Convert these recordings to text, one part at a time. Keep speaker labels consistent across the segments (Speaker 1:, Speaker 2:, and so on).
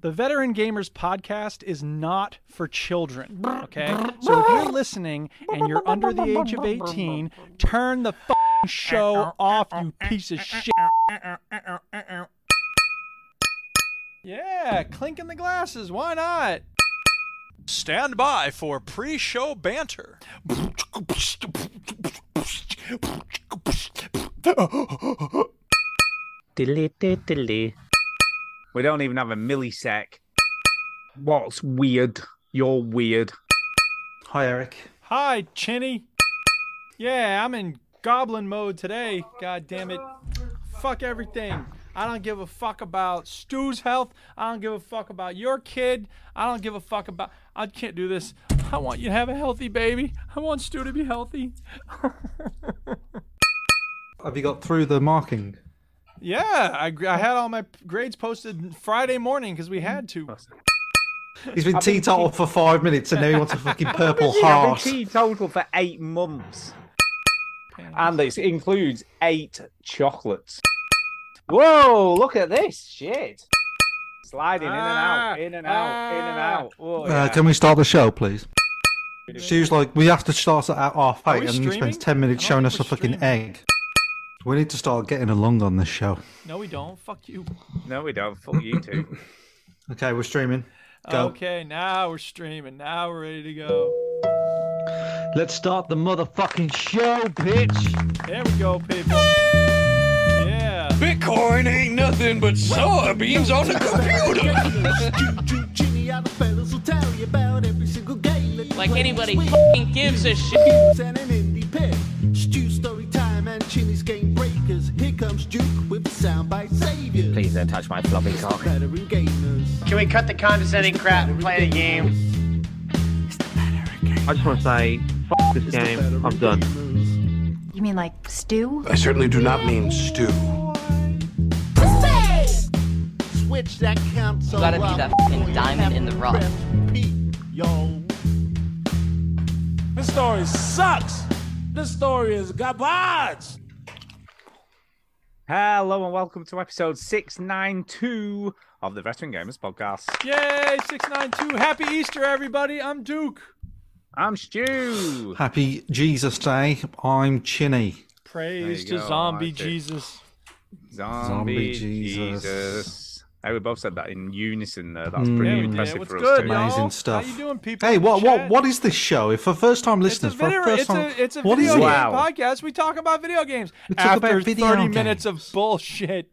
Speaker 1: The Veteran Gamers podcast is not for children, okay? So if you're listening and you're under the age of 18, turn the f***ing show off, you piece of shit. Yeah, clinking the glasses. Why not?
Speaker 2: Stand by for pre show banter.
Speaker 3: Dilly diddly. We don't even have a millisec. What's weird? You're weird.
Speaker 4: Hi, Eric.
Speaker 1: Hi, Chinny. Yeah, I'm in goblin mode today. God damn it. Fuck everything. I don't give a fuck about Stu's health. I don't give a fuck about your kid. I don't give a fuck about. I can't do this. I want you to have a healthy baby. I want Stu to be healthy.
Speaker 4: Have you got through the marking?
Speaker 1: Yeah, I, gr- I had all my p- grades posted Friday morning because we had to.
Speaker 4: He's been teetotal for five minutes and now he wants a fucking purple
Speaker 3: I've
Speaker 4: heart.
Speaker 3: been teetotal for eight months. And it includes eight chocolates. Whoa, look at this shit. Sliding
Speaker 1: Ah,
Speaker 3: in and out, in and out, in and out. Oh,
Speaker 4: Uh,
Speaker 3: yeah.
Speaker 4: can we start the show, please? She was like, we have to start at half
Speaker 1: Are
Speaker 4: eight
Speaker 1: we
Speaker 4: and he
Speaker 1: streaming?
Speaker 4: spends 10 minutes
Speaker 1: I don't
Speaker 4: showing
Speaker 1: think
Speaker 4: us a
Speaker 1: we're
Speaker 4: fucking
Speaker 1: streaming.
Speaker 4: egg. We need to start getting along on this show.
Speaker 1: No, we don't. Fuck you.
Speaker 3: No, we don't. Fuck you two.
Speaker 4: Okay, we're streaming. Go.
Speaker 1: Okay, now we're streaming. Now we're ready to go.
Speaker 5: Let's start the motherfucking show, bitch.
Speaker 1: There we go, people. Yeah.
Speaker 2: Bitcoin ain't nothing but soybeans on the computer.
Speaker 6: Jimmy, all the fellas will tell you about every single game that
Speaker 7: Like
Speaker 6: plays
Speaker 7: anybody
Speaker 6: with
Speaker 7: fucking gives a shit.
Speaker 6: Stews and an indie pick. Stew story time and Chinny's game breakers. Here comes Duke with the soundbite savior. Please don't touch my floppy cock. Veteran gamers.
Speaker 8: Can we cut the condescending crap and play the game?
Speaker 9: I just want to say, f- this game. I'm done.
Speaker 10: You mean like stew?
Speaker 8: I certainly do not mean stew.
Speaker 6: Switch that console.
Speaker 7: gotta be
Speaker 6: up
Speaker 7: that
Speaker 6: before
Speaker 7: fucking
Speaker 6: you
Speaker 7: diamond
Speaker 6: have
Speaker 7: in the
Speaker 6: to
Speaker 7: rough.
Speaker 6: rest peak, Yo.
Speaker 2: this story sucks. This story is garbage.
Speaker 3: Hello and welcome to episode 692 of the Veteran Gamers Podcast.
Speaker 1: Yay, 692. Happy Easter, everybody. I'm Duke.
Speaker 3: I'm Stu.
Speaker 4: Happy Jesus Day. I'm Chinny.
Speaker 1: Praise
Speaker 3: you
Speaker 1: to
Speaker 3: go. I
Speaker 1: Zombie
Speaker 3: like it.
Speaker 1: Jesus.
Speaker 3: Zombie,
Speaker 4: Jesus.
Speaker 3: Jesus. Hey, we both said that in unison there. That's pretty
Speaker 1: Mm. Yeah, we did.
Speaker 3: impressive
Speaker 1: What's
Speaker 3: for us
Speaker 1: good,
Speaker 3: too.
Speaker 1: y'all?
Speaker 4: Amazing stuff.
Speaker 1: How you doing, people?
Speaker 4: Hey,
Speaker 1: in
Speaker 4: what
Speaker 1: chat?
Speaker 4: what what is this show? If for first time
Speaker 1: It's a,
Speaker 4: listeners, for
Speaker 1: video,
Speaker 4: first
Speaker 1: it's,
Speaker 4: time,
Speaker 1: a, it's a
Speaker 4: what is
Speaker 1: video
Speaker 4: it?
Speaker 1: game
Speaker 3: Wow.
Speaker 1: podcast. We talk about video games
Speaker 4: We talk
Speaker 1: after
Speaker 4: about video
Speaker 1: 30
Speaker 4: games.
Speaker 1: minutes of bullshit.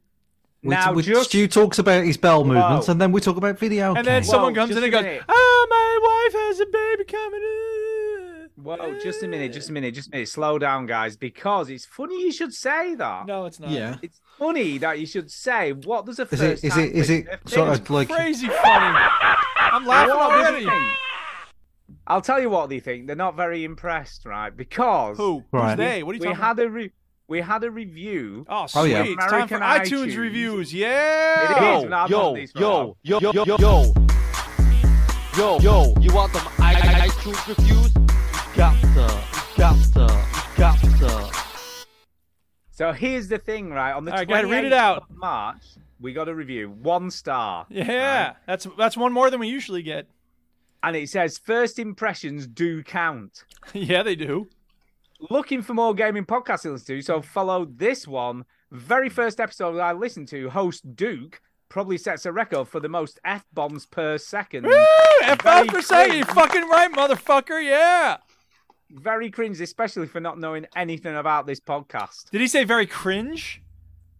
Speaker 4: We-
Speaker 3: Now,
Speaker 4: we-
Speaker 3: just-
Speaker 4: Stu talks about his bell movements,
Speaker 3: Whoa.
Speaker 4: and then we talk about video.
Speaker 1: And then
Speaker 4: games.
Speaker 1: someone
Speaker 3: Whoa,
Speaker 1: comes in and
Speaker 3: just a
Speaker 1: goes,
Speaker 3: minute.
Speaker 1: "Oh, my wife has a baby coming in."
Speaker 3: Whoa, just a minute, just a minute, just a minute. Slow down, guys, because it's funny you should say that.
Speaker 1: No, it's not.
Speaker 4: yeah,
Speaker 3: It's funny that you should say what does a
Speaker 4: is
Speaker 3: first
Speaker 4: it is
Speaker 3: time
Speaker 4: it is it
Speaker 3: listener
Speaker 4: sort
Speaker 3: think?
Speaker 4: of like
Speaker 1: Crazy funny. I'm laughing
Speaker 3: What do you
Speaker 1: already.
Speaker 3: think? I'll tell you what they think. They're not very impressed, right? Because
Speaker 1: Who? Who's
Speaker 4: Right.
Speaker 1: they? What are you
Speaker 3: we
Speaker 1: talking
Speaker 3: had a re- we had a review.
Speaker 1: about? Oh, sweet.
Speaker 4: Oh, yeah.
Speaker 1: It's time for
Speaker 3: American
Speaker 1: iTunes
Speaker 3: iTunes.
Speaker 1: reviews.
Speaker 3: It
Speaker 1: Yeah.
Speaker 3: is, and I've
Speaker 5: Yo,
Speaker 3: done these for a while.
Speaker 5: yo, yo, yo, yo, yo, yo, yo. You want them I- I- iTunes reviews? You got to, you got to, you got to.
Speaker 3: So here's the thing, right? On the
Speaker 1: All right,
Speaker 3: 28th
Speaker 1: go ahead, read it out.
Speaker 3: of March, we got a review, one star.
Speaker 1: Yeah. That's that's one more than we usually get.
Speaker 3: And it says first impressions do count.
Speaker 1: yeah, they do.
Speaker 3: Looking for more gaming podcasts to listen to, so follow this one. Very first episode that I listened to, host Duke probably sets a record for the most F bombs per second.
Speaker 1: F
Speaker 3: Very
Speaker 1: for saying you
Speaker 3: cringe.
Speaker 1: fucking right, motherfucker. Yeah.
Speaker 3: Very cringe, especially for not knowing anything about this podcast.
Speaker 1: Did he say very cringe?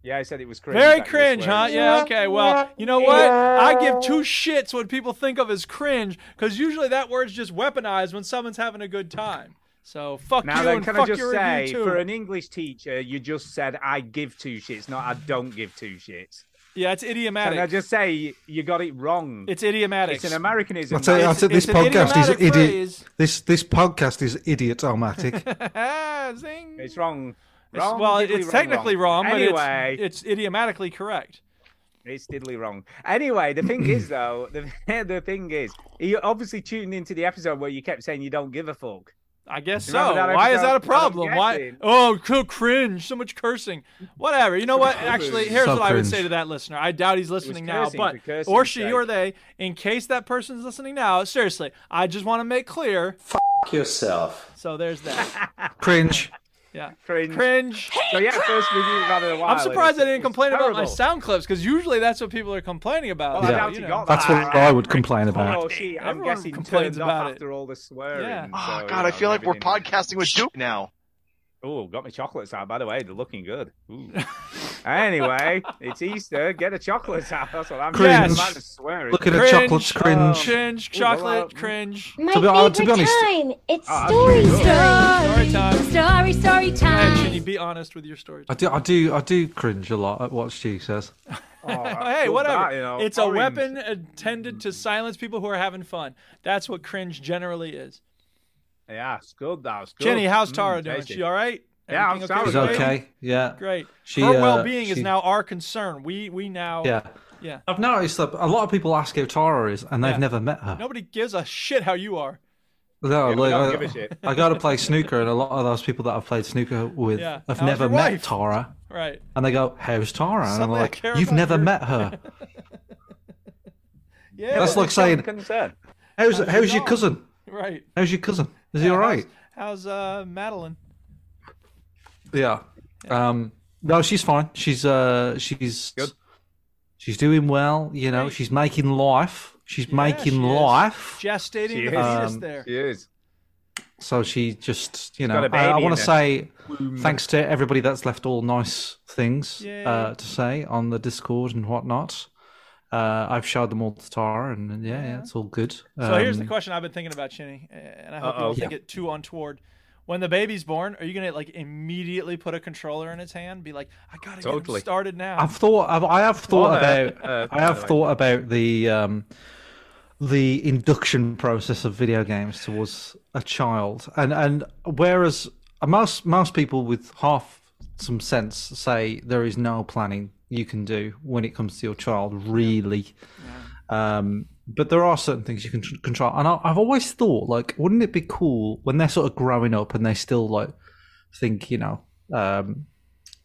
Speaker 3: Yeah, I said it was cringe.
Speaker 1: Very
Speaker 3: that he was
Speaker 1: cringe, huh?
Speaker 3: wearing-
Speaker 1: Yeah, okay. Well, you know what? I give two shits what people think of as cringe because usually that word's just weaponized when someone's having a good time. So fuck
Speaker 3: Now
Speaker 1: you
Speaker 3: then,
Speaker 1: and
Speaker 3: can
Speaker 1: fuck
Speaker 3: I just
Speaker 1: your
Speaker 3: say,
Speaker 1: review too.
Speaker 3: for an e- English teacher, you just said I give two shits, not I don't give two shits.
Speaker 1: yeah, it's idiomatic.
Speaker 3: Can I just say you got it wrong?
Speaker 1: It's idiomatic.
Speaker 3: It's an Americanism.
Speaker 4: I tell you, I
Speaker 3: That's-
Speaker 4: tell
Speaker 1: it's
Speaker 4: this
Speaker 1: an
Speaker 4: podcast is
Speaker 1: idiomatic
Speaker 4: idiot.
Speaker 1: phrase.
Speaker 4: This this podcast is idiot automatic.
Speaker 1: Ah, Zing.
Speaker 3: it's wrong.
Speaker 1: It's-
Speaker 3: Wrong,
Speaker 1: well,
Speaker 3: diddly
Speaker 1: it's technically wrong, but it's-
Speaker 3: anyway,
Speaker 1: it's, idiomatically correct.
Speaker 3: it's diddly wrong. Anyway, the thing is though, the the thing is, you obviously tuned into the episode where you kept saying you don't give a fuck.
Speaker 1: I guess
Speaker 3: Remember
Speaker 1: so.
Speaker 3: that
Speaker 1: Why is that
Speaker 3: episode
Speaker 1: a
Speaker 3: about
Speaker 1: problem? Why?
Speaker 3: guessing?
Speaker 1: Oh, c- cringe. So much cursing. Whatever. You know what? Actually, here's
Speaker 5: So
Speaker 1: what I would
Speaker 5: cringe.
Speaker 1: say to that listener. I doubt he's listening now,
Speaker 3: cursing
Speaker 1: but
Speaker 3: for cursing's
Speaker 1: or she
Speaker 3: sake.
Speaker 1: or they. In case that person's listening now, seriously, I just want to make clear.
Speaker 11: Yourself.
Speaker 1: So there's that.
Speaker 5: Cringe.
Speaker 1: Yeah.
Speaker 3: Cringe.
Speaker 1: Cringe.
Speaker 3: So yeah, first review we've had in a while.
Speaker 1: I'm surprised I
Speaker 3: It's-
Speaker 1: didn't
Speaker 3: it's
Speaker 1: complain about my
Speaker 3: terrible.
Speaker 1: sound clips because usually that's what people are complaining about.
Speaker 3: Well, I
Speaker 1: so, you
Speaker 3: doubt you
Speaker 1: know.
Speaker 3: got that.
Speaker 5: That's what I would complain
Speaker 3: Oh,
Speaker 5: about.
Speaker 3: she, I'm
Speaker 1: Everyone
Speaker 3: guessing
Speaker 1: complains
Speaker 3: complains
Speaker 1: about
Speaker 3: about
Speaker 1: it.
Speaker 3: after all the swearing.
Speaker 1: Yeah.
Speaker 12: Oh,
Speaker 3: so,
Speaker 12: God,
Speaker 3: you
Speaker 12: I feel
Speaker 3: know,
Speaker 12: like we're
Speaker 3: everything-
Speaker 12: podcasting with Duke now.
Speaker 3: Oh, got me chocolates out. By the way, they're looking good. Ooh. anyway, it's Easter. Get the chocolates out. That's what I'm
Speaker 1: Cringe.
Speaker 3: doing. I'm just swearing.
Speaker 5: Look at the
Speaker 1: Cringe.
Speaker 5: chocolate's cringe.
Speaker 1: Cringe,
Speaker 3: Ooh, well, uh,
Speaker 1: chocolate, cringe.
Speaker 5: to, be, uh, to be honest,
Speaker 7: It's
Speaker 3: Ah, story, that's
Speaker 1: Story time.
Speaker 7: story, story
Speaker 1: Hey, Ginny, be honest with your story.
Speaker 5: I do, I do, I do cringe a lot at what she says.
Speaker 3: Oh,
Speaker 1: hey,
Speaker 3: well,
Speaker 1: whatever.
Speaker 3: that, you know,
Speaker 1: it's
Speaker 3: orange.
Speaker 1: a weapon intended to silence people who are having fun. That's what cringe generally is.
Speaker 3: Yeah, it's good. That was good.
Speaker 1: Jenny, how's
Speaker 3: Mm,
Speaker 1: Tara doing?
Speaker 3: tasty.
Speaker 1: She all right?
Speaker 3: Yeah, I'm
Speaker 1: Everything
Speaker 3: sorry.
Speaker 5: She's
Speaker 1: with you?
Speaker 5: okay. Yeah,
Speaker 1: Great.
Speaker 5: She,
Speaker 1: Her
Speaker 5: uh,
Speaker 1: well-being is
Speaker 5: she-
Speaker 1: now our concern. We we now
Speaker 5: yeah,
Speaker 1: Yeah.
Speaker 5: I've noticed that a lot of people ask who Tara is, and they've
Speaker 1: Yeah.
Speaker 5: never met her.
Speaker 1: nobody gives a shit how you are.
Speaker 5: No,
Speaker 3: Yeah, we
Speaker 5: like,
Speaker 3: don't
Speaker 5: I,
Speaker 3: give a shit.
Speaker 5: I go to play snooker, and a lot of those people that I've played snooker with
Speaker 1: Yeah.
Speaker 5: have
Speaker 1: How's
Speaker 5: never
Speaker 1: your
Speaker 5: met
Speaker 1: wife?
Speaker 5: Tara,
Speaker 1: Right.
Speaker 5: and they go, "How's Tara?" And I'm
Speaker 1: Suddenly I
Speaker 5: like,
Speaker 1: care
Speaker 5: "You've
Speaker 1: about
Speaker 5: never
Speaker 1: your-
Speaker 5: met her.
Speaker 1: Yeah.
Speaker 5: That's like saying,
Speaker 3: Concern.
Speaker 5: "How's how's your cousin?
Speaker 1: right.
Speaker 5: How's your cousin? Is he all right?"
Speaker 1: How's uh Madeline?
Speaker 5: Yeah. Um. No, she's fine. She's uh. She's
Speaker 3: Good.
Speaker 5: She's doing well. You know, she's making life. She's making
Speaker 1: she is.
Speaker 5: life.
Speaker 1: Gestating
Speaker 3: She
Speaker 1: the
Speaker 3: is.
Speaker 1: fetus
Speaker 5: Um,
Speaker 1: there.
Speaker 3: She is.
Speaker 5: So she just, you
Speaker 3: got
Speaker 5: know,
Speaker 3: a
Speaker 5: I,
Speaker 3: baby in
Speaker 5: want
Speaker 3: her.
Speaker 5: to say thanks to everybody that's left all nice things
Speaker 1: Yay.
Speaker 5: uh, to say on the Discord and whatnot. Uh, I've showed them all to Tara, and, and yeah, yeah, it's all good.
Speaker 1: So here's the
Speaker 5: Um,
Speaker 1: question I've been thinking about, Shinny, and I hope you
Speaker 3: Uh-oh.
Speaker 1: don't think it too untoward. When the baby's born, are you gonna like immediately put a controller in its hand? Be like, I gotta get him
Speaker 3: Totally.
Speaker 1: started now.
Speaker 5: I've thought. I've, I have thought
Speaker 3: Well, uh,
Speaker 5: about.
Speaker 3: uh,
Speaker 5: I have
Speaker 3: anyway.
Speaker 5: thought about the um, the induction process of video games towards a child, and and whereas most most people with half some sense say there is no planning you can do when it comes to your child, really. Um, but there are certain things you can tr- control, and I, I've always thought, like, wouldn't it be cool when they're sort of growing up and they still like think, you know, um,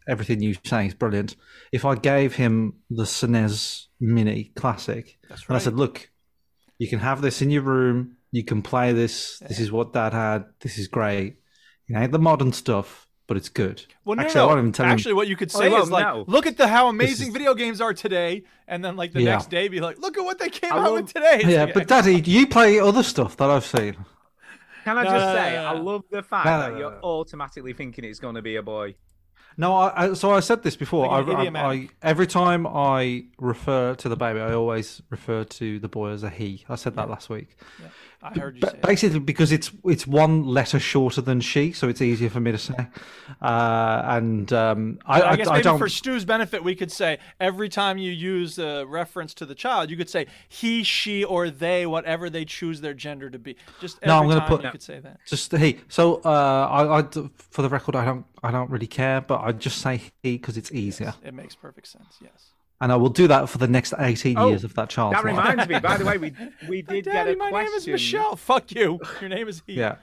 Speaker 5: everything you say is brilliant. If I gave him the SNES Mini Classic, and I said, "Look, you can have this in your room. You can play this. This is what Dad had. This is great. You know, the modern stuff, but it's good."
Speaker 1: Well, no,
Speaker 5: actually,
Speaker 1: no,
Speaker 5: I
Speaker 1: no.
Speaker 5: won't even tell
Speaker 1: Actually,
Speaker 5: him.
Speaker 1: what you could
Speaker 3: Oh,
Speaker 1: say
Speaker 3: well,
Speaker 1: is like,
Speaker 3: no.
Speaker 1: look at the how amazing
Speaker 5: is-
Speaker 1: video games are today, and then like the
Speaker 5: Yeah.
Speaker 1: next day, be like, look at what they came
Speaker 3: I
Speaker 1: out
Speaker 3: love-
Speaker 1: with today. It's
Speaker 5: Yeah,
Speaker 1: like,
Speaker 5: but Daddy, you play other stuff that I've seen.
Speaker 3: Can I
Speaker 1: No,
Speaker 3: just
Speaker 1: no, no,
Speaker 3: say,
Speaker 1: no,
Speaker 3: I
Speaker 1: no.
Speaker 3: love the fact
Speaker 5: No, no,
Speaker 3: that
Speaker 5: no,
Speaker 3: you're
Speaker 5: no.
Speaker 3: automatically thinking it's going to be a boy.
Speaker 5: No, I, I so I said this before. I,
Speaker 1: Like an
Speaker 5: I, I
Speaker 1: idiomatic.
Speaker 5: every time I refer to the baby, I always refer to the boy as a he. I said that last week.
Speaker 1: I heard you
Speaker 5: Ba-
Speaker 1: say. that.
Speaker 5: basically because it's it's one letter shorter than she, so it's easier for me to say. Uh, and um, I,
Speaker 1: I
Speaker 5: I,
Speaker 1: guess
Speaker 5: I
Speaker 1: maybe
Speaker 5: don't.
Speaker 1: for Stu's benefit, we could say every time you use a reference to the child, you could say he, she, or they, whatever they choose their gender to be. Just every
Speaker 5: No, I'm gonna
Speaker 1: time
Speaker 5: put-
Speaker 1: you could say that.
Speaker 5: Just he. So uh, I, I d- for the record, I don't I don't really care, but I just say he because it's easier,
Speaker 1: It makes perfect sense. Yes.
Speaker 5: and I will do that for the next eighteen
Speaker 3: Oh,
Speaker 5: years of that child's
Speaker 3: That
Speaker 5: life.
Speaker 3: reminds me, by the way, we we did get
Speaker 1: Daddy,
Speaker 3: a
Speaker 1: my
Speaker 3: question.
Speaker 1: name is Michelle. Fuck you. Your name is he.
Speaker 5: yeah,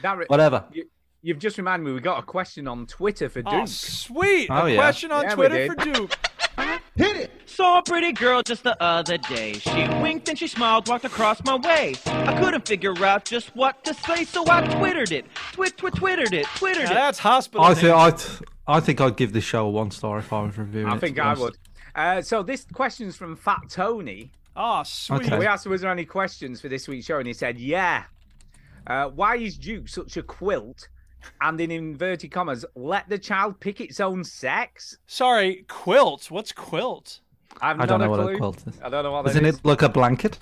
Speaker 3: That re-
Speaker 5: whatever.
Speaker 3: You, you've just reminded me we got a question on Twitter for Duke.
Speaker 1: Oh, sweet.
Speaker 5: Oh,
Speaker 1: a
Speaker 5: yeah.
Speaker 1: question on
Speaker 3: Yeah, we
Speaker 1: Twitter
Speaker 3: did.
Speaker 1: for Duke.
Speaker 6: Saw a pretty girl just the other day. She winked and she smiled, walked across my way. I couldn't figure out just what to say, so I twittered it. Twit, twit, twittered it, twittered
Speaker 1: Now,
Speaker 6: it.
Speaker 1: that's hospital.
Speaker 5: I
Speaker 1: name.
Speaker 5: think I I think I'd give this show a one star if I was reviewing. it,
Speaker 3: I
Speaker 5: to
Speaker 3: think
Speaker 5: be
Speaker 3: I
Speaker 5: honest.
Speaker 3: would. Uh, so this question's from Fat Tony.
Speaker 1: Oh, sweet.
Speaker 5: Okay.
Speaker 3: We asked, was there any questions for this week's show? And he said, yeah. Uh, why is Duke such a quilt? And in inverted commas, let the child pick its own sex?
Speaker 1: Sorry, quilt. What's quilt?
Speaker 3: I've
Speaker 5: I don't
Speaker 3: not
Speaker 5: know what
Speaker 3: clue.
Speaker 5: a quilt is.
Speaker 3: I don't know what that
Speaker 5: Isn't
Speaker 3: is.
Speaker 5: it like a blanket?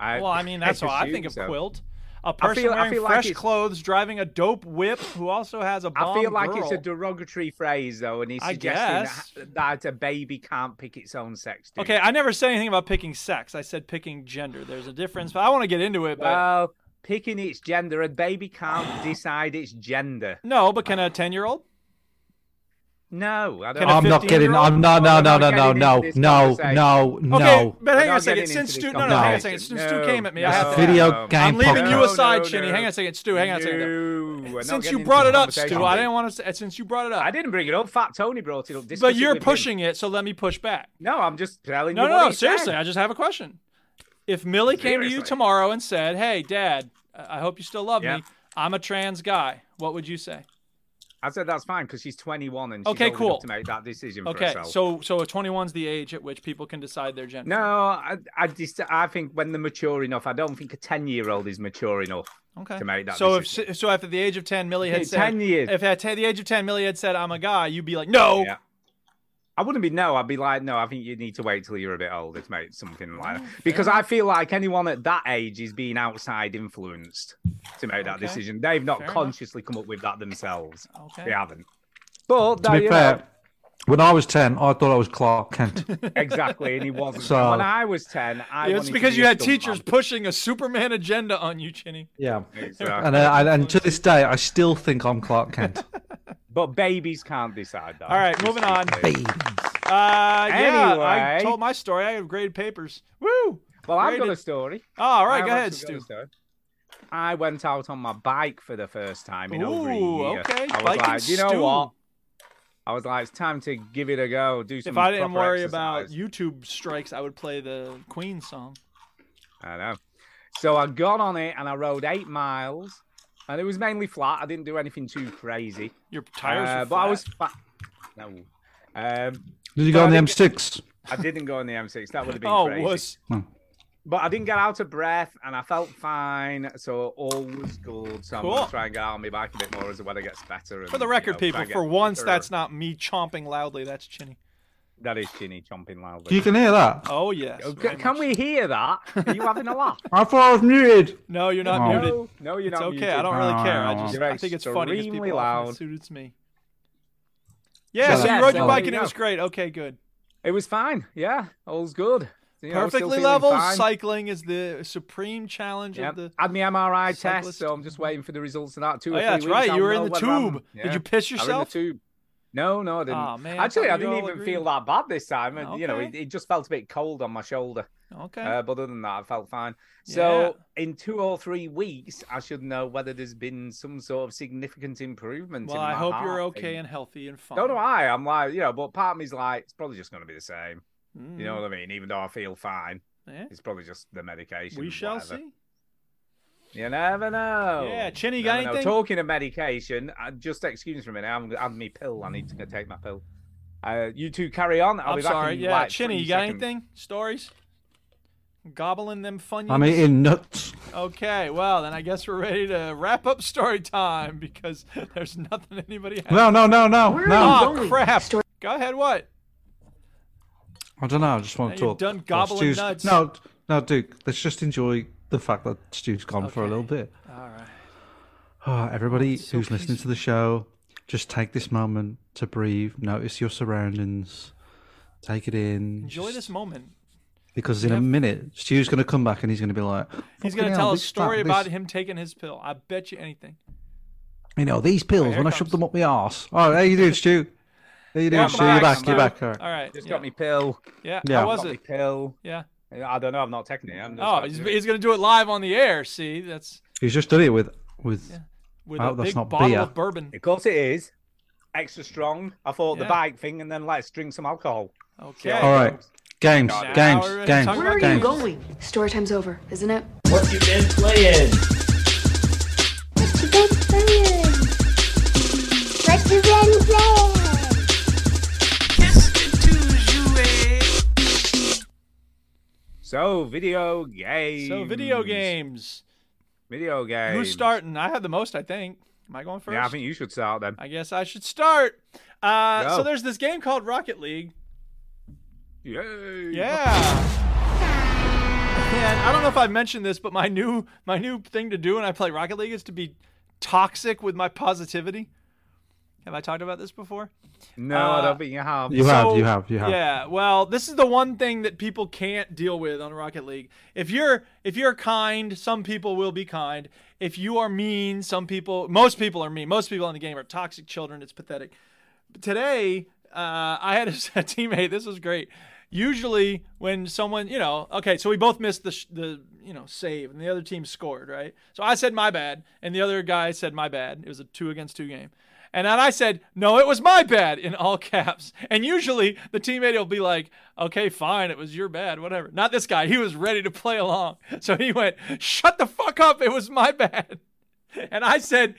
Speaker 3: I,
Speaker 1: Well, I mean, that's what I think of
Speaker 3: assume so.
Speaker 1: quilt. A person
Speaker 3: feel- I
Speaker 1: wearing
Speaker 3: feel like
Speaker 1: fresh
Speaker 3: it's-
Speaker 1: clothes, driving a dope whip, who also has a bomb
Speaker 3: I feel like it's a
Speaker 1: girl.
Speaker 3: derogatory phrase, though, and he's
Speaker 1: I guess.
Speaker 3: suggesting that, that a baby can't pick its own sex. Duke.
Speaker 1: Okay, I never said anything about picking sex. I said picking gender. There's a difference, but I want to get into it. But
Speaker 3: Well, picking its gender, a baby can't decide its gender.
Speaker 1: no, but can a ten-year-old?
Speaker 3: No, I don't.
Speaker 1: Can a
Speaker 5: I'm not getting.
Speaker 1: 15-year-old?
Speaker 5: I'm no no
Speaker 3: We're
Speaker 5: no
Speaker 3: not
Speaker 5: no no
Speaker 3: getting
Speaker 5: no
Speaker 3: into this
Speaker 5: no
Speaker 3: conversation.
Speaker 5: no
Speaker 1: Okay,
Speaker 5: no.
Speaker 1: but
Speaker 3: We're
Speaker 1: hang on a
Speaker 3: not
Speaker 1: second.
Speaker 3: getting
Speaker 1: Since
Speaker 3: into
Speaker 1: Stu,
Speaker 3: this
Speaker 1: no, no, hang on a
Speaker 5: conversation.
Speaker 1: second. Since Stu came at me, I
Speaker 5: It's
Speaker 1: have
Speaker 5: a
Speaker 1: to.
Speaker 5: video game
Speaker 1: I'm leaving
Speaker 5: podcast.
Speaker 1: you
Speaker 3: No,
Speaker 1: aside,
Speaker 3: no,
Speaker 1: Shinny.
Speaker 3: no.
Speaker 1: Hang on a second, Stu. Hang on a second. though.
Speaker 3: we're not
Speaker 1: Since
Speaker 3: getting
Speaker 1: you
Speaker 3: into
Speaker 1: brought
Speaker 3: the
Speaker 1: it up,
Speaker 3: conversation.
Speaker 1: Stu, I didn't want to. Since you brought it up,
Speaker 3: I didn't bring it up. Fat Tony brought it up. Discuss
Speaker 1: but
Speaker 3: it
Speaker 1: you're
Speaker 3: with him.
Speaker 1: pushing it, so let me push back.
Speaker 3: No, I'm just telling
Speaker 1: No,
Speaker 3: you.
Speaker 1: no,
Speaker 3: what
Speaker 1: no.
Speaker 3: he
Speaker 1: Seriously,
Speaker 3: said.
Speaker 1: I just have a question. If Millie came to you
Speaker 3: Seriously.
Speaker 1: tomorrow and said, "Hey, Dad, I I hope you still love
Speaker 3: Yeah.
Speaker 1: me. I'm a trans guy," what would you say?
Speaker 3: I said that's fine because she's 21 and she's
Speaker 1: Okay,
Speaker 3: old enough
Speaker 1: cool.
Speaker 3: to make that decision for
Speaker 1: Okay,
Speaker 3: herself.
Speaker 1: so so 21's the age at which people can decide their gender.
Speaker 3: no, I, I just I think when they're mature enough, I don't think a 10 year old is mature enough
Speaker 1: Okay.
Speaker 3: to make that
Speaker 1: so
Speaker 3: decision.
Speaker 1: if so, if at the age of ten, Millie had
Speaker 3: Yeah,
Speaker 1: said,
Speaker 3: 10 years.
Speaker 1: if at the age of ten, Millie had said, "I'm a guy," you'd be like, "No."
Speaker 3: Yeah. I wouldn't be no. I'd be like, no. I think you need to wait till you're a bit older to make something like that. Because I feel like anyone at that age is being outside influenced to make that
Speaker 1: Okay.
Speaker 3: decision. They've not
Speaker 1: Fair enough.
Speaker 3: consciously come up with that themselves.
Speaker 1: Okay.
Speaker 3: They haven't. But
Speaker 4: To
Speaker 3: there
Speaker 4: be
Speaker 3: you
Speaker 4: fair,
Speaker 3: go.
Speaker 4: when I was 10, I thought I was Clark Kent.
Speaker 3: exactly, and he wasn't.
Speaker 4: So-
Speaker 3: When I was ten, I
Speaker 1: It's
Speaker 3: wanted to
Speaker 1: because
Speaker 3: be
Speaker 1: you
Speaker 3: a
Speaker 1: had
Speaker 3: stuntman.
Speaker 1: teachers pushing a Superman agenda on you, Chinny.
Speaker 4: yeah.
Speaker 3: Exactly.
Speaker 4: And, uh, and, and to this day, I still think I'm Clark Kent.
Speaker 3: But babies can't decide that.
Speaker 1: All right, moving on. Uh, yeah, I
Speaker 3: Anyway.
Speaker 1: told my story. I have grade papers. Woo!
Speaker 3: Well, I've got a
Speaker 1: Graded-
Speaker 3: story.
Speaker 1: Oh, all right,
Speaker 3: I've
Speaker 1: go ahead,
Speaker 3: actually got
Speaker 1: Stu.
Speaker 3: a story. I went out on my bike for the first time in over a
Speaker 1: Ooh,
Speaker 3: year.
Speaker 1: okay,
Speaker 3: I was
Speaker 1: bike and
Speaker 3: like, you know
Speaker 1: Stu."
Speaker 3: what? I was like, it's time to give it a go. Do some.
Speaker 1: If I didn't
Speaker 3: proper
Speaker 1: worry about
Speaker 3: exercise."
Speaker 1: YouTube strikes, I would play the Queen song.
Speaker 3: I know. So I got on it and I rode eight miles, and it was mainly flat. I didn't do anything too crazy.
Speaker 1: Your tires
Speaker 3: Uh,
Speaker 1: were
Speaker 3: but I was
Speaker 1: flat.
Speaker 3: fat. No. Um,
Speaker 4: Did you go
Speaker 3: No,
Speaker 4: on
Speaker 3: I
Speaker 4: the
Speaker 3: think-
Speaker 4: M6?
Speaker 3: I didn't go on the M6. That would have been
Speaker 1: Oh,
Speaker 3: crazy.
Speaker 1: was
Speaker 3: But I didn't get out of breath and I felt fine, so all was good. So I'm
Speaker 1: Cool.
Speaker 3: gonna try and get out on my bike a bit more as the weather gets better. And,
Speaker 1: for the record,
Speaker 3: you know, try
Speaker 1: people.
Speaker 3: and
Speaker 1: For
Speaker 3: get
Speaker 1: once,
Speaker 3: fitter.
Speaker 1: that's not me chomping loudly. That's Chinny.
Speaker 3: that is Ginny chomping loudly.
Speaker 4: You can hear that.
Speaker 1: Oh yes.
Speaker 3: Oh,
Speaker 1: very
Speaker 3: ca- can
Speaker 1: much.
Speaker 3: we hear that? Are you having a laugh?
Speaker 4: I thought I was muted.
Speaker 1: No, you're not
Speaker 4: Oh.
Speaker 1: muted.
Speaker 3: no, no, you're
Speaker 1: It's
Speaker 3: not.
Speaker 1: okay.
Speaker 3: muted.
Speaker 1: I don't really care. I
Speaker 4: You're
Speaker 1: just I think it's funny because
Speaker 3: extremely
Speaker 1: people often
Speaker 3: loud.
Speaker 1: assume it's me. Yeah, so you
Speaker 3: Yes,
Speaker 1: rode your
Speaker 3: there
Speaker 1: bike
Speaker 3: you
Speaker 1: and it
Speaker 3: go.
Speaker 1: was great. Okay, good.
Speaker 3: It was fine. Yeah, all's good. You know, still
Speaker 1: Perfectly
Speaker 3: feeling
Speaker 1: level
Speaker 3: fine.
Speaker 1: cycling is the supreme challenge
Speaker 3: Yep.
Speaker 1: of the.
Speaker 3: Had my MRI test,
Speaker 1: cyclist.
Speaker 3: so I'm just waiting for the results of that. Two
Speaker 1: Oh
Speaker 3: or
Speaker 1: yeah, that's
Speaker 3: three weeks,
Speaker 1: right.
Speaker 3: I'll
Speaker 1: You were in
Speaker 3: know
Speaker 1: the
Speaker 3: whether I'm-
Speaker 1: tube. Did
Speaker 3: Yeah.
Speaker 1: you piss
Speaker 3: I was in the
Speaker 1: yourself?
Speaker 3: tube. No, no, I didn't.
Speaker 1: Aw, man, I
Speaker 3: Actually,
Speaker 1: thought
Speaker 3: I
Speaker 1: you
Speaker 3: didn't
Speaker 1: all
Speaker 3: even
Speaker 1: agreed.
Speaker 3: feel that bad this time. And, You know,
Speaker 1: Okay.
Speaker 3: it, it just felt a bit cold on my shoulder.
Speaker 1: Okay.
Speaker 3: Uh, but other than that, I felt fine. So, in two or three weeks, I should know whether there's been some sort of significant improvement.
Speaker 1: well,
Speaker 3: in
Speaker 1: I
Speaker 3: my
Speaker 1: hope you're
Speaker 3: heart
Speaker 1: okay
Speaker 3: thing.
Speaker 1: and healthy and fine.
Speaker 3: So do I. I'm like, you know, but part of me's like, it's probably just going to be the same.
Speaker 1: Mm,
Speaker 3: You know what I mean? Even though I feel fine,
Speaker 1: yeah.
Speaker 3: it's probably just the medication.
Speaker 1: Mm, eh? We
Speaker 3: and
Speaker 1: shall
Speaker 3: whatever.
Speaker 1: see.
Speaker 3: You never know.
Speaker 1: Yeah, Chinny, you
Speaker 3: You
Speaker 1: got
Speaker 3: never know.
Speaker 1: anything?
Speaker 3: Talking of medication, uh, just excuse me for a minute. I'm I'm me pill. I need to go take my pill. Uh, you two carry on. I'll
Speaker 1: I'm
Speaker 3: be back
Speaker 1: sorry.
Speaker 3: in
Speaker 1: Yeah,
Speaker 3: like
Speaker 1: Chinny,
Speaker 3: three
Speaker 1: you got
Speaker 3: seconds.
Speaker 1: anything? Stories? Gobbling them funyuns.
Speaker 4: I'm eating nuts.
Speaker 1: Okay, well then I guess we're ready to wrap up story time because there's nothing anybody has.
Speaker 4: No, no, no, no, no.
Speaker 1: oh crap! Go ahead. What?
Speaker 4: I don't know. I just want
Speaker 1: Now
Speaker 4: to
Speaker 1: you're
Speaker 4: talk.
Speaker 1: done
Speaker 4: Oh,
Speaker 1: gobbling
Speaker 4: Stu's-
Speaker 1: nuts.
Speaker 4: No, no, Duke. Let's just enjoy the fact that Stu's gone for a
Speaker 1: Okay.
Speaker 4: little bit.
Speaker 1: All right.
Speaker 4: Ah, everybody
Speaker 1: so
Speaker 4: who's listening to the show, just take this moment to breathe. Notice your surroundings. Take it in.
Speaker 1: Enjoy
Speaker 4: just-
Speaker 1: this moment.
Speaker 4: because in a minute Stu's going to come back and he's going to be like,
Speaker 1: He's
Speaker 4: "Fucking
Speaker 1: gonna
Speaker 4: hell,
Speaker 1: tell a
Speaker 4: this-
Speaker 1: story
Speaker 4: that-
Speaker 1: about
Speaker 4: this-
Speaker 1: him taking his pill. I bet you anything.
Speaker 4: You know these pills
Speaker 1: here
Speaker 4: when I
Speaker 1: it
Speaker 4: shoved
Speaker 1: comes.
Speaker 4: them up my arse. All right, how you doing, Stu? How you doing,
Speaker 1: Welcome
Speaker 4: Stu? You're
Speaker 1: back,
Speaker 4: back.
Speaker 1: Stu.
Speaker 4: You're back. All right.
Speaker 1: All right.
Speaker 3: Just
Speaker 1: yeah.
Speaker 3: got me pill.
Speaker 1: Yeah.
Speaker 4: Yeah.
Speaker 1: How was
Speaker 3: got me
Speaker 1: it?
Speaker 3: pill.
Speaker 1: Yeah.
Speaker 3: I don't know. I'm not taking it. I'm just
Speaker 1: Oh,
Speaker 3: like-
Speaker 1: he's, he's gonna do it live on the air. See, that's
Speaker 4: He's just done it with with.
Speaker 1: with
Speaker 4: Oh,
Speaker 1: a
Speaker 4: that's
Speaker 1: big
Speaker 4: not
Speaker 1: bottle
Speaker 4: beer.
Speaker 1: of bourbon.
Speaker 3: Of course it is. Extra strong. I thought
Speaker 1: Yeah.
Speaker 3: the bike thing, and then let's drink some alcohol.
Speaker 1: Okay.
Speaker 4: All right, games,
Speaker 1: Now
Speaker 4: games,
Speaker 1: we're
Speaker 4: games,
Speaker 1: talking
Speaker 10: Where are
Speaker 1: about
Speaker 10: you
Speaker 4: games.
Speaker 10: going? Story time's over, isn't it?
Speaker 3: So video games.
Speaker 1: So video games.
Speaker 3: Video games.
Speaker 1: Who's starting? I had the most, I think. Am I going first?
Speaker 3: Yeah, I think you should start then.
Speaker 1: I guess I should start. Uh, So
Speaker 3: Go.
Speaker 1: there's this game called Rocket League.
Speaker 3: Yay.
Speaker 1: Yeah. And I don't know if I mentioned this, but my new my new thing to do when I play Rocket League is to be toxic with my positivity. Have I talked about this before?
Speaker 3: No, I
Speaker 1: Uh,
Speaker 3: don't think you have.
Speaker 4: You have, you
Speaker 1: So-
Speaker 4: have, you have.
Speaker 1: Yeah. Well, this is the one thing that people can't deal with on Rocket League. If you're if you're kind, some people will be kind. If you are mean, some people, most people are mean. Most people in the game are toxic children. It's pathetic. But today, uh, I had a, teammate. This was great. Usually, when someone, you know, okay, so we both missed the sh- the you know save, and the other team scored, right? So I said my bad, and the other guy said my bad. It was a two against two game, and then I said no, it was my bad in all caps. And usually, the teammate will be like, okay, fine, it was your bad, whatever. Not this guy. He was ready to play along, so he went, shut the fuck up, it was my bad. And I said,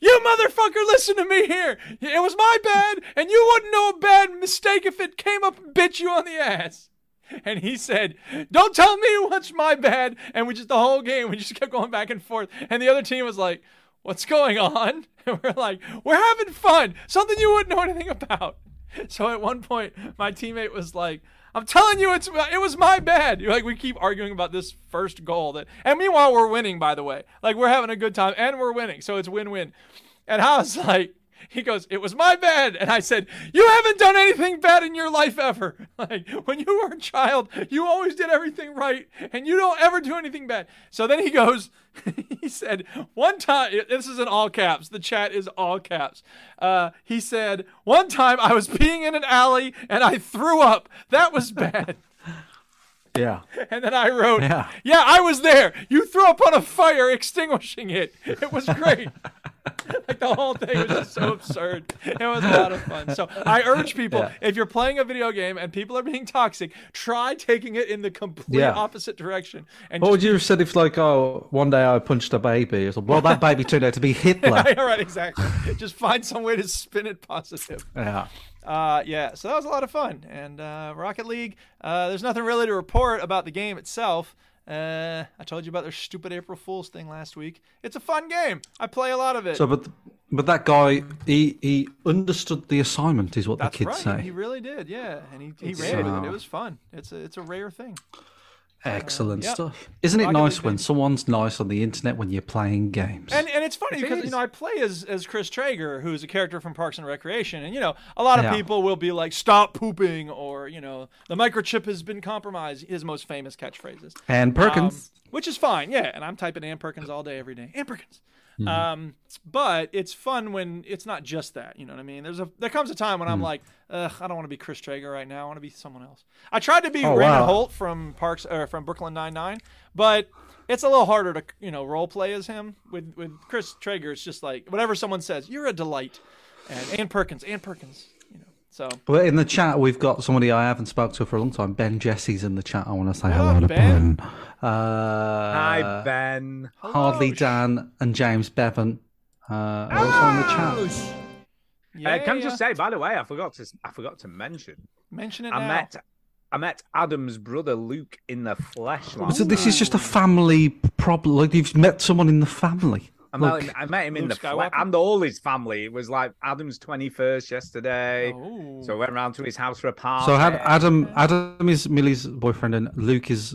Speaker 1: You motherfucker, listen to me here. It was my bad, and you wouldn't know a bad mistake if it came up and bit you on the ass. And he said, Don't tell me what's my bad. And we just, the whole game, we just kept going back and forth. And the other team was like, What's going on? And we're like, We're having fun. Something you wouldn't know anything about. So at one point, my teammate was like, I'm telling you, it's it was my bad. You're Like we keep arguing about this first goal that, and meanwhile we're winning. By the way, like we're having a good time and we're winning, so it's win-win. And I was like, he goes, it was my bad, and I said, you haven't done anything bad in your life ever. Like when you were a child, you always did everything right, and you don't ever do anything bad. So then he goes, he said one time. This is in all caps. The chat is all caps. Uh, he said one time I was peeing in an alley and I threw up. That was bad.
Speaker 5: Yeah.
Speaker 1: And then I wrote, yeah.
Speaker 5: Yeah.
Speaker 1: I was there. You threw up on a fire, extinguishing it. It was great. like the whole thing was just so absurd. It was a lot of fun. So I urge people,
Speaker 5: Yeah.
Speaker 1: if you're playing a video game and people are being toxic, try taking it in the complete
Speaker 5: Yeah.
Speaker 1: opposite direction. And
Speaker 5: What
Speaker 1: just
Speaker 5: would you have said if, like, oh, one day I punched a baby? It's like, well, that baby turned out to be Hitler.
Speaker 1: All right, exactly. Just find some way to spin it positive.
Speaker 5: yeah.
Speaker 1: Uh, yeah, so that was a lot of fun. And uh, Rocket League, uh, there's nothing really to report about the game itself. Uh, I told you about their stupid April Fool's thing last week. It's a fun game. I play a lot of it.
Speaker 5: So, but but that guy, he he understood the assignment, is what
Speaker 1: That's
Speaker 5: the
Speaker 1: right.
Speaker 5: kids
Speaker 1: He
Speaker 5: say.
Speaker 1: really did. Yeah, and he, he ran with it. It
Speaker 5: So-
Speaker 1: was fun. It's a it's a rare thing.
Speaker 5: Excellent
Speaker 1: yeah.
Speaker 5: stuff. Isn't it
Speaker 1: Rocket
Speaker 5: nice
Speaker 1: League
Speaker 5: when
Speaker 1: did.
Speaker 5: someone's nice on the internet when you're playing games?
Speaker 1: And and it's funny because you
Speaker 3: is.
Speaker 1: know I play as as Chris Traeger, who's a character from Parks and Recreation, and you know a lot of
Speaker 5: Yeah.
Speaker 1: people will be like, "Stop pooping," or you know, "The microchip has been compromised." His most famous catchphrases.
Speaker 5: and Perkins.
Speaker 1: Um, which is fine, yeah. And I'm typing Ann Perkins all day, every day. Ann Perkins.
Speaker 5: Mm-hmm.
Speaker 1: Um, but it's fun when it's not just that. You know what I mean? There's a there comes a time when I'm
Speaker 5: Mm.
Speaker 1: like, Ugh, I don't want to be Chris Traeger right now. I want to be someone else. I tried to be
Speaker 5: Oh,
Speaker 1: Raymond
Speaker 5: wow.
Speaker 1: Holt from Parks or from Brooklyn Nine Nine, but it's a little harder to you know role play as him. With with Chris Traeger, it's just like whatever someone says, you're a delight. And Ann Perkins, Ann Perkins. You know, so.
Speaker 5: Well, in the chat, we've got somebody I haven't spoke to for a long time. Ben Jesse's in the chat. I want to say hello to
Speaker 1: Ben.
Speaker 5: Ben. Uh,
Speaker 3: Hi, Ben.
Speaker 5: Hardly
Speaker 1: Hello.
Speaker 5: Dan and James Bevan uh, are also in the
Speaker 3: Oh.
Speaker 5: chat.
Speaker 1: Yeah,
Speaker 3: uh, can I
Speaker 1: yeah.
Speaker 3: just say, by the way, I forgot to I forgot to mention.
Speaker 1: mention it
Speaker 3: I
Speaker 1: now.
Speaker 3: met I met Adam's brother Luke in the flesh. last
Speaker 5: Oh, So this is
Speaker 3: night.
Speaker 5: just a family problem. Like you've met someone in the family.
Speaker 3: I met
Speaker 5: Look,
Speaker 3: him, I met him in
Speaker 1: Luke
Speaker 3: the
Speaker 1: Skywalker?
Speaker 3: flesh, and all his family. It was like Adam's twenty first yesterday,
Speaker 1: Oh.
Speaker 3: so I went round to his house for a party.
Speaker 5: so Ad- Adam, Adam is Millie's boyfriend, and Luke is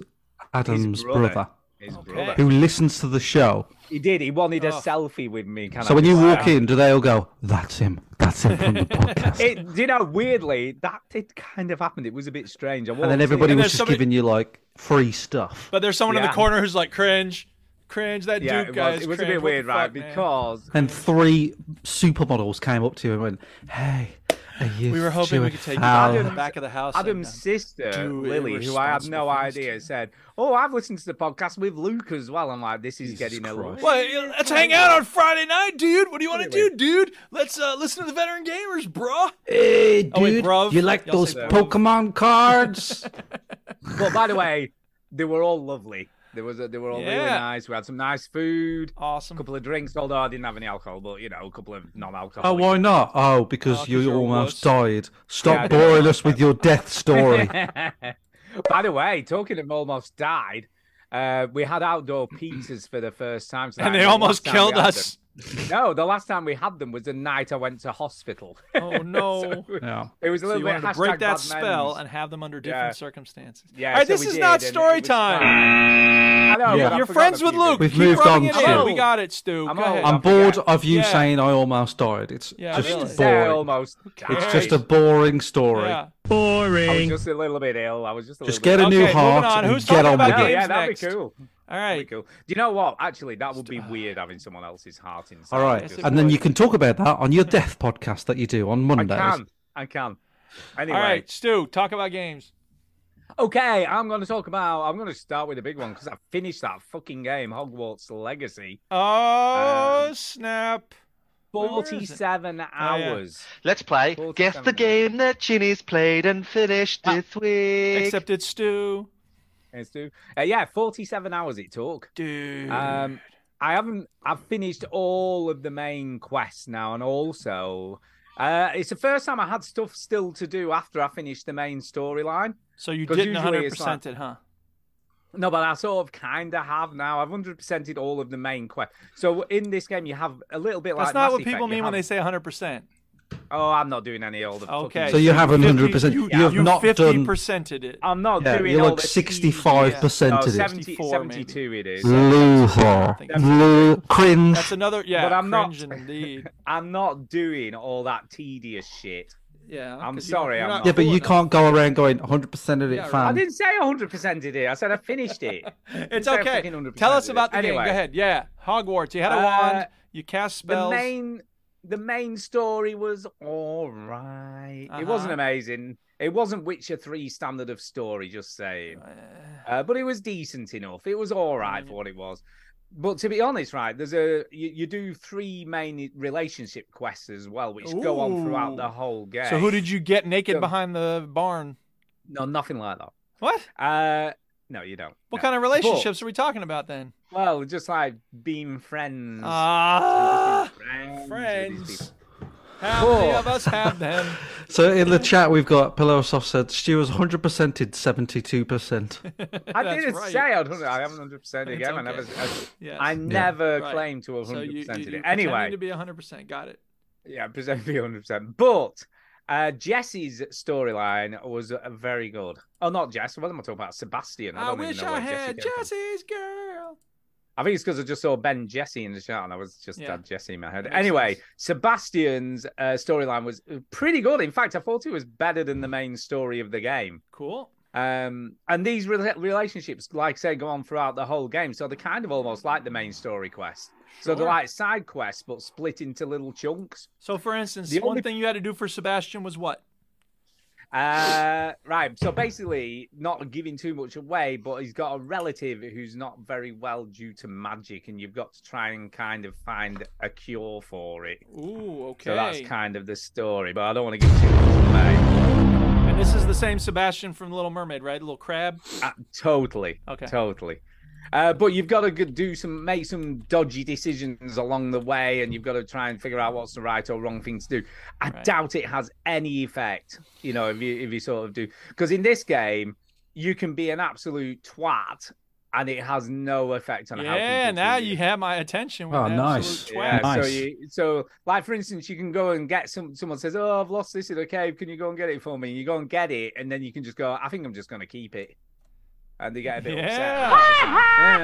Speaker 5: Adam's
Speaker 3: brother.
Speaker 5: brother.
Speaker 3: his
Speaker 1: Okay.
Speaker 3: brother.
Speaker 5: who listens to the show.
Speaker 3: He did. He wanted a
Speaker 1: Oh.
Speaker 3: selfie with me. Can
Speaker 5: So
Speaker 3: I
Speaker 5: when
Speaker 3: just
Speaker 5: you
Speaker 3: say
Speaker 5: walk
Speaker 3: that?
Speaker 5: in, do they all go, "That's him. That's him from the podcast"?
Speaker 3: it, do you know, weirdly, that did kind of happen. It was a bit strange. I
Speaker 5: and
Speaker 3: walked in.
Speaker 5: then everybody
Speaker 1: And
Speaker 5: was
Speaker 1: there's
Speaker 5: just
Speaker 1: somebody-
Speaker 5: giving you like free stuff.
Speaker 1: But there's someone in the
Speaker 3: Yeah.
Speaker 1: corner who's like cringe, cringe. That
Speaker 3: yeah,
Speaker 1: Duke
Speaker 3: it
Speaker 1: guy.
Speaker 3: was,
Speaker 1: is
Speaker 3: it was a
Speaker 1: cringe,
Speaker 3: bit
Speaker 1: what the
Speaker 3: weird, right?
Speaker 1: fuck, man?"
Speaker 3: Because
Speaker 5: And three supermodels came up to you and went, "Hey, are you
Speaker 1: we were hoping we
Speaker 5: doing
Speaker 1: could take you
Speaker 5: foul?"
Speaker 1: out to the back of the house. and,
Speaker 3: Adam's
Speaker 1: um,
Speaker 3: sister,
Speaker 1: do
Speaker 3: Lily, who I had
Speaker 1: irresponsible
Speaker 3: no
Speaker 1: things
Speaker 3: idea,
Speaker 1: to-
Speaker 3: said, "Oh, I've listened to the podcast with Luke as well." I'm like, "This is getting a
Speaker 5: Christ.
Speaker 3: little."
Speaker 1: well, yeah, let's hang out on Friday night, dude. What do you want to do, dude? Let's uh, listen to the veteran gamers, bruh.
Speaker 5: Hey, dude,
Speaker 1: Oh, wait, bruv.
Speaker 5: you like
Speaker 1: Y'all
Speaker 5: those
Speaker 1: say bruv.
Speaker 5: Pokemon cards?
Speaker 3: But by the way, they were all lovely. There was a, they were all really
Speaker 1: Yeah.
Speaker 3: nice. We had some nice food, a
Speaker 1: Awesome.
Speaker 3: couple of drinks. Although I didn't have any alcohol, but you know, a couple of non-alcohol.
Speaker 5: oh, why not? Oh, because
Speaker 1: Oh, 'cause
Speaker 5: you
Speaker 1: you're a
Speaker 5: almost
Speaker 1: wuss.
Speaker 5: died.
Speaker 3: Yeah, I
Speaker 5: Stop
Speaker 3: didn't
Speaker 5: boring us with your death story.
Speaker 3: By the way, talking of almost died, uh, we had outdoor pizzas for the first time. tonight,
Speaker 1: And they
Speaker 3: the
Speaker 1: almost
Speaker 3: last time we
Speaker 1: killed
Speaker 3: had
Speaker 1: us.
Speaker 3: them- No, the last time we had them was the night I went to hospital.
Speaker 1: Oh no.
Speaker 5: yeah.
Speaker 3: It was a
Speaker 1: So
Speaker 3: little
Speaker 1: you wanted
Speaker 3: bit
Speaker 1: to
Speaker 3: hashtag
Speaker 1: break
Speaker 3: bad
Speaker 1: that spell
Speaker 3: memories.
Speaker 1: and have them under different
Speaker 3: Yeah.
Speaker 1: circumstances.
Speaker 3: Yeah,
Speaker 1: All right,
Speaker 3: so
Speaker 1: this
Speaker 3: we
Speaker 1: is
Speaker 3: did,
Speaker 1: not
Speaker 3: and it
Speaker 1: story
Speaker 3: was
Speaker 1: time.
Speaker 3: fun. I know,
Speaker 5: Yeah.
Speaker 3: but I
Speaker 1: You're
Speaker 3: forgot
Speaker 1: friends
Speaker 3: a
Speaker 1: with
Speaker 3: few
Speaker 1: Luke.
Speaker 5: We've
Speaker 3: things.
Speaker 1: Keep
Speaker 5: moved
Speaker 1: rubbing
Speaker 5: on
Speaker 1: it in.
Speaker 5: to-
Speaker 1: We got it, Stu.
Speaker 3: I'm
Speaker 1: Go
Speaker 3: old.
Speaker 1: ahead.
Speaker 5: I'm
Speaker 3: I forget.
Speaker 5: bored of you
Speaker 1: Yeah.
Speaker 5: saying I almost died. It's
Speaker 1: Yeah,
Speaker 5: just
Speaker 1: really.
Speaker 3: Yeah,
Speaker 5: boring.
Speaker 3: almost.
Speaker 5: It's
Speaker 3: died.
Speaker 5: just a boring story.
Speaker 1: Yeah.
Speaker 3: I was just a little bit ill. I was just a little
Speaker 5: Just
Speaker 3: bit
Speaker 5: get a
Speaker 1: Okay,
Speaker 5: new
Speaker 1: moving
Speaker 5: heart
Speaker 1: on.
Speaker 5: and
Speaker 1: Who's
Speaker 5: get
Speaker 1: talking
Speaker 5: on with
Speaker 1: about
Speaker 3: No,
Speaker 5: it.
Speaker 1: games
Speaker 3: yeah, that'd
Speaker 1: next.
Speaker 3: be cool.
Speaker 1: All
Speaker 3: That'd
Speaker 1: right.
Speaker 3: be cool. Do you know what? Actually, that would be weird having someone else's heart inside.
Speaker 5: All right,
Speaker 1: Yes, it
Speaker 5: and then
Speaker 1: would.
Speaker 5: you can talk about that on your death podcast that you do on
Speaker 3: I
Speaker 5: Mondays.
Speaker 3: can. I can. Anyway,
Speaker 1: All right, Stu, talk about games.
Speaker 3: Okay, I'm going to talk about. I'm going to start with a big one because I finished that fucking game, Hogwarts Legacy.
Speaker 1: Oh snap! Where is it?
Speaker 3: Forty-seven
Speaker 1: Oh, yeah.
Speaker 3: hours.
Speaker 5: Let's play.
Speaker 3: Well,
Speaker 5: Guess the
Speaker 3: seven.
Speaker 5: game that Ginny's played and finished this week.
Speaker 1: Except it's Stu,
Speaker 3: It's two. Uh, yeah, forty-seven hours it took.
Speaker 1: dude.
Speaker 3: Um, I haven't. I've finished all of the main quests now, and also, uh, it's the first time I had stuff still to do after I finished the main storyline.
Speaker 1: so you
Speaker 3: 'cause
Speaker 1: didn't
Speaker 3: usually
Speaker 1: 100
Speaker 3: it's
Speaker 1: percent it, huh?
Speaker 3: No, but I sort of kind of have now. I've hundred percented all of the main quests. So in this game, you have a little bit like
Speaker 1: That's not
Speaker 3: Mass
Speaker 1: what
Speaker 3: Effect,
Speaker 1: people
Speaker 3: you
Speaker 1: mean when
Speaker 3: have-
Speaker 1: they say 100. percent
Speaker 3: Oh, I'm not doing any of the. fucking
Speaker 1: Okay.
Speaker 4: So you haven't 100%.
Speaker 1: 50
Speaker 4: You, have not
Speaker 1: 50
Speaker 4: done.
Speaker 1: percented it.
Speaker 3: I'm not
Speaker 4: Yeah,
Speaker 3: doing
Speaker 4: you're
Speaker 3: all
Speaker 4: like
Speaker 3: the
Speaker 4: 65
Speaker 3: No,
Speaker 4: percent of it. Mm.
Speaker 3: 70,
Speaker 1: 64 maybe.
Speaker 3: 72 it is.
Speaker 4: Loser. Lo- Cringe.
Speaker 1: That's another. Yeah,
Speaker 3: But I'm not-
Speaker 1: cringe indeed.
Speaker 3: I'm not doing all that tedious shit.
Speaker 1: Yeah,
Speaker 3: I'm
Speaker 1: 'cause
Speaker 3: sorry,
Speaker 1: you're
Speaker 3: I'm
Speaker 1: not
Speaker 3: not.
Speaker 4: Yeah, but
Speaker 1: cool
Speaker 4: you
Speaker 1: enough.
Speaker 4: can't go around going 100% of it,
Speaker 1: Yeah, right.
Speaker 3: I
Speaker 4: fam.
Speaker 3: didn't say 100% did it. I said I finished it.
Speaker 1: Um, It's
Speaker 3: They're
Speaker 1: okay.
Speaker 3: fucking 100%
Speaker 1: Tell us
Speaker 3: of it.
Speaker 1: about the game.
Speaker 3: Anyway.
Speaker 1: Go ahead. Yeah, Hogwarts. You had a
Speaker 3: Uh,
Speaker 1: wand. You cast
Speaker 3: the
Speaker 1: spells.
Speaker 3: main the main story was all right. It
Speaker 1: Uh-huh.
Speaker 3: wasn't amazing. It wasn't Witcher 3 standard of story, just saying. Uh, but it was decent enough. It was all right
Speaker 1: Mm.
Speaker 3: for what it was. But to be honest, right, there's a you, you do three main relationship quests as well, which go on
Speaker 1: Ooh.
Speaker 3: throughout the whole game.
Speaker 1: So who did you get naked
Speaker 3: Yeah.
Speaker 1: behind the barn?
Speaker 3: No, nothing like that.
Speaker 1: What?
Speaker 3: Uh, no, you don't.
Speaker 1: What
Speaker 3: No.
Speaker 1: kind of
Speaker 3: But-
Speaker 1: relationships are we talking about then?
Speaker 3: well, just like being friends.
Speaker 1: Ah,
Speaker 3: friends. with these
Speaker 1: friends.
Speaker 3: people.
Speaker 1: How many of us have them?
Speaker 4: So in the chat, we've got Pillow Soft said Stu was 100%ed 72%.
Speaker 3: I
Speaker 1: That's
Speaker 3: didn't
Speaker 1: right.
Speaker 3: say I don't. I haven't hundred percent
Speaker 1: It's
Speaker 3: again. I never.
Speaker 1: okay.
Speaker 3: I,
Speaker 1: Yes.
Speaker 3: I never
Speaker 1: Right.
Speaker 3: claimed to have
Speaker 1: So
Speaker 3: hundred
Speaker 1: you, you,
Speaker 3: percent
Speaker 1: you
Speaker 3: it.
Speaker 1: pretending
Speaker 3: Anyway,
Speaker 1: to be 100%. Got it.
Speaker 3: yeah, presumably hundred percent. But uh, Jess's storyline was uh, very good. Oh, not Jess. What am I talking about? Sebastian. I,
Speaker 1: I,
Speaker 3: don't even
Speaker 1: wish
Speaker 3: know
Speaker 1: I
Speaker 3: where Jesse
Speaker 1: had
Speaker 3: came from.
Speaker 1: Jesse's girl.
Speaker 3: I think it's because I just saw Ben Jesse in the chat and I was just
Speaker 1: Yeah.
Speaker 3: had Jesse in my head.
Speaker 1: That makes
Speaker 3: Anyway,
Speaker 1: sense.
Speaker 3: Sebastian's uh, storyline was pretty good. In fact, I thought it was better than the main story of the game.
Speaker 1: Cool.
Speaker 3: Um, and these rela- relationships, like I say, go on throughout the whole game. So they're kind of almost like the main story quest. So
Speaker 1: Sure.
Speaker 3: they're like side quests, but split into little chunks.
Speaker 1: So, for instance,
Speaker 3: The
Speaker 1: one
Speaker 3: only-
Speaker 1: thing you had to do for Sebastian was what?
Speaker 3: Uh, right. So basically, not giving too much away, but he's got a relative who's not very well due to magic, and you've got to try and kind of find a cure for it.
Speaker 1: Ooh, okay.
Speaker 3: So that's kind of the story, but I don't want to give too much away.
Speaker 1: and this is the same Sebastian from Little Mermaid, right? Little crab.
Speaker 3: Uh, totally.
Speaker 1: Okay.
Speaker 3: Totally. Uh, but you've got to do some, make some dodgy decisions along the way, and you've got to try and figure out what's the right or wrong thing to do. I
Speaker 1: Right.
Speaker 3: doubt it has any effect, you know, if you if you sort of do, because in this game you can be an absolute twat, and it has no effect on how.
Speaker 1: yeah,
Speaker 3: people
Speaker 1: now
Speaker 3: treat
Speaker 1: you have my attention. With
Speaker 4: Oh,
Speaker 1: an
Speaker 4: nice.
Speaker 1: absolute
Speaker 3: Yeah,
Speaker 1: twat.
Speaker 4: Nice.
Speaker 3: so you, so like for instance, you can go and get some. Someone says, "Oh, I've lost this in a cave. Can you go and get it for me?" And you go and get it, and then you can just go. I think I'm just going to keep it, and they get a bit upset.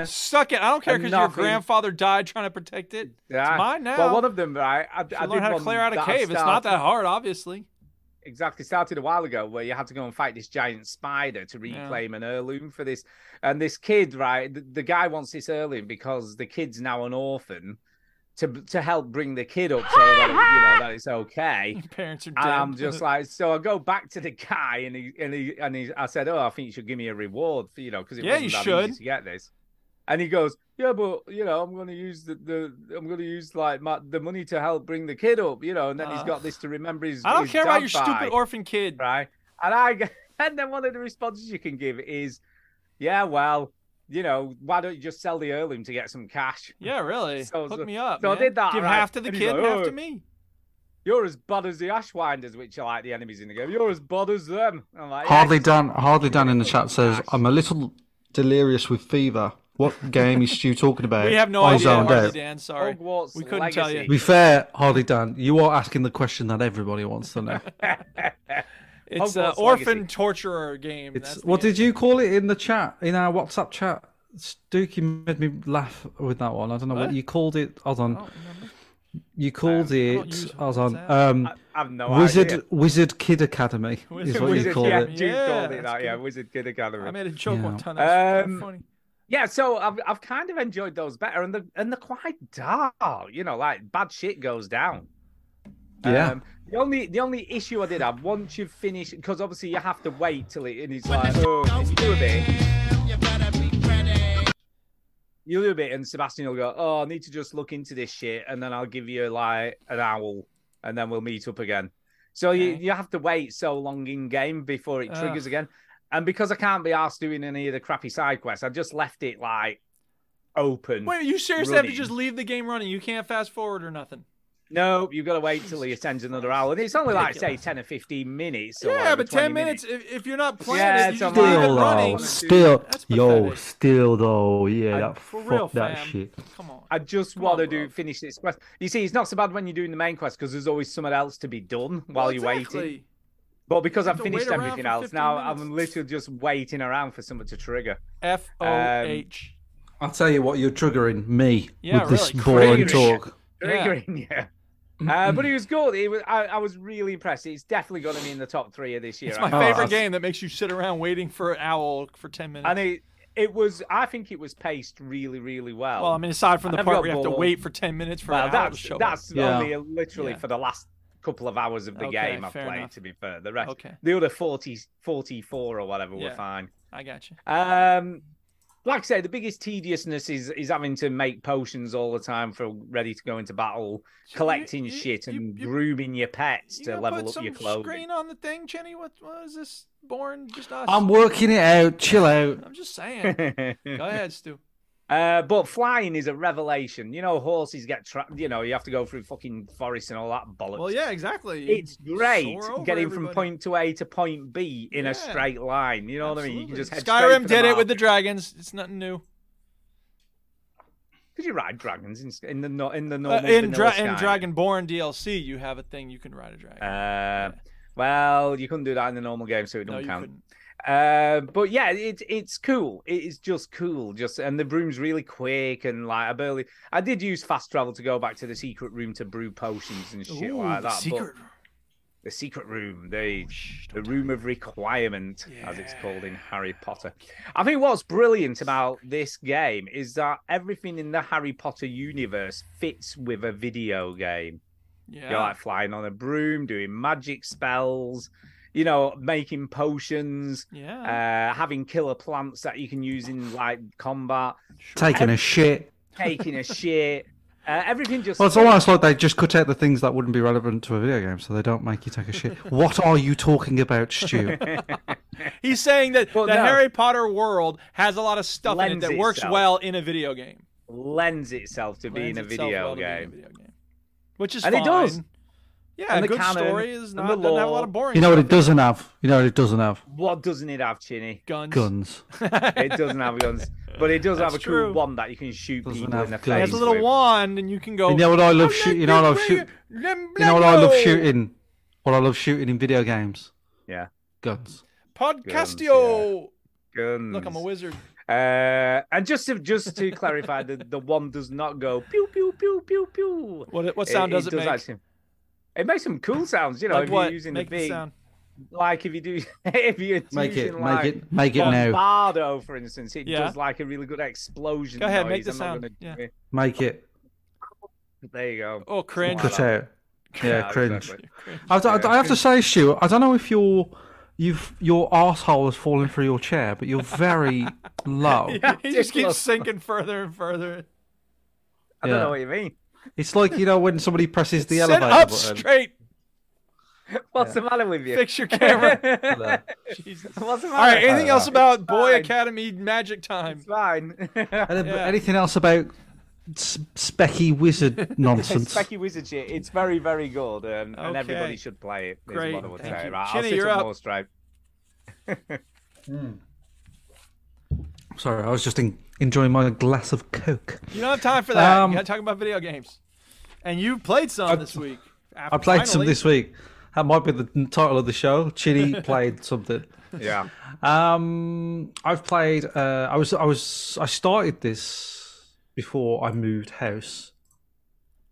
Speaker 1: Suck it. I don't care
Speaker 3: And
Speaker 1: because your
Speaker 3: nothing.
Speaker 1: grandfather died trying to protect it.
Speaker 3: Yeah.
Speaker 1: It's mine now.
Speaker 3: Well, one of them, right? I, I
Speaker 1: I
Speaker 3: did
Speaker 1: learn how to
Speaker 3: one
Speaker 1: clear out a
Speaker 3: that I
Speaker 1: cave. It's not
Speaker 3: started-
Speaker 1: that hard, obviously.
Speaker 3: exactly started a while ago where you had to go and fight this giant spider to reclaim an heirloom for this and this kid right the, the guy wants this heirloom because the kid's now an orphan to to help bring the kid up so that it, you know that it's okay
Speaker 1: Your parents are dead.
Speaker 3: and I'm just like, so I go back to the guy, and he and he and he, I said, oh, I think you should give me a reward, for, you know, because it
Speaker 1: Yeah,
Speaker 3: wasn't
Speaker 1: you
Speaker 3: that
Speaker 1: should.
Speaker 3: easy to get this. And he goes, yeah, but you know, I'm going to use the, the I'm going to use like my, the money to help bring the kid up, you know, and then he's
Speaker 1: Uh,
Speaker 3: got this to remember his.
Speaker 1: I don't
Speaker 3: his
Speaker 1: care about
Speaker 3: dad
Speaker 1: your
Speaker 3: by,
Speaker 1: stupid orphan kid.
Speaker 3: right? And I go- and then one of the responses you can give is, yeah, well, you know, why don't you just sell the heirloom to get some cash?
Speaker 1: Yeah, really.
Speaker 3: So-
Speaker 1: Hook
Speaker 3: so-
Speaker 1: me up.
Speaker 3: so I
Speaker 1: man.
Speaker 3: did that,
Speaker 1: Give
Speaker 3: right?
Speaker 1: half to the
Speaker 3: And he's
Speaker 1: kid
Speaker 3: like,
Speaker 1: and half
Speaker 3: "Oh."
Speaker 1: to me.
Speaker 3: You're as bad as the Ashwinders, which are like the enemies in the game. You're as bad as them. I'm like, "Yeah,
Speaker 4: Hardly done. Hardly done in the chat says I'm a little delirious with fever. What game is Stu talking about?
Speaker 1: We have no
Speaker 4: I
Speaker 1: idea,
Speaker 4: zoned
Speaker 1: Hardy
Speaker 4: out.
Speaker 1: Dan. Sorry.
Speaker 3: Hogwarts
Speaker 1: we couldn't tell you.
Speaker 4: To be fair, hardly done. You are asking the question that everybody wants to know.
Speaker 1: It's an
Speaker 3: Hogwarts
Speaker 1: orphan
Speaker 3: Legacy.
Speaker 1: torturer game.
Speaker 4: It's what did you call it in the chat in our WhatsApp chat? Stooky made me laugh with that one. I don't know what,
Speaker 1: What?
Speaker 4: you called it. Hold on,
Speaker 1: remember.
Speaker 4: you called it.
Speaker 1: use
Speaker 4: Hold on,
Speaker 1: WhatsApp.
Speaker 4: um,
Speaker 3: Oh, I have no
Speaker 4: Wizard
Speaker 3: idea.
Speaker 4: Wizard Kid Academy is
Speaker 1: Wizard-
Speaker 4: what you
Speaker 3: Wizard,
Speaker 4: called
Speaker 3: yeah,
Speaker 4: it.
Speaker 3: Jude
Speaker 1: Yeah,
Speaker 3: called
Speaker 1: that's
Speaker 3: it that. Yeah,
Speaker 1: good.
Speaker 3: Wizard Kid Academy.
Speaker 1: I made a joke one
Speaker 4: Yeah.
Speaker 1: time. That was
Speaker 3: Um,
Speaker 1: funny.
Speaker 3: yeah, so I've I've kind of enjoyed those better, and the and they're quite dark. You know, like bad shit goes down. Um,
Speaker 5: Yeah.
Speaker 3: the only the only issue I did have once you've finished because obviously you have to wait till it and it's like oh if you do a bit you do a bit and Sebastian will go oh I need to just look into this shit and then I'll give you like an owl and then we'll meet up again. So you,
Speaker 1: Okay.
Speaker 3: you have to wait so long in game before it
Speaker 1: Ugh.
Speaker 3: triggers again. And because I can't be asked doing any of the crappy side quests, I just left it like open.
Speaker 1: Wait, are you serious that if you
Speaker 3: running.
Speaker 1: just leave the game running, you can't fast forward or nothing?
Speaker 3: No, you've got to wait till he attends another hour. And it's only like say ten or fifteen minutes. Or
Speaker 1: yeah,
Speaker 3: whatever,
Speaker 1: but ten
Speaker 3: 20
Speaker 1: minutes, if, if you're not playing
Speaker 3: Yeah,
Speaker 1: it, you
Speaker 3: it's
Speaker 1: just
Speaker 3: a
Speaker 1: leave it running.
Speaker 3: mile.
Speaker 5: Still though,
Speaker 3: That's
Speaker 5: still,
Speaker 1: pathetic.
Speaker 5: yo, still though, yeah, that,
Speaker 1: For
Speaker 5: fuck
Speaker 1: real,
Speaker 5: that
Speaker 1: fam.
Speaker 5: shit.
Speaker 1: Come on.
Speaker 3: I just
Speaker 1: Come
Speaker 3: want
Speaker 1: on,
Speaker 3: to
Speaker 1: bro.
Speaker 3: do finish this quest. You see, it's not so bad when you're doing the main quest because there's always something else to be done while you're waiting.
Speaker 1: Exactly.
Speaker 3: But because
Speaker 1: You
Speaker 3: I've
Speaker 1: have to wait
Speaker 3: finished
Speaker 1: around
Speaker 3: everything
Speaker 1: for
Speaker 3: else,
Speaker 1: 15
Speaker 3: now I'm
Speaker 1: minutes.
Speaker 3: literally just waiting around for something to trigger.
Speaker 1: F O H.
Speaker 5: I'll tell you what, you're triggering me
Speaker 1: Yeah,
Speaker 5: with this
Speaker 1: really,
Speaker 5: boring
Speaker 3: triggering.
Speaker 5: talk.
Speaker 1: Yeah.
Speaker 3: Triggering, yeah. Uh, but it was good. It was, I, I was really impressed. It's definitely going to be in the top three of this year.
Speaker 1: It's
Speaker 3: I
Speaker 1: my
Speaker 3: think.
Speaker 1: favorite
Speaker 5: that's-
Speaker 1: game that makes you sit around waiting for an owl for ten minutes.
Speaker 3: and it, it was. I think it was paced really, really well.
Speaker 1: well, I mean, aside from
Speaker 3: I
Speaker 1: the
Speaker 3: never
Speaker 1: part
Speaker 3: got
Speaker 1: where you have to
Speaker 3: bored.
Speaker 1: wait for ten minutes for
Speaker 3: Well,
Speaker 1: an owl to
Speaker 3: that's
Speaker 1: show
Speaker 3: that's
Speaker 5: Yeah.
Speaker 3: only literally
Speaker 1: Yeah.
Speaker 3: for the last couple of hours of the
Speaker 1: Okay,
Speaker 3: game I've
Speaker 1: fair
Speaker 3: played.
Speaker 1: enough.
Speaker 3: To be fair, the rest,
Speaker 1: Okay.
Speaker 3: the other 40, 44 or whatever
Speaker 1: Yeah.
Speaker 3: were fine.
Speaker 1: up. I got you.
Speaker 3: Um, like I say, the biggest tediousness is is having to make potions all the time for ready to go into battle, collecting
Speaker 1: you-
Speaker 3: shit
Speaker 1: you-
Speaker 3: and
Speaker 1: you-
Speaker 3: grooming your pets
Speaker 1: You
Speaker 3: to
Speaker 1: gonna
Speaker 3: level
Speaker 1: put
Speaker 3: up
Speaker 1: some
Speaker 3: your clothing.
Speaker 1: screen on the thing, Jenny. What, what is this? Born just us.
Speaker 5: I'm working it out. Chill out.
Speaker 1: I'm just saying. Go ahead, Stu.
Speaker 3: Uh, but flying is a revelation. You know, horses get trapped. You know, you have to go through fucking forests and all that bollocks.
Speaker 1: Well, yeah, exactly.
Speaker 3: it's great
Speaker 1: Soar over
Speaker 3: getting
Speaker 1: everybody.
Speaker 3: from point to A to point B in
Speaker 1: Yeah.
Speaker 3: a straight line. You know what I mean? You
Speaker 1: Absolutely.
Speaker 3: can just head straight
Speaker 1: Skyrim
Speaker 3: for
Speaker 1: did it with the
Speaker 3: market.
Speaker 1: dragons. It's nothing new.
Speaker 3: Could you ride dragons in, in the no- in the
Speaker 1: Uh,
Speaker 3: normal
Speaker 1: in,
Speaker 3: vanilla
Speaker 1: Dra- in
Speaker 3: Skyrim?
Speaker 1: Dragonborn DLC, you have a thing you can ride a dragon.
Speaker 3: Uh, well, you couldn't do that in the normal game, so it
Speaker 1: no,
Speaker 3: don't
Speaker 1: you
Speaker 3: count.
Speaker 1: couldn't.
Speaker 3: Uh, but yeah, it's it's cool. It is just cool. Just and the broom's really quick and like I barely. I did use fast travel to go back to the secret room to brew potions and shit
Speaker 1: Ooh,
Speaker 3: like
Speaker 1: the
Speaker 3: that. but
Speaker 1: secret.
Speaker 3: the secret room. The
Speaker 1: Shh,
Speaker 3: the
Speaker 1: don't
Speaker 3: room of requirement, as it's called in Harry Potter. I think what's brilliant about this game is that everything in the Harry Potter universe fits with a video game.
Speaker 1: Yeah.
Speaker 3: You're like flying on a broom, doing magic spells, you know, making potions,
Speaker 1: yeah.
Speaker 3: uh, having killer plants that you can use in like combat,
Speaker 5: Taking a shit.
Speaker 3: taking a shit. Uh, everything just
Speaker 5: Well, it's
Speaker 3: fits.
Speaker 5: almost like they just cut out the things that wouldn't be relevant to a video game, so they don't make you take a shit. what are you talking about, Stu?
Speaker 1: He's saying that
Speaker 3: Well,
Speaker 1: the
Speaker 3: no.
Speaker 1: Harry Potter world has a lot of stuff in it
Speaker 3: Lends
Speaker 1: that works
Speaker 3: itself.
Speaker 1: well in a video game.
Speaker 3: lends itself to being
Speaker 1: Lends
Speaker 3: a
Speaker 1: itself
Speaker 3: video
Speaker 1: well to being a
Speaker 3: game.
Speaker 1: video game. Which is
Speaker 3: And it does.
Speaker 1: fine. Yeah,
Speaker 3: And
Speaker 1: a
Speaker 3: the
Speaker 1: good
Speaker 3: canon,
Speaker 1: story is
Speaker 3: and
Speaker 1: not
Speaker 3: the
Speaker 1: doesn't have a lot
Speaker 3: lore.
Speaker 1: of boring.
Speaker 5: You know what
Speaker 1: stuff.
Speaker 5: it doesn't have? You know what it doesn't have?
Speaker 3: What doesn't it have, Chinny?
Speaker 1: Guns.
Speaker 5: Guns.
Speaker 3: It doesn't have guns, but it does have a
Speaker 1: That's
Speaker 3: cool
Speaker 1: true.
Speaker 3: wand that you can shoot
Speaker 5: Doesn't
Speaker 3: people in the
Speaker 5: have
Speaker 3: face.
Speaker 5: guns.
Speaker 1: It has a little
Speaker 3: with.
Speaker 1: wand, and you can
Speaker 3: Oh,
Speaker 1: go.
Speaker 5: You know what I love
Speaker 1: "I'm
Speaker 5: shoot-
Speaker 1: not
Speaker 5: you know what I love
Speaker 1: gonna
Speaker 5: shoot-
Speaker 1: bring them
Speaker 5: You know what I love
Speaker 1: Lego
Speaker 5: shooting? What I love shooting in video games?
Speaker 3: Yeah.
Speaker 5: Guns.
Speaker 1: Podcastio.
Speaker 3: Guns. Hmm.
Speaker 1: Look, I'm a wizard.
Speaker 3: Uh, and just to just to clarify, the the wand does not go pew pew pew pew pew.
Speaker 1: What what sound does it, make?
Speaker 3: actually- it makes some cool sounds, you know,
Speaker 1: like
Speaker 3: if
Speaker 1: what?
Speaker 3: you're using
Speaker 1: Make
Speaker 3: the big,
Speaker 1: sound.
Speaker 3: like if you do, if you're
Speaker 5: Make
Speaker 3: using
Speaker 5: it,
Speaker 3: like
Speaker 5: make it, make it now.
Speaker 3: Bombardo, for instance, it
Speaker 1: Yeah.
Speaker 3: does like a really good explosion.
Speaker 1: Go ahead, make
Speaker 3: noise.
Speaker 1: the
Speaker 3: I'm not
Speaker 1: sound,
Speaker 3: gonna do
Speaker 1: yeah.
Speaker 3: it.
Speaker 5: Make it.
Speaker 3: There you go.
Speaker 1: Oh, cringe.
Speaker 3: Something
Speaker 5: Cut
Speaker 3: like
Speaker 5: out. Yeah, cringe.
Speaker 3: exactly.
Speaker 5: I, I, I have to say, Stu, I don't know if your you've your arsehole has fallen through your chair, but you're very low.
Speaker 1: he just keeps sinking further and further.
Speaker 3: I don't
Speaker 5: Yeah.
Speaker 3: know what you mean.
Speaker 5: It's like you know when somebody presses the
Speaker 1: Sit
Speaker 5: elevator
Speaker 1: up
Speaker 5: button.
Speaker 1: straight.
Speaker 3: What's the matter with you?
Speaker 1: Fix your camera. Jesus.
Speaker 3: What's the matter?
Speaker 1: All right. Anything else about Boy
Speaker 3: fine.
Speaker 1: Academy Magic Time?
Speaker 3: It's fine.
Speaker 5: And
Speaker 1: Yeah.
Speaker 5: Anything else about s- specky wizard nonsense?
Speaker 3: Specky Wizard shit. It's very, very good, um, and
Speaker 1: Okay.
Speaker 3: everybody should play it. is what I
Speaker 1: Great,
Speaker 3: would
Speaker 1: thank
Speaker 3: say.
Speaker 1: you.
Speaker 3: Right,
Speaker 1: Chinny,
Speaker 3: I'll sit
Speaker 1: you're
Speaker 3: on
Speaker 1: up.
Speaker 3: more stripe.
Speaker 5: Sorry, I was just en- enjoying my glass of Coke.
Speaker 1: You don't have time for that.
Speaker 5: Um,
Speaker 1: you got to talk about video games. And you played some this week.
Speaker 5: I played some this week. That might be the n- title of the show. Chitty played something.
Speaker 3: Yeah.
Speaker 5: Um, I've played. Uh, I was. I was. I started this before I moved house,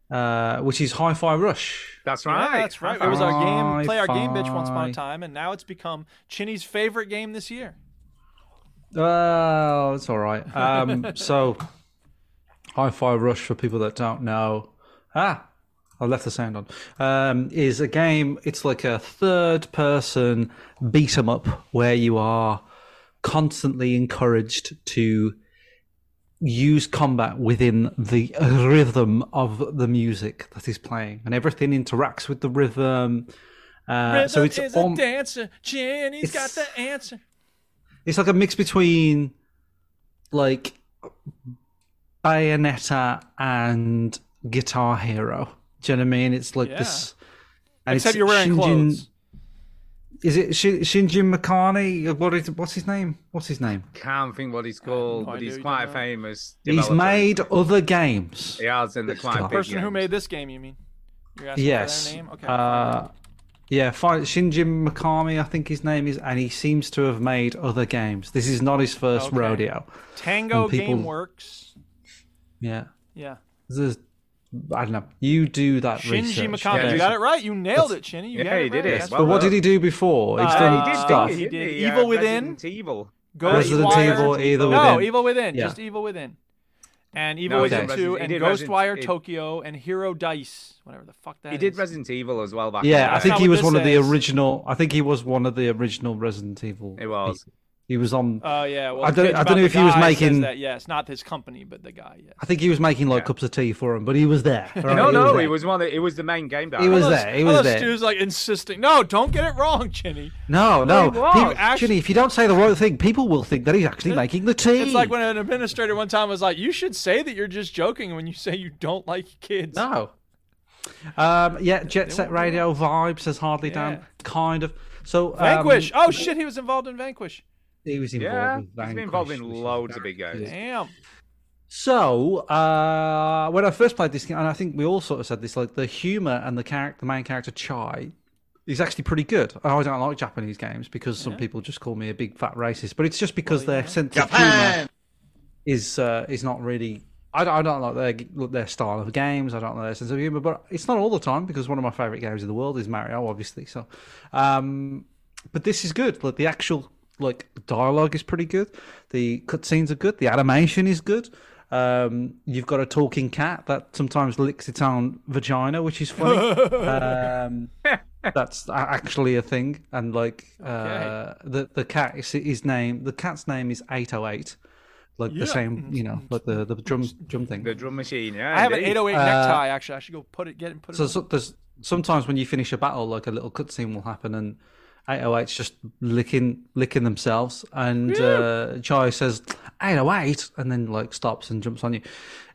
Speaker 5: uh, which is Hi-Fi Rush.
Speaker 3: That's
Speaker 1: Yeah,
Speaker 3: right.
Speaker 1: that's right. It was our game, play our game bitch once upon a
Speaker 5: Hi-Fi.
Speaker 1: time, and now it's become Chinny's favorite game this year.
Speaker 5: Oh, it's all right. Um, so, Hi Fi Rush, for people that don't know. Ah,
Speaker 4: I left the sound on. Um, is a game. It's like a third-person beat 'em up where you are constantly encouraged to use combat within the rhythm of the music that is playing, and everything interacts with the rhythm. Uh,
Speaker 1: Rhythm
Speaker 4: so it's
Speaker 1: is
Speaker 4: alm-
Speaker 1: a dancer. Jenny's got
Speaker 4: it's-
Speaker 1: the answer.
Speaker 4: it's like a mix between like Bayonetta and Guitar Hero. Do you know what I mean? It's like
Speaker 1: Yeah.
Speaker 4: this. And
Speaker 1: Except you're wearing clothes.
Speaker 4: Is it Shin, Shinjin Mikami? What is what's his name? What's his name?
Speaker 3: Can't think what he's called,
Speaker 1: no
Speaker 3: but
Speaker 1: idea
Speaker 3: he's
Speaker 1: who
Speaker 3: quite
Speaker 1: Oh, you are.
Speaker 3: famous.
Speaker 4: He's
Speaker 3: developer.
Speaker 4: made other games.
Speaker 3: He has in the quite
Speaker 4: The
Speaker 3: big
Speaker 1: Person who
Speaker 3: games.
Speaker 1: made this game, you mean? You're asking for their
Speaker 4: Yes.
Speaker 1: name? Okay.
Speaker 4: Uh, yeah, fi- Shinjin Mikami, I think his name is, and he seems to have made other games. This is not his first
Speaker 1: Okay.
Speaker 4: rodeo.
Speaker 1: Tango
Speaker 4: and people-
Speaker 1: Gameworks.
Speaker 4: Yeah.
Speaker 1: Yeah.
Speaker 4: There's, I don't know. You do that
Speaker 1: Shinji
Speaker 4: research.
Speaker 1: Mikami.
Speaker 3: Yeah,
Speaker 1: you got it right. You nailed it, Shinji. You
Speaker 3: Yeah,
Speaker 1: got it
Speaker 3: he did
Speaker 1: right.
Speaker 3: it.
Speaker 1: That's
Speaker 3: Well
Speaker 4: But what
Speaker 3: done.
Speaker 4: did he do before? He's done
Speaker 1: Uh,
Speaker 4: stuff.
Speaker 1: he did.
Speaker 3: didn't uh,
Speaker 1: Evil Within.
Speaker 3: Resident Evil.
Speaker 1: Ghostwire.
Speaker 4: Resident Evil, Evil
Speaker 1: no,
Speaker 4: Within.
Speaker 1: Evil Within.
Speaker 4: Yeah.
Speaker 1: Just Evil Within. And Evil
Speaker 3: he did
Speaker 1: Within 2
Speaker 3: Resident- he
Speaker 1: and
Speaker 3: did Resident-
Speaker 1: Ghostwire
Speaker 3: he-
Speaker 1: Tokyo and Hero Dice. Whatever the fuck that
Speaker 3: He did
Speaker 1: is.
Speaker 3: Resident Evil as well back. in
Speaker 4: Yeah,
Speaker 3: the
Speaker 4: I think
Speaker 1: not
Speaker 4: he
Speaker 1: what
Speaker 4: was
Speaker 1: this
Speaker 4: one of the
Speaker 1: says.
Speaker 4: original. I think he was one of the original Resident Evil.
Speaker 3: It was.
Speaker 4: He was on.
Speaker 1: Oh, yeah. Well,
Speaker 4: I
Speaker 1: the
Speaker 4: don't-
Speaker 1: page
Speaker 4: I don't
Speaker 1: about
Speaker 4: know
Speaker 1: the
Speaker 4: if he was
Speaker 1: guy says
Speaker 4: making-
Speaker 1: That, yes, not his company, but the guy, yes.
Speaker 4: I think he was making like cups of tea for him, but he was there. all right?
Speaker 3: No, no,
Speaker 4: there.
Speaker 3: it was one. Of, it was the main game.
Speaker 4: He was
Speaker 1: Plus-
Speaker 4: there. He was
Speaker 1: plus
Speaker 4: there.
Speaker 1: Stu's like insisting, no, don't get it wrong, Chinny.
Speaker 4: No, no.
Speaker 1: he was.
Speaker 4: People, actually, if you don't say the right thing, people will think that he's actually making the tea.
Speaker 1: It's like when an administrator one time was like, you should say that you're just joking when you say you don't like kids.
Speaker 4: No. Um, yeah, Jet Set Radio vibe says hardly
Speaker 1: Yeah.
Speaker 4: Dan. Kind of. So um,
Speaker 1: Vanquish. oh, shit, he was involved in Vanquish.
Speaker 4: He was involved.
Speaker 3: Yeah,
Speaker 4: with
Speaker 3: he's been involved in
Speaker 4: Vanquish, which is
Speaker 3: loads of big games.
Speaker 1: Damn.
Speaker 4: So, uh, when I first played this game, and I think we all sort of said this, like the humor and the character, the main character Chai, is actually pretty good. I always don't like Japanese games because some people just call me a big fat racist, but it's just because their sense of humor is uh, is not really. I don't, I don't like their their style of games. I don't like their sense of humor, but it's not all the time because one of my favorite games in the world is Mario, obviously. So, um, but this is good. Like the actual like dialogue is pretty good. The cutscenes are good. The animation is good. Um, you've got a talking cat that sometimes licks its own vagina, which is funny. um, that's a- actually a thing. And like uh, the the cat is his name. The cat's name is eight oh eight. Like the same,
Speaker 3: Mm,
Speaker 4: you know, like the the drum drum thing.
Speaker 3: The drum machine. Yeah,
Speaker 1: I have oh an
Speaker 3: indeed.
Speaker 1: 808 necktie, actually. I should go put it, get it, and put it
Speaker 4: uh, So,
Speaker 1: on.
Speaker 4: so there's sometimes when you finish a battle, like a little cutscene will happen, and 808's just licking licking themselves, and uh, Chai says 808, and then like stops and jumps on you.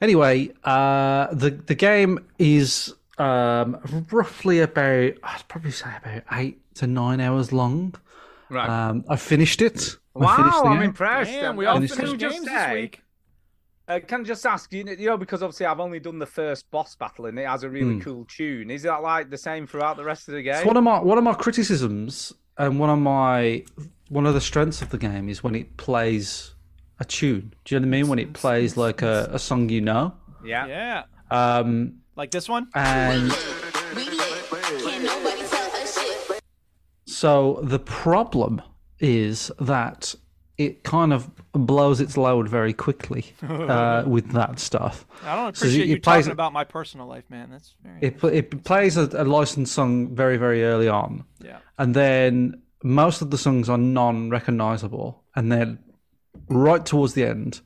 Speaker 4: Anyway, uh, the the game is um, roughly about I'd probably say about eight to nine hours long.
Speaker 3: Right.
Speaker 4: Um, I finished it. I finished
Speaker 3: wow,
Speaker 4: the
Speaker 3: I'm
Speaker 4: game.
Speaker 3: impressed.
Speaker 1: Damn,
Speaker 3: Um,
Speaker 1: we all
Speaker 3: can
Speaker 4: finished
Speaker 1: finished
Speaker 3: you just
Speaker 1: games this
Speaker 3: say-
Speaker 1: week.
Speaker 3: Uh, can I just ask you, you know, because obviously I've only done the first boss battle and it has a really cool tune. Is that like the same throughout the rest of the game?
Speaker 4: Hmm. It's one of my one of my criticisms and one of my one of the strengths of the game is when it plays a tune. Do you know what I mean? When it plays like a, a song you know.
Speaker 3: yeah.
Speaker 1: Yeah.
Speaker 4: Um,
Speaker 1: Like this one?
Speaker 4: and so the problem is that it kind of blows its load very quickly uh, with that stuff.
Speaker 1: I don't
Speaker 4: So
Speaker 1: appreciate
Speaker 4: it
Speaker 1: you
Speaker 4: plays-
Speaker 1: talking about my personal life, man. That's very.
Speaker 4: It, pl- it plays a, a licensed song very, very early on.
Speaker 1: Yeah.
Speaker 4: and then most of the songs are non-recognizable and then right towards the end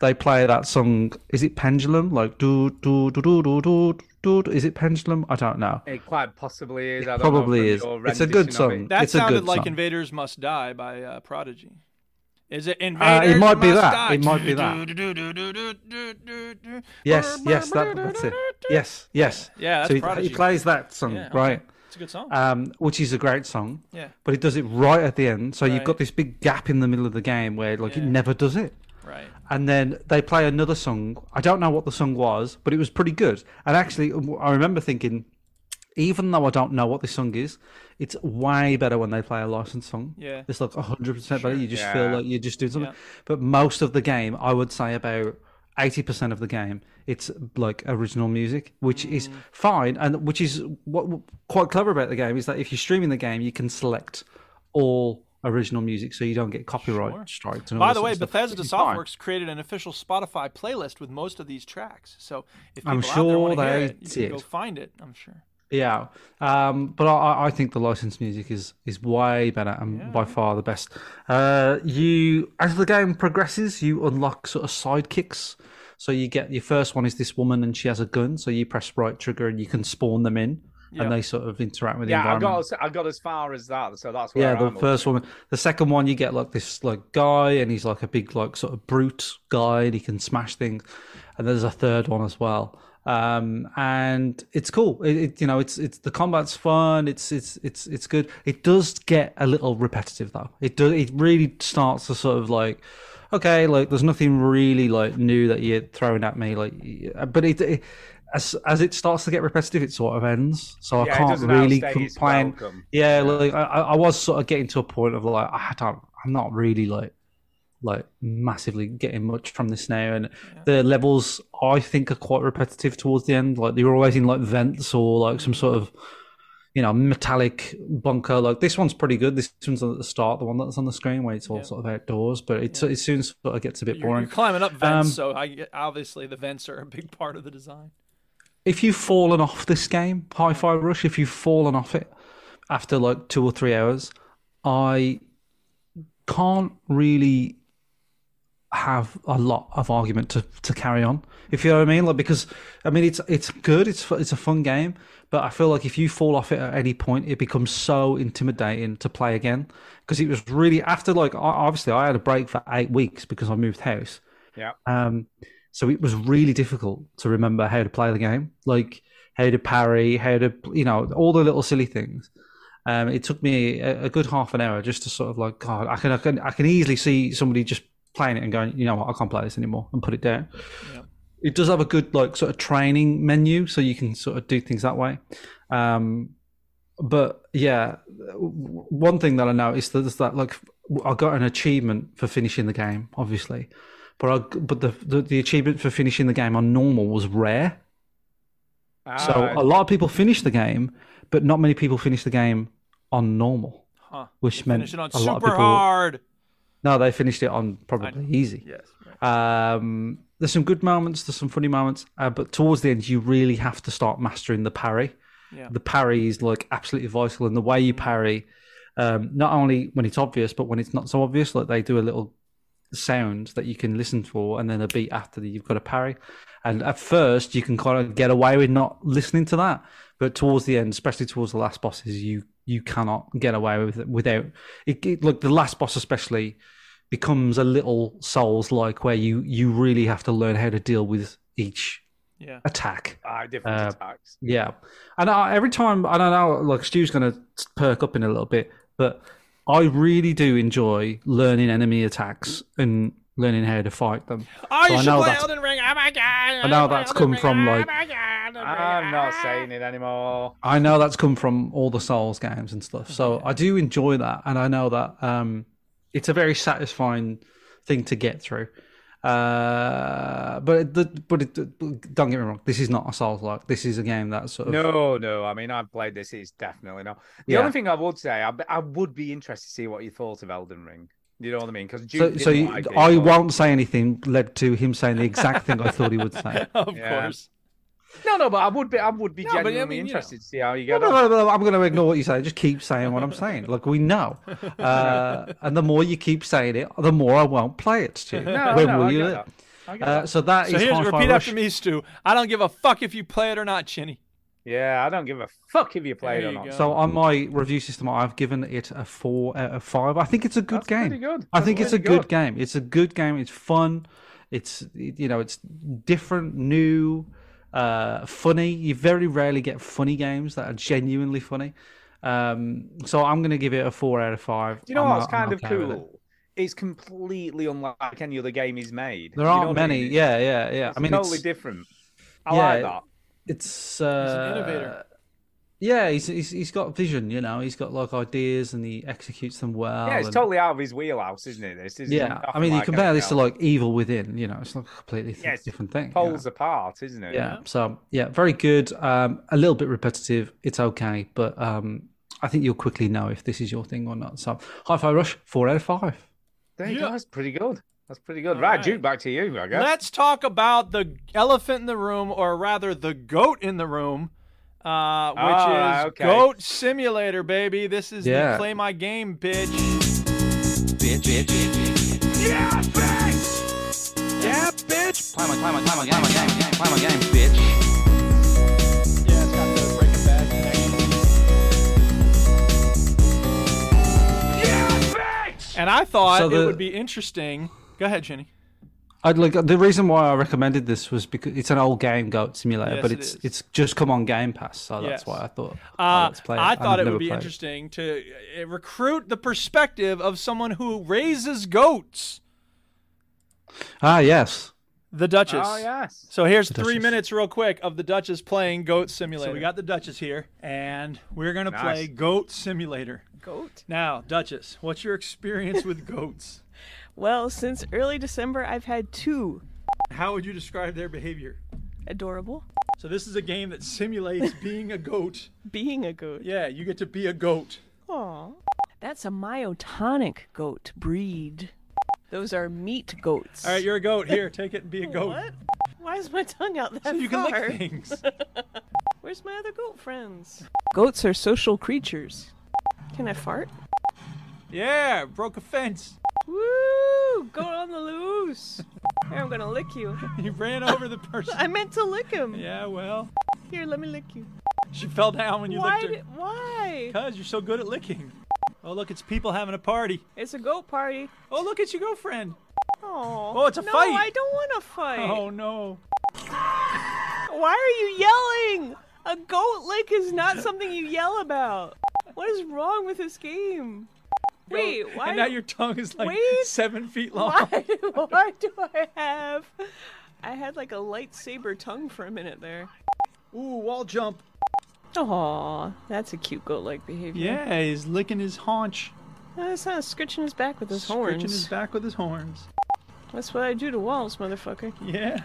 Speaker 4: they play that song is it pendulum like do do do do do do do is it pendulum i don't know
Speaker 3: It quite possibly is. I don't know from
Speaker 4: probably is
Speaker 3: your
Speaker 4: it's a good
Speaker 3: rendition of it.
Speaker 4: song
Speaker 1: That
Speaker 4: it's a
Speaker 1: sounded
Speaker 4: good
Speaker 1: like
Speaker 4: song.
Speaker 1: Invaders Must Die by uh, Prodigy. Is it
Speaker 4: Uh,
Speaker 1: Invaders
Speaker 4: it might be
Speaker 1: Must
Speaker 4: that
Speaker 1: Die?
Speaker 4: it might be that yes yes that, that's it yes yes
Speaker 1: Yeah, that's
Speaker 4: so he- he,
Speaker 1: Prodigy.
Speaker 4: plays that song
Speaker 1: Yeah, okay.
Speaker 4: right
Speaker 1: It's a good song.
Speaker 4: um, which is a great song
Speaker 1: Yeah.
Speaker 4: but it does it right at the end so you've
Speaker 1: Right.
Speaker 4: got this big gap in the middle of the game where like it never does it
Speaker 1: Right.
Speaker 4: and then they play another song. I don't know what the song was, but it was pretty good. And actually, I remember thinking, even though I don't know what this song is, it's way better when they play a licensed song.
Speaker 1: Yeah.
Speaker 4: it's like hundred percent better. You just feel
Speaker 3: Yeah.
Speaker 4: like you're just doing something. But most of the game, I would say about eighty percent of the game, it's like original
Speaker 1: Mm.
Speaker 4: music, which is fine, and which is what what- quite clever about the game is that if you're streaming the game, you can select all original music, so you don't get copyright
Speaker 1: Sure.
Speaker 4: strikes. and all
Speaker 1: By
Speaker 4: this
Speaker 1: the
Speaker 4: sort
Speaker 1: way,
Speaker 4: of stuff,
Speaker 1: Bethesda
Speaker 4: which is fine.
Speaker 1: Softworks created an official Spotify playlist with most of these tracks. So if people
Speaker 4: I'm
Speaker 1: out there want to
Speaker 4: sure
Speaker 1: hear
Speaker 4: they
Speaker 1: it, you can go
Speaker 4: did.
Speaker 1: find it. I'm sure.
Speaker 4: Yeah, um, but I, I- I think the licensed music is is way better and by far the best. Uh, you as the game progresses, you unlock sort of sidekicks. So you get your first one is this woman and she has a gun. So you press right trigger and you can spawn them in,
Speaker 1: Yeah.
Speaker 4: and they sort of interact with the
Speaker 3: Yeah, I
Speaker 4: environment.
Speaker 3: got as- I got as far as that, so that's where
Speaker 4: Um, Yeah, the
Speaker 3: I'm up
Speaker 4: first
Speaker 3: to.
Speaker 4: one. The second one, you get like this like guy, and he's like a big like sort of brute guy, and he can smash things. And there's a third one as well. Um, and it's cool. It, it you know, it's it's the combat's fun. It's it's it's it's good. It does get a little repetitive though. It does. It really starts to sort of like. Okay, like there's nothing really like new that you're throwing at me, like, y- but it, it as as it starts to get repetitive, it sort of ends. So
Speaker 3: Yeah,
Speaker 4: I
Speaker 3: it
Speaker 4: can't
Speaker 3: doesn't
Speaker 4: really
Speaker 3: outstay its
Speaker 4: complain.
Speaker 3: welcome.
Speaker 4: Yeah, like I, I I was sort of getting to a point of like I don't, I'm not really like like massively getting much from this now, and the levels I think are quite repetitive towards the end. Like you're always in like vents or like some sort of you know metallic bunker. Like this one's pretty good. This one's at the start, the one that's on the screen where it's all sort of outdoors, but it it soon sort of gets a bit
Speaker 1: You're,
Speaker 4: boring.
Speaker 1: you're climbing up vents,
Speaker 4: Um,
Speaker 1: so I, obviously the vents are a big part of the design.
Speaker 4: if you've fallen off this game, Hi-Fi Rush, if you've fallen off it after like two or three hours, I can't really have a lot of argument to, to carry on. If you know what I mean, like because I mean it's it's good, it's fu- it's a fun game, but I feel like if you fall off it at any point, it becomes so intimidating to play again because it was really after like I- obviously I had a break for eight weeks because I moved house.
Speaker 3: Yeah.
Speaker 4: Um, so it was really difficult to remember how to play the game, like how to parry, how to you know all the little silly things. Um, it took me a, a good half an hour just to sort of like God, I can I can I can easily see somebody just playing it and going, you know what, I can't play this anymore and put it down. It does have a good like sort of training menu, so you can sort of do things that way. Um, but yeah, w- one thing that I noticed that is that like I got an achievement for finishing the game, obviously, but I, but the, the the achievement for finishing the game on normal was rare. So
Speaker 3: Ah,
Speaker 4: a lot of people finish the game, but not many people finish the game on normal,
Speaker 1: Huh.
Speaker 4: which meant
Speaker 1: Finishing on
Speaker 4: a lot of
Speaker 1: super
Speaker 4: people.
Speaker 1: hard.
Speaker 4: No, they finished it on probably easy.
Speaker 1: Yes. right.
Speaker 4: Um, there's some good moments, there's some funny moments, uh, but towards the end, you really have to start mastering the parry.
Speaker 1: Yeah. Mm.
Speaker 4: The parry is like absolutely vital, and the way you parry, um, not only when it's obvious, but when it's not so obvious, like they do a little sound that you can listen for, and then a beat after that you've got a parry. And at first, you can kind of get away with not listening to that, but towards the end, especially towards the last bosses, you you cannot get away with it without it, it. Look, the last boss especially becomes a little souls like where you you really have to learn how to deal with each
Speaker 1: Yeah.
Speaker 4: attack
Speaker 3: ah, different
Speaker 4: uh,
Speaker 3: attacks.
Speaker 4: yeah and I, every time i don't know like stu's gonna perk up in a little bit but i really do enjoy learning enemy attacks and learning how to fight them
Speaker 1: Oh, you
Speaker 4: I
Speaker 1: should
Speaker 4: know
Speaker 1: play
Speaker 4: that's-
Speaker 1: Elden Ring. Oh my god. I
Speaker 4: know that's come from, like-
Speaker 3: I'm not saying it anymore.
Speaker 4: I know that's come from all the Souls games and stuff. So I do enjoy that, and I know that um, it's a very satisfying thing to get through. Uh, but the, but it, don't get me wrong, this is not a Souls like. This is a game that sort of
Speaker 3: No, no. I mean, I've played this. It's definitely not. The
Speaker 4: Yeah.
Speaker 3: only thing I would say, I, b- I would be interested to see what you thought of Elden Ring. You know what I mean? Because
Speaker 4: So, so you, I won't say anything led to him saying the exact thing I thought he would say.
Speaker 1: Of
Speaker 3: Yeah.
Speaker 1: course.
Speaker 3: No, no, but I would be. I would be
Speaker 1: No, but I
Speaker 3: genuinely
Speaker 1: mean, you know.
Speaker 3: interested to see how you get
Speaker 4: No, no,
Speaker 3: on.
Speaker 4: no, no, I'm going to ignore what you say. Just keep saying what I'm saying. Like we know, uh, and the more you keep saying it, the more I won't play it to you.
Speaker 3: No,
Speaker 4: when
Speaker 3: no,
Speaker 4: will
Speaker 3: I
Speaker 4: you?
Speaker 3: get
Speaker 4: learn?
Speaker 3: that. I get
Speaker 4: Uh,
Speaker 3: that.
Speaker 4: so that is
Speaker 1: So here's
Speaker 4: Hi-Fi
Speaker 1: repeat
Speaker 4: Rush.
Speaker 1: after me, Stu. I don't give a fuck if you play it or not, Chinny.
Speaker 3: Yeah, I don't give a fuck if you play it
Speaker 1: There
Speaker 3: or
Speaker 1: you
Speaker 3: not.
Speaker 1: go.
Speaker 4: So on my review system, I've given it a four out of five. I think it's a good
Speaker 3: That's
Speaker 4: game.
Speaker 3: pretty good.
Speaker 4: I
Speaker 3: That's
Speaker 4: think it's a
Speaker 3: pretty
Speaker 4: good
Speaker 3: good.
Speaker 4: game. It's a good game. It's fun. It's you know, it's different, new, uh, funny. You very rarely get funny games that are genuinely funny. Um, so I'm gonna give it a four out of five.
Speaker 3: Do you know
Speaker 4: I'm
Speaker 3: what's
Speaker 4: not- I'm
Speaker 3: kind of
Speaker 4: okay with it.
Speaker 3: cool? It's completely unlike any other game he's made. You
Speaker 4: There
Speaker 3: know
Speaker 4: aren't
Speaker 3: what I
Speaker 4: many.
Speaker 3: mean?
Speaker 4: Yeah, yeah, yeah.
Speaker 3: It's
Speaker 4: I mean,
Speaker 3: totally
Speaker 4: it's,
Speaker 3: different. I
Speaker 4: yeah,
Speaker 3: like
Speaker 4: it-
Speaker 3: that.
Speaker 4: it's uh,
Speaker 1: innovator.
Speaker 4: Yeah, he's, he's he's got vision. You know, he's got like ideas and he executes them well.
Speaker 3: Yeah, it's
Speaker 4: and-
Speaker 3: totally out of his wheelhouse, isn't it? This is
Speaker 4: Yeah, I mean, you compare this to like Evil Within, you know, it's like a completely th-
Speaker 3: Yes,
Speaker 4: different thing. you know.
Speaker 3: poles apart, isn't it?
Speaker 4: Yeah. so yeah, very good. Um, a little bit repetitive. It's okay, but um, I think you'll quickly know if this is your thing or not. So, Hi Fi Rush, four out of five.
Speaker 3: There you go. That's pretty good. That's pretty good. Right, Duke, back to you, I guess.
Speaker 1: Let's talk about the elephant in the room, or rather, the goat in the room, uh, which
Speaker 3: Oh,
Speaker 1: is
Speaker 3: okay.
Speaker 1: Goat Simulator, baby. This is
Speaker 4: Yeah.
Speaker 1: the play my game, bitch.
Speaker 5: Bitch, bitch, bitch, bitch.
Speaker 1: Yeah, bitch.
Speaker 5: Yeah, bitch. Play my, play my, play my game, my game, game, play my game, bitch.
Speaker 7: Yeah, it's got the Breaking Bad connection.
Speaker 1: And I thought
Speaker 4: So
Speaker 1: it
Speaker 4: the-
Speaker 1: would be interesting. Go ahead, Jenny.
Speaker 4: I'd like the reason why I recommended this was because it's an old game, Goat Simulator,
Speaker 1: Yes,
Speaker 4: but
Speaker 1: it
Speaker 4: it's
Speaker 1: is.
Speaker 4: it's just come on Game Pass, so
Speaker 1: Yes.
Speaker 4: that's why I thought. oh,
Speaker 1: Uh,
Speaker 4: let's play it.
Speaker 1: I
Speaker 4: And
Speaker 1: thought
Speaker 4: I've
Speaker 1: it
Speaker 4: never
Speaker 1: would be
Speaker 4: played
Speaker 1: interesting to uh, recruit the perspective of someone who raises goats,
Speaker 4: Ah, yes.
Speaker 1: the Duchess.
Speaker 3: Oh yes.
Speaker 1: So here's
Speaker 4: The
Speaker 1: three
Speaker 4: Duchess.
Speaker 1: minutes, real quick, of the Duchess playing Goat Simulator. So we got the Duchess here, and we're gonna
Speaker 3: Nice.
Speaker 1: play Goat Simulator.
Speaker 13: Goat.
Speaker 1: Now, Duchess, what's your experience with goats?
Speaker 13: Well, since early December, I've had two.
Speaker 1: How would you describe their behavior?
Speaker 13: Adorable.
Speaker 1: So this is a game that simulates being a goat.
Speaker 13: Being a goat.
Speaker 1: Yeah, you get to be a goat.
Speaker 13: Aw. That's a myotonic goat breed. Those are meat goats.
Speaker 1: All right, you're a goat. Here, take it and be a goat.
Speaker 13: What? Why is my tongue out that
Speaker 1: So you can
Speaker 13: far?
Speaker 1: lick things.
Speaker 13: Where's my other goat friends? Goats are social creatures. Can I fart?
Speaker 1: Yeah, broke a fence.
Speaker 13: Woo! Goat on the loose. Here, I'm gonna lick you.
Speaker 1: You ran over the person.
Speaker 13: I meant to lick him.
Speaker 1: Yeah, well,
Speaker 13: Here, let me lick you.
Speaker 1: she fell down when you
Speaker 13: Why?
Speaker 1: licked her.
Speaker 13: did- Why?
Speaker 1: Cause you're so good at licking. Oh look, it's people having a party.
Speaker 13: It's a goat party.
Speaker 1: Oh look, it's your girlfriend.
Speaker 13: Oh.
Speaker 1: Oh, it's a
Speaker 13: no,
Speaker 1: fight.
Speaker 13: I don't want to fight.
Speaker 1: Oh no.
Speaker 13: Why are you yelling? A goat lick is not something you yell about. What is wrong with this game? Wait, why?
Speaker 1: And now your tongue is like
Speaker 13: Wait.
Speaker 1: seven feet long.
Speaker 13: why, why do I have? I had like a lightsaber tongue for a minute there.
Speaker 1: Ooh, wall jump.
Speaker 13: Aw, that's a cute goat-like behavior.
Speaker 1: Yeah, he's licking his haunch.
Speaker 13: That's not scritching his back with his
Speaker 1: Scratching
Speaker 13: horns.
Speaker 1: his back with his horns.
Speaker 13: That's what I do to walls, motherfucker.
Speaker 1: Yeah.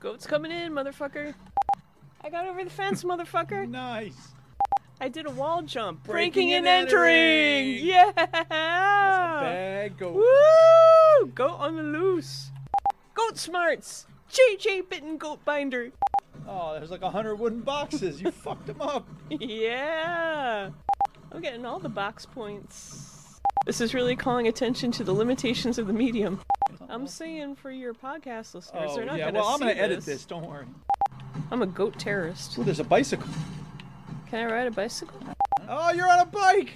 Speaker 13: Goat's coming in, motherfucker. I got over the fence, motherfucker.
Speaker 1: Nice.
Speaker 13: I did a wall jump.
Speaker 1: Breaking
Speaker 13: Breaking and
Speaker 1: and
Speaker 13: entering.
Speaker 1: entering.
Speaker 13: Yeah.
Speaker 1: Bad goat.
Speaker 13: Ah. Woo! Goat on the loose. Goat smarts. JJ bitten goat binder.
Speaker 1: Oh, there's like a hundred wooden boxes. You fucked them up.
Speaker 13: yeah. I'm getting all the box points. This is really calling attention to the limitations of the medium. I'm saying for your podcast listeners,
Speaker 1: Oh,
Speaker 13: they're not
Speaker 1: yeah.
Speaker 13: gonna
Speaker 1: Well, I'm
Speaker 13: see
Speaker 1: gonna edit
Speaker 13: this.
Speaker 1: this. Don't worry.
Speaker 13: I'm a goat terrorist.
Speaker 1: Ooh, there's a bicycle.
Speaker 13: Can I ride a bicycle?
Speaker 1: Oh, you're on a bike.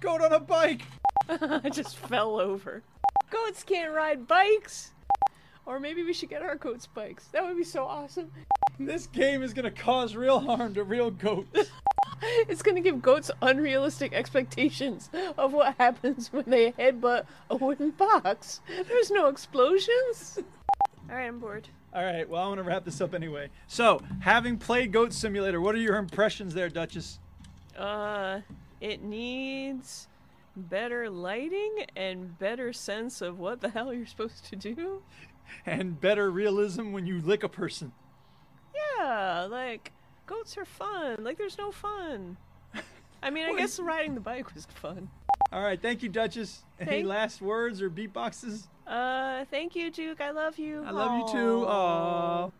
Speaker 1: Goat on a bike.
Speaker 13: I just fell over. Goats can't ride bikes! Or maybe we should get our goats bikes. That would be so awesome.
Speaker 1: This game is gonna cause real harm to real goats.
Speaker 13: It's gonna give goats unrealistic expectations of what happens when they headbutt a wooden box. There's no explosions! Alright, I'm bored.
Speaker 1: All right. Well, I'm gonna wrap this up anyway. So, having played Goat Simulator, what are your impressions there, Duchess?
Speaker 13: Uh, it needs better lighting and better sense of what the hell you're supposed to do.
Speaker 1: And better realism when you lick a person.
Speaker 13: Yeah, like goats are fun. Like there's no fun. I mean, I guess riding the bike was fun.
Speaker 1: All right. Thank you, Duchess. Any
Speaker 13: Thank-
Speaker 1: last words or beatboxes?
Speaker 13: Uh, thank you, Duke. I love you.
Speaker 1: I love you too.
Speaker 13: Aw.
Speaker 1: Aww.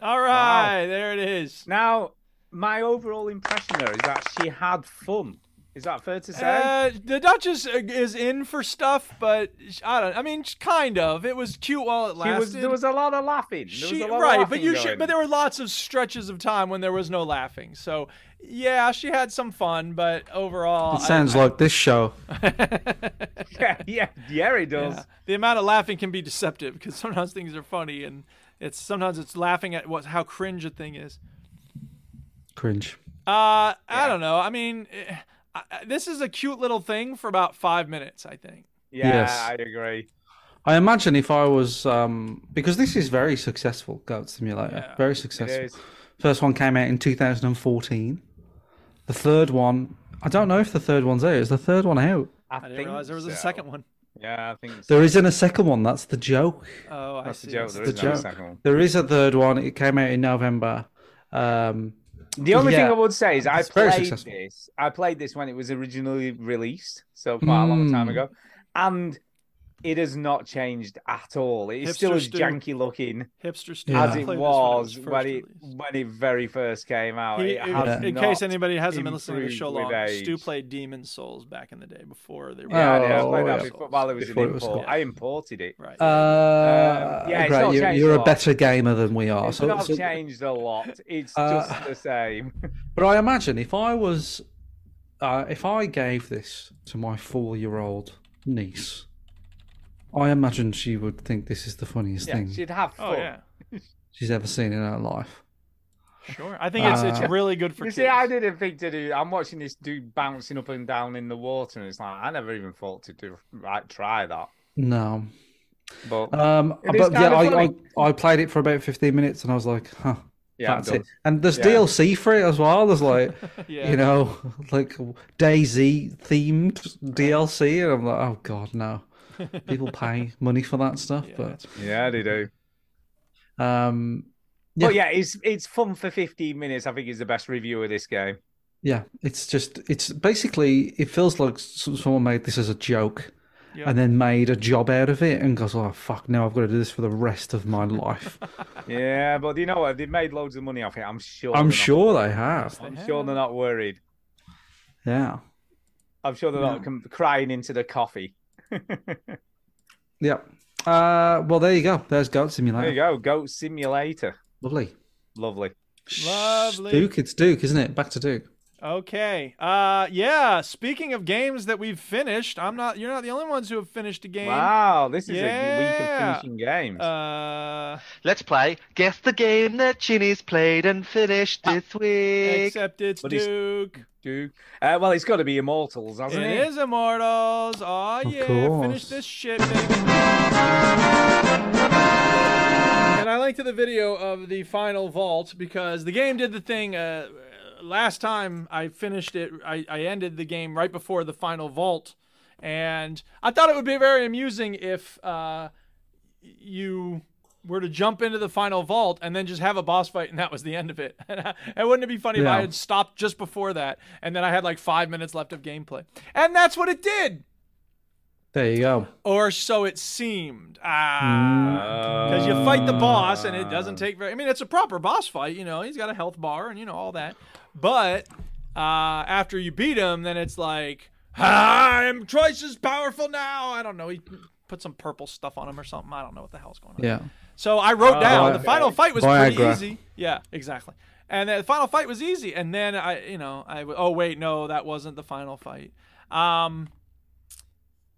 Speaker 1: All right, there it is.
Speaker 3: Now, my overall impression though is that she had fun. Is that fair to say?
Speaker 1: Uh, the Duchess uh, is in for stuff, but sh- I don't. I mean, sh- kind of. It was cute while it
Speaker 3: She
Speaker 1: lasted.
Speaker 3: was, there was a lot of laughing. There was
Speaker 1: she
Speaker 3: a lot of
Speaker 1: right, but
Speaker 3: laughing
Speaker 1: you
Speaker 3: going.
Speaker 1: should. But there were lots of stretches of time when there was no laughing. So yeah, she had some fun, but overall,
Speaker 4: It sounds like this show.
Speaker 3: yeah, yeah, yeah, he does.
Speaker 1: the amount of laughing can be deceptive because sometimes things are funny, and it's sometimes it's laughing at what how cringe a thing is.
Speaker 4: Cringe.
Speaker 1: Uh, I don't know. I mean, eh, I, I- this is a cute little thing for about five minutes, I think.
Speaker 3: Yeah,
Speaker 4: Yes.
Speaker 3: I agree.
Speaker 4: I imagine if I was um because this is very successful, Goat Simulator. very successful.
Speaker 3: is.
Speaker 4: First one came out in 2014. The third one, I don't know if the third one's out. Is the third one out?
Speaker 3: I,
Speaker 1: I didn't
Speaker 3: think
Speaker 1: realize there was a
Speaker 3: so.
Speaker 1: second one.
Speaker 3: Yeah, I think so.
Speaker 4: There isn't a second one. That's the joke.
Speaker 1: Oh, I
Speaker 3: That's the
Speaker 1: see.
Speaker 3: joke. There
Speaker 4: the
Speaker 3: is no
Speaker 4: joke.
Speaker 3: second one.
Speaker 4: There is a third one. It came out in November. Um,
Speaker 3: The only thing
Speaker 4: Yeah.
Speaker 3: I would say is I
Speaker 4: It's very
Speaker 3: played
Speaker 4: successful.
Speaker 3: this. I played this when it was originally released, so quite a long time
Speaker 4: Mm.
Speaker 3: ago, and it has not changed at all. It's
Speaker 1: Hipster
Speaker 3: still as
Speaker 1: stew.
Speaker 3: janky looking
Speaker 1: Hipster stew.
Speaker 3: as
Speaker 1: I
Speaker 3: it
Speaker 1: played this when it
Speaker 3: was
Speaker 1: was first
Speaker 3: when it when it very first came out.
Speaker 1: He-
Speaker 3: It
Speaker 1: in-
Speaker 3: has
Speaker 1: in
Speaker 3: not
Speaker 1: case anybody hasn't been listening to the show
Speaker 3: improved
Speaker 1: long,
Speaker 3: with age.
Speaker 1: Stu played Demon Souls back in the day before they were.
Speaker 3: Yeah, yeah, I
Speaker 4: Oh,
Speaker 3: played that
Speaker 4: yeah.
Speaker 3: before, while it was
Speaker 4: Before
Speaker 3: an
Speaker 4: it was-
Speaker 3: import.
Speaker 4: yeah.
Speaker 3: I imported it.
Speaker 1: Right.
Speaker 4: Uh,
Speaker 3: Um, yeah, it's
Speaker 4: right,
Speaker 3: not
Speaker 4: you're,
Speaker 3: changed
Speaker 4: you're
Speaker 3: a
Speaker 4: a
Speaker 3: lot.
Speaker 4: better gamer than we are.
Speaker 3: It's
Speaker 4: Oh, So,
Speaker 3: not
Speaker 4: so-
Speaker 3: changed a lot. It's
Speaker 4: Uh,
Speaker 3: just the same.
Speaker 4: but I imagine if I was, uh, if I gave this to my four-year-old niece, I imagine she would think this is the funniest
Speaker 3: Yeah,
Speaker 4: thing
Speaker 3: she'd have
Speaker 1: Oh
Speaker 3: fun.
Speaker 1: yeah,
Speaker 4: she's ever seen in her life.
Speaker 1: sure. I think it's
Speaker 4: Uh,
Speaker 1: it's really good for
Speaker 3: You
Speaker 1: kids.
Speaker 3: see, I didn't think to do. I'm watching this dude bouncing up and down in the water, and it's like I never even thought to do right try that.
Speaker 4: No.
Speaker 3: But
Speaker 4: Um,
Speaker 3: It is
Speaker 4: but yeah,
Speaker 3: kinda
Speaker 4: I,
Speaker 3: funny.
Speaker 4: I, I played it for about 15 minutes and I was like, huh,
Speaker 3: Yeah, I'm
Speaker 4: that's
Speaker 3: done.
Speaker 4: it. And there's
Speaker 3: Yeah.
Speaker 4: DLC for it as well. There's like,
Speaker 1: Yeah.
Speaker 4: you know, like Daisy themed DLC. And I'm like, oh God, no. People pay money for that stuff. but
Speaker 3: yeah, they do.
Speaker 4: um,
Speaker 3: But yeah, it's it's fun for 15 minutes. I think is the best review of this game.
Speaker 4: yeah, it's just, it's basically, it feels like s- someone made this as a joke.
Speaker 1: Yeah.
Speaker 4: And then made a job out of it and goes, oh fuck! Now I've got to do this for the rest of my life.
Speaker 3: Yeah, but you know what? They've made loads of money off it. I'm sure.
Speaker 4: I'm
Speaker 3: they're not-
Speaker 4: sure they have.
Speaker 3: I'm sure they're not worried.
Speaker 4: Yeah.
Speaker 3: I'm sure they're not com- crying into the coffee.
Speaker 4: Yeah. Uh, well, there you go. There's Goat
Speaker 3: There
Speaker 4: Simulator.
Speaker 3: you go. Goat Simulator.
Speaker 4: Lovely.
Speaker 3: Lovely.
Speaker 1: Lovely.
Speaker 4: Duke, it's Duke, isn't it? Back to Duke.
Speaker 1: Okay. Uh, yeah. Speaking of games that we've finished, I'm not. You're not the only ones who have finished a game.
Speaker 3: Wow, this is
Speaker 1: Yeah.
Speaker 3: a week of finishing games.
Speaker 1: Uh,
Speaker 5: Let's play. Guess the game that Chinny's played and
Speaker 1: Ah,
Speaker 5: finished this week.
Speaker 1: except it's
Speaker 3: But it's-
Speaker 1: Duke.
Speaker 3: Duke. Uh, well, it's got to be Immortals, hasn't it?
Speaker 1: It is Immortals. Oh yeah, finish
Speaker 4: course.
Speaker 1: this shit, baby. And I linked to the video of the final vault because the game did the thing. Uh, last time I finished it, I, I ended the game right before the final vault, and I thought it would be very amusing if uh, you were to jump into the final vault and then just have a boss fight and that was the end of it. and wouldn't it be funny if I
Speaker 4: Yeah.
Speaker 1: had stopped just before that and then I had like five minutes left of gameplay? And that's what it did!
Speaker 4: There you go.
Speaker 1: Or so it seemed. Ah. Because you fight the boss and it doesn't take very. I mean, it's a proper boss fight, you know, he's got a health bar and, you know, all that. But uh, after you beat him, then it's like, I'm twice as powerful now. I don't know. He put some purple stuff on him or something. I don't know what the hell's going on.
Speaker 4: Yeah.
Speaker 1: So I wrote down
Speaker 4: Vi-
Speaker 1: the final fight was pretty
Speaker 4: Viagra.
Speaker 1: easy. Yeah, exactly. And then the final fight was easy. And then I, you know, I w- oh wait, no, that wasn't the final fight. Um,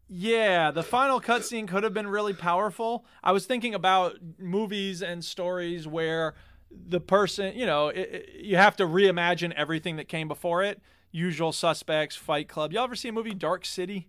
Speaker 1: yeah, the final cutscene could have been really powerful. I was thinking about movies and stories where the person, you know, it, it- you have to reimagine everything that came before it. Usual Suspects, Fight Club. Y'all ever see a movie Dark City?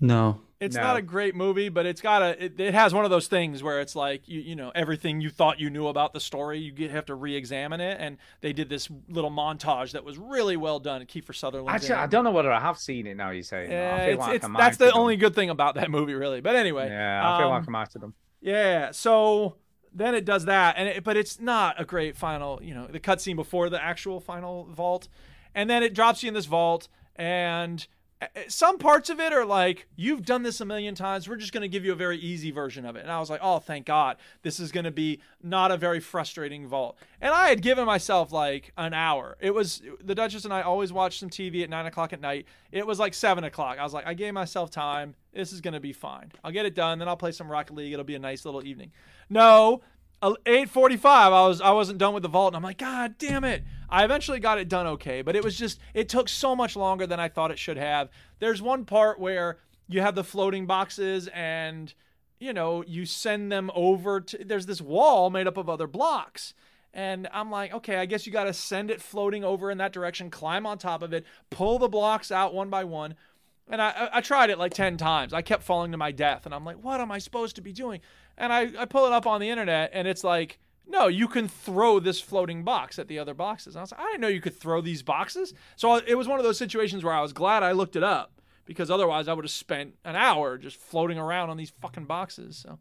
Speaker 4: No.
Speaker 1: It's
Speaker 3: No.
Speaker 1: not a great movie, but it's got a it, it has one of those things where it's like you you know everything you thought you knew about the story you get, have to re-examine it, and they did this little montage that was really well done. Kiefer Sutherland.
Speaker 3: Actually, I don't know whether I have seen it now. You say I feel
Speaker 1: it's,
Speaker 3: like
Speaker 1: it's-
Speaker 3: I might
Speaker 1: that's
Speaker 3: have
Speaker 1: the
Speaker 3: done.
Speaker 1: only good thing about that movie, really. But anyway,
Speaker 3: Yeah, I feel
Speaker 1: um,
Speaker 3: like I'm after them.
Speaker 1: yeah, so then it does that, and it, but it's not a great final. You know, the cutscene before the actual final vault, and then it drops you in this vault, and uh, some parts of it are like you've done this a million times. We're just going to give you a very easy version of it. And I was like, oh, thank God, this is going to be not a very frustrating vault. And I had given myself like an hour. It was the Duchess and I always watched some TV at nine o'clock at night. It was like seven o'clock. I was like, I gave myself time. This is going to be fine. I'll get it done. Then I'll play some Rocket League. It'll be a nice little evening. No, uh, 8:45. I was I wasn't done with the vault, and I'm like, God damn it! I eventually got it done okay, but it was just it took so much longer than I thought it should have. There's one part where you have the floating boxes and you know, you send them over to there's this wall made up of other blocks. And I'm like, okay, I guess you got to send it floating over in that direction, climb on top of it, pull the blocks out one by one. And I, I- I tried it like 10 times. I kept falling to my death. And I'm like, what am I supposed to be doing? And I, I pull it up on the internet and it's like, no, you can throw this floating box at the other boxes. And I was like, I didn't know you could throw these boxes. So I- it was one of those situations where I was glad I looked it up because otherwise I would have spent an hour just floating around on these fucking boxes. So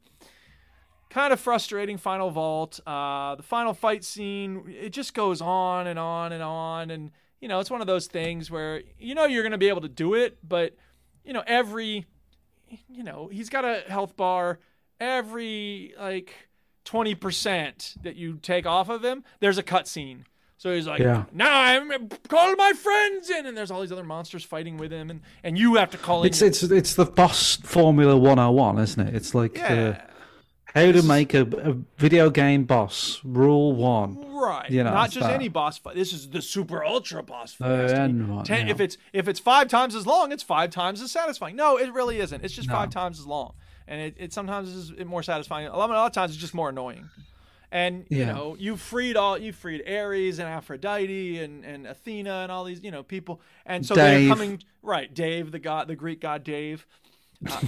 Speaker 1: kind of frustrating final vault. Uh, the final fight scene, it just goes on and on and on. And, you know, it's one of those things where, you know, you're going to be able to do it, but, you know, every, you know, he's got a health bar every, like, 20% that you take off of him, there's a cutscene. So he's like,
Speaker 4: Yeah.
Speaker 1: now I'm call my friends in, and there's all these other monsters fighting with him, and, and you have to call in
Speaker 4: It's it's it's the boss Formula 101, isn't it? It's like the, how to make a, a video game boss rule one.
Speaker 1: Right.
Speaker 4: You know,
Speaker 1: Not
Speaker 4: it's
Speaker 1: just
Speaker 4: that.
Speaker 1: any boss fight. This is the super ultra boss fight.
Speaker 4: Uh,
Speaker 1: It has to be
Speaker 4: and what,
Speaker 1: ten-
Speaker 4: yeah.
Speaker 1: If it's if it's five times as long, it's five times as satisfying. No, it really isn't. It's just
Speaker 4: No.
Speaker 1: five times as long, and it, it sometimes is more satisfying. A lot, a lot of times it's just more annoying. And you
Speaker 4: Yeah.
Speaker 1: know, you freed all you freed Ares and Aphrodite and, and Athena and all these you know people, and so they're
Speaker 4: Dave.
Speaker 1: coming right. Dave, the god, the Greek god Dave, uh,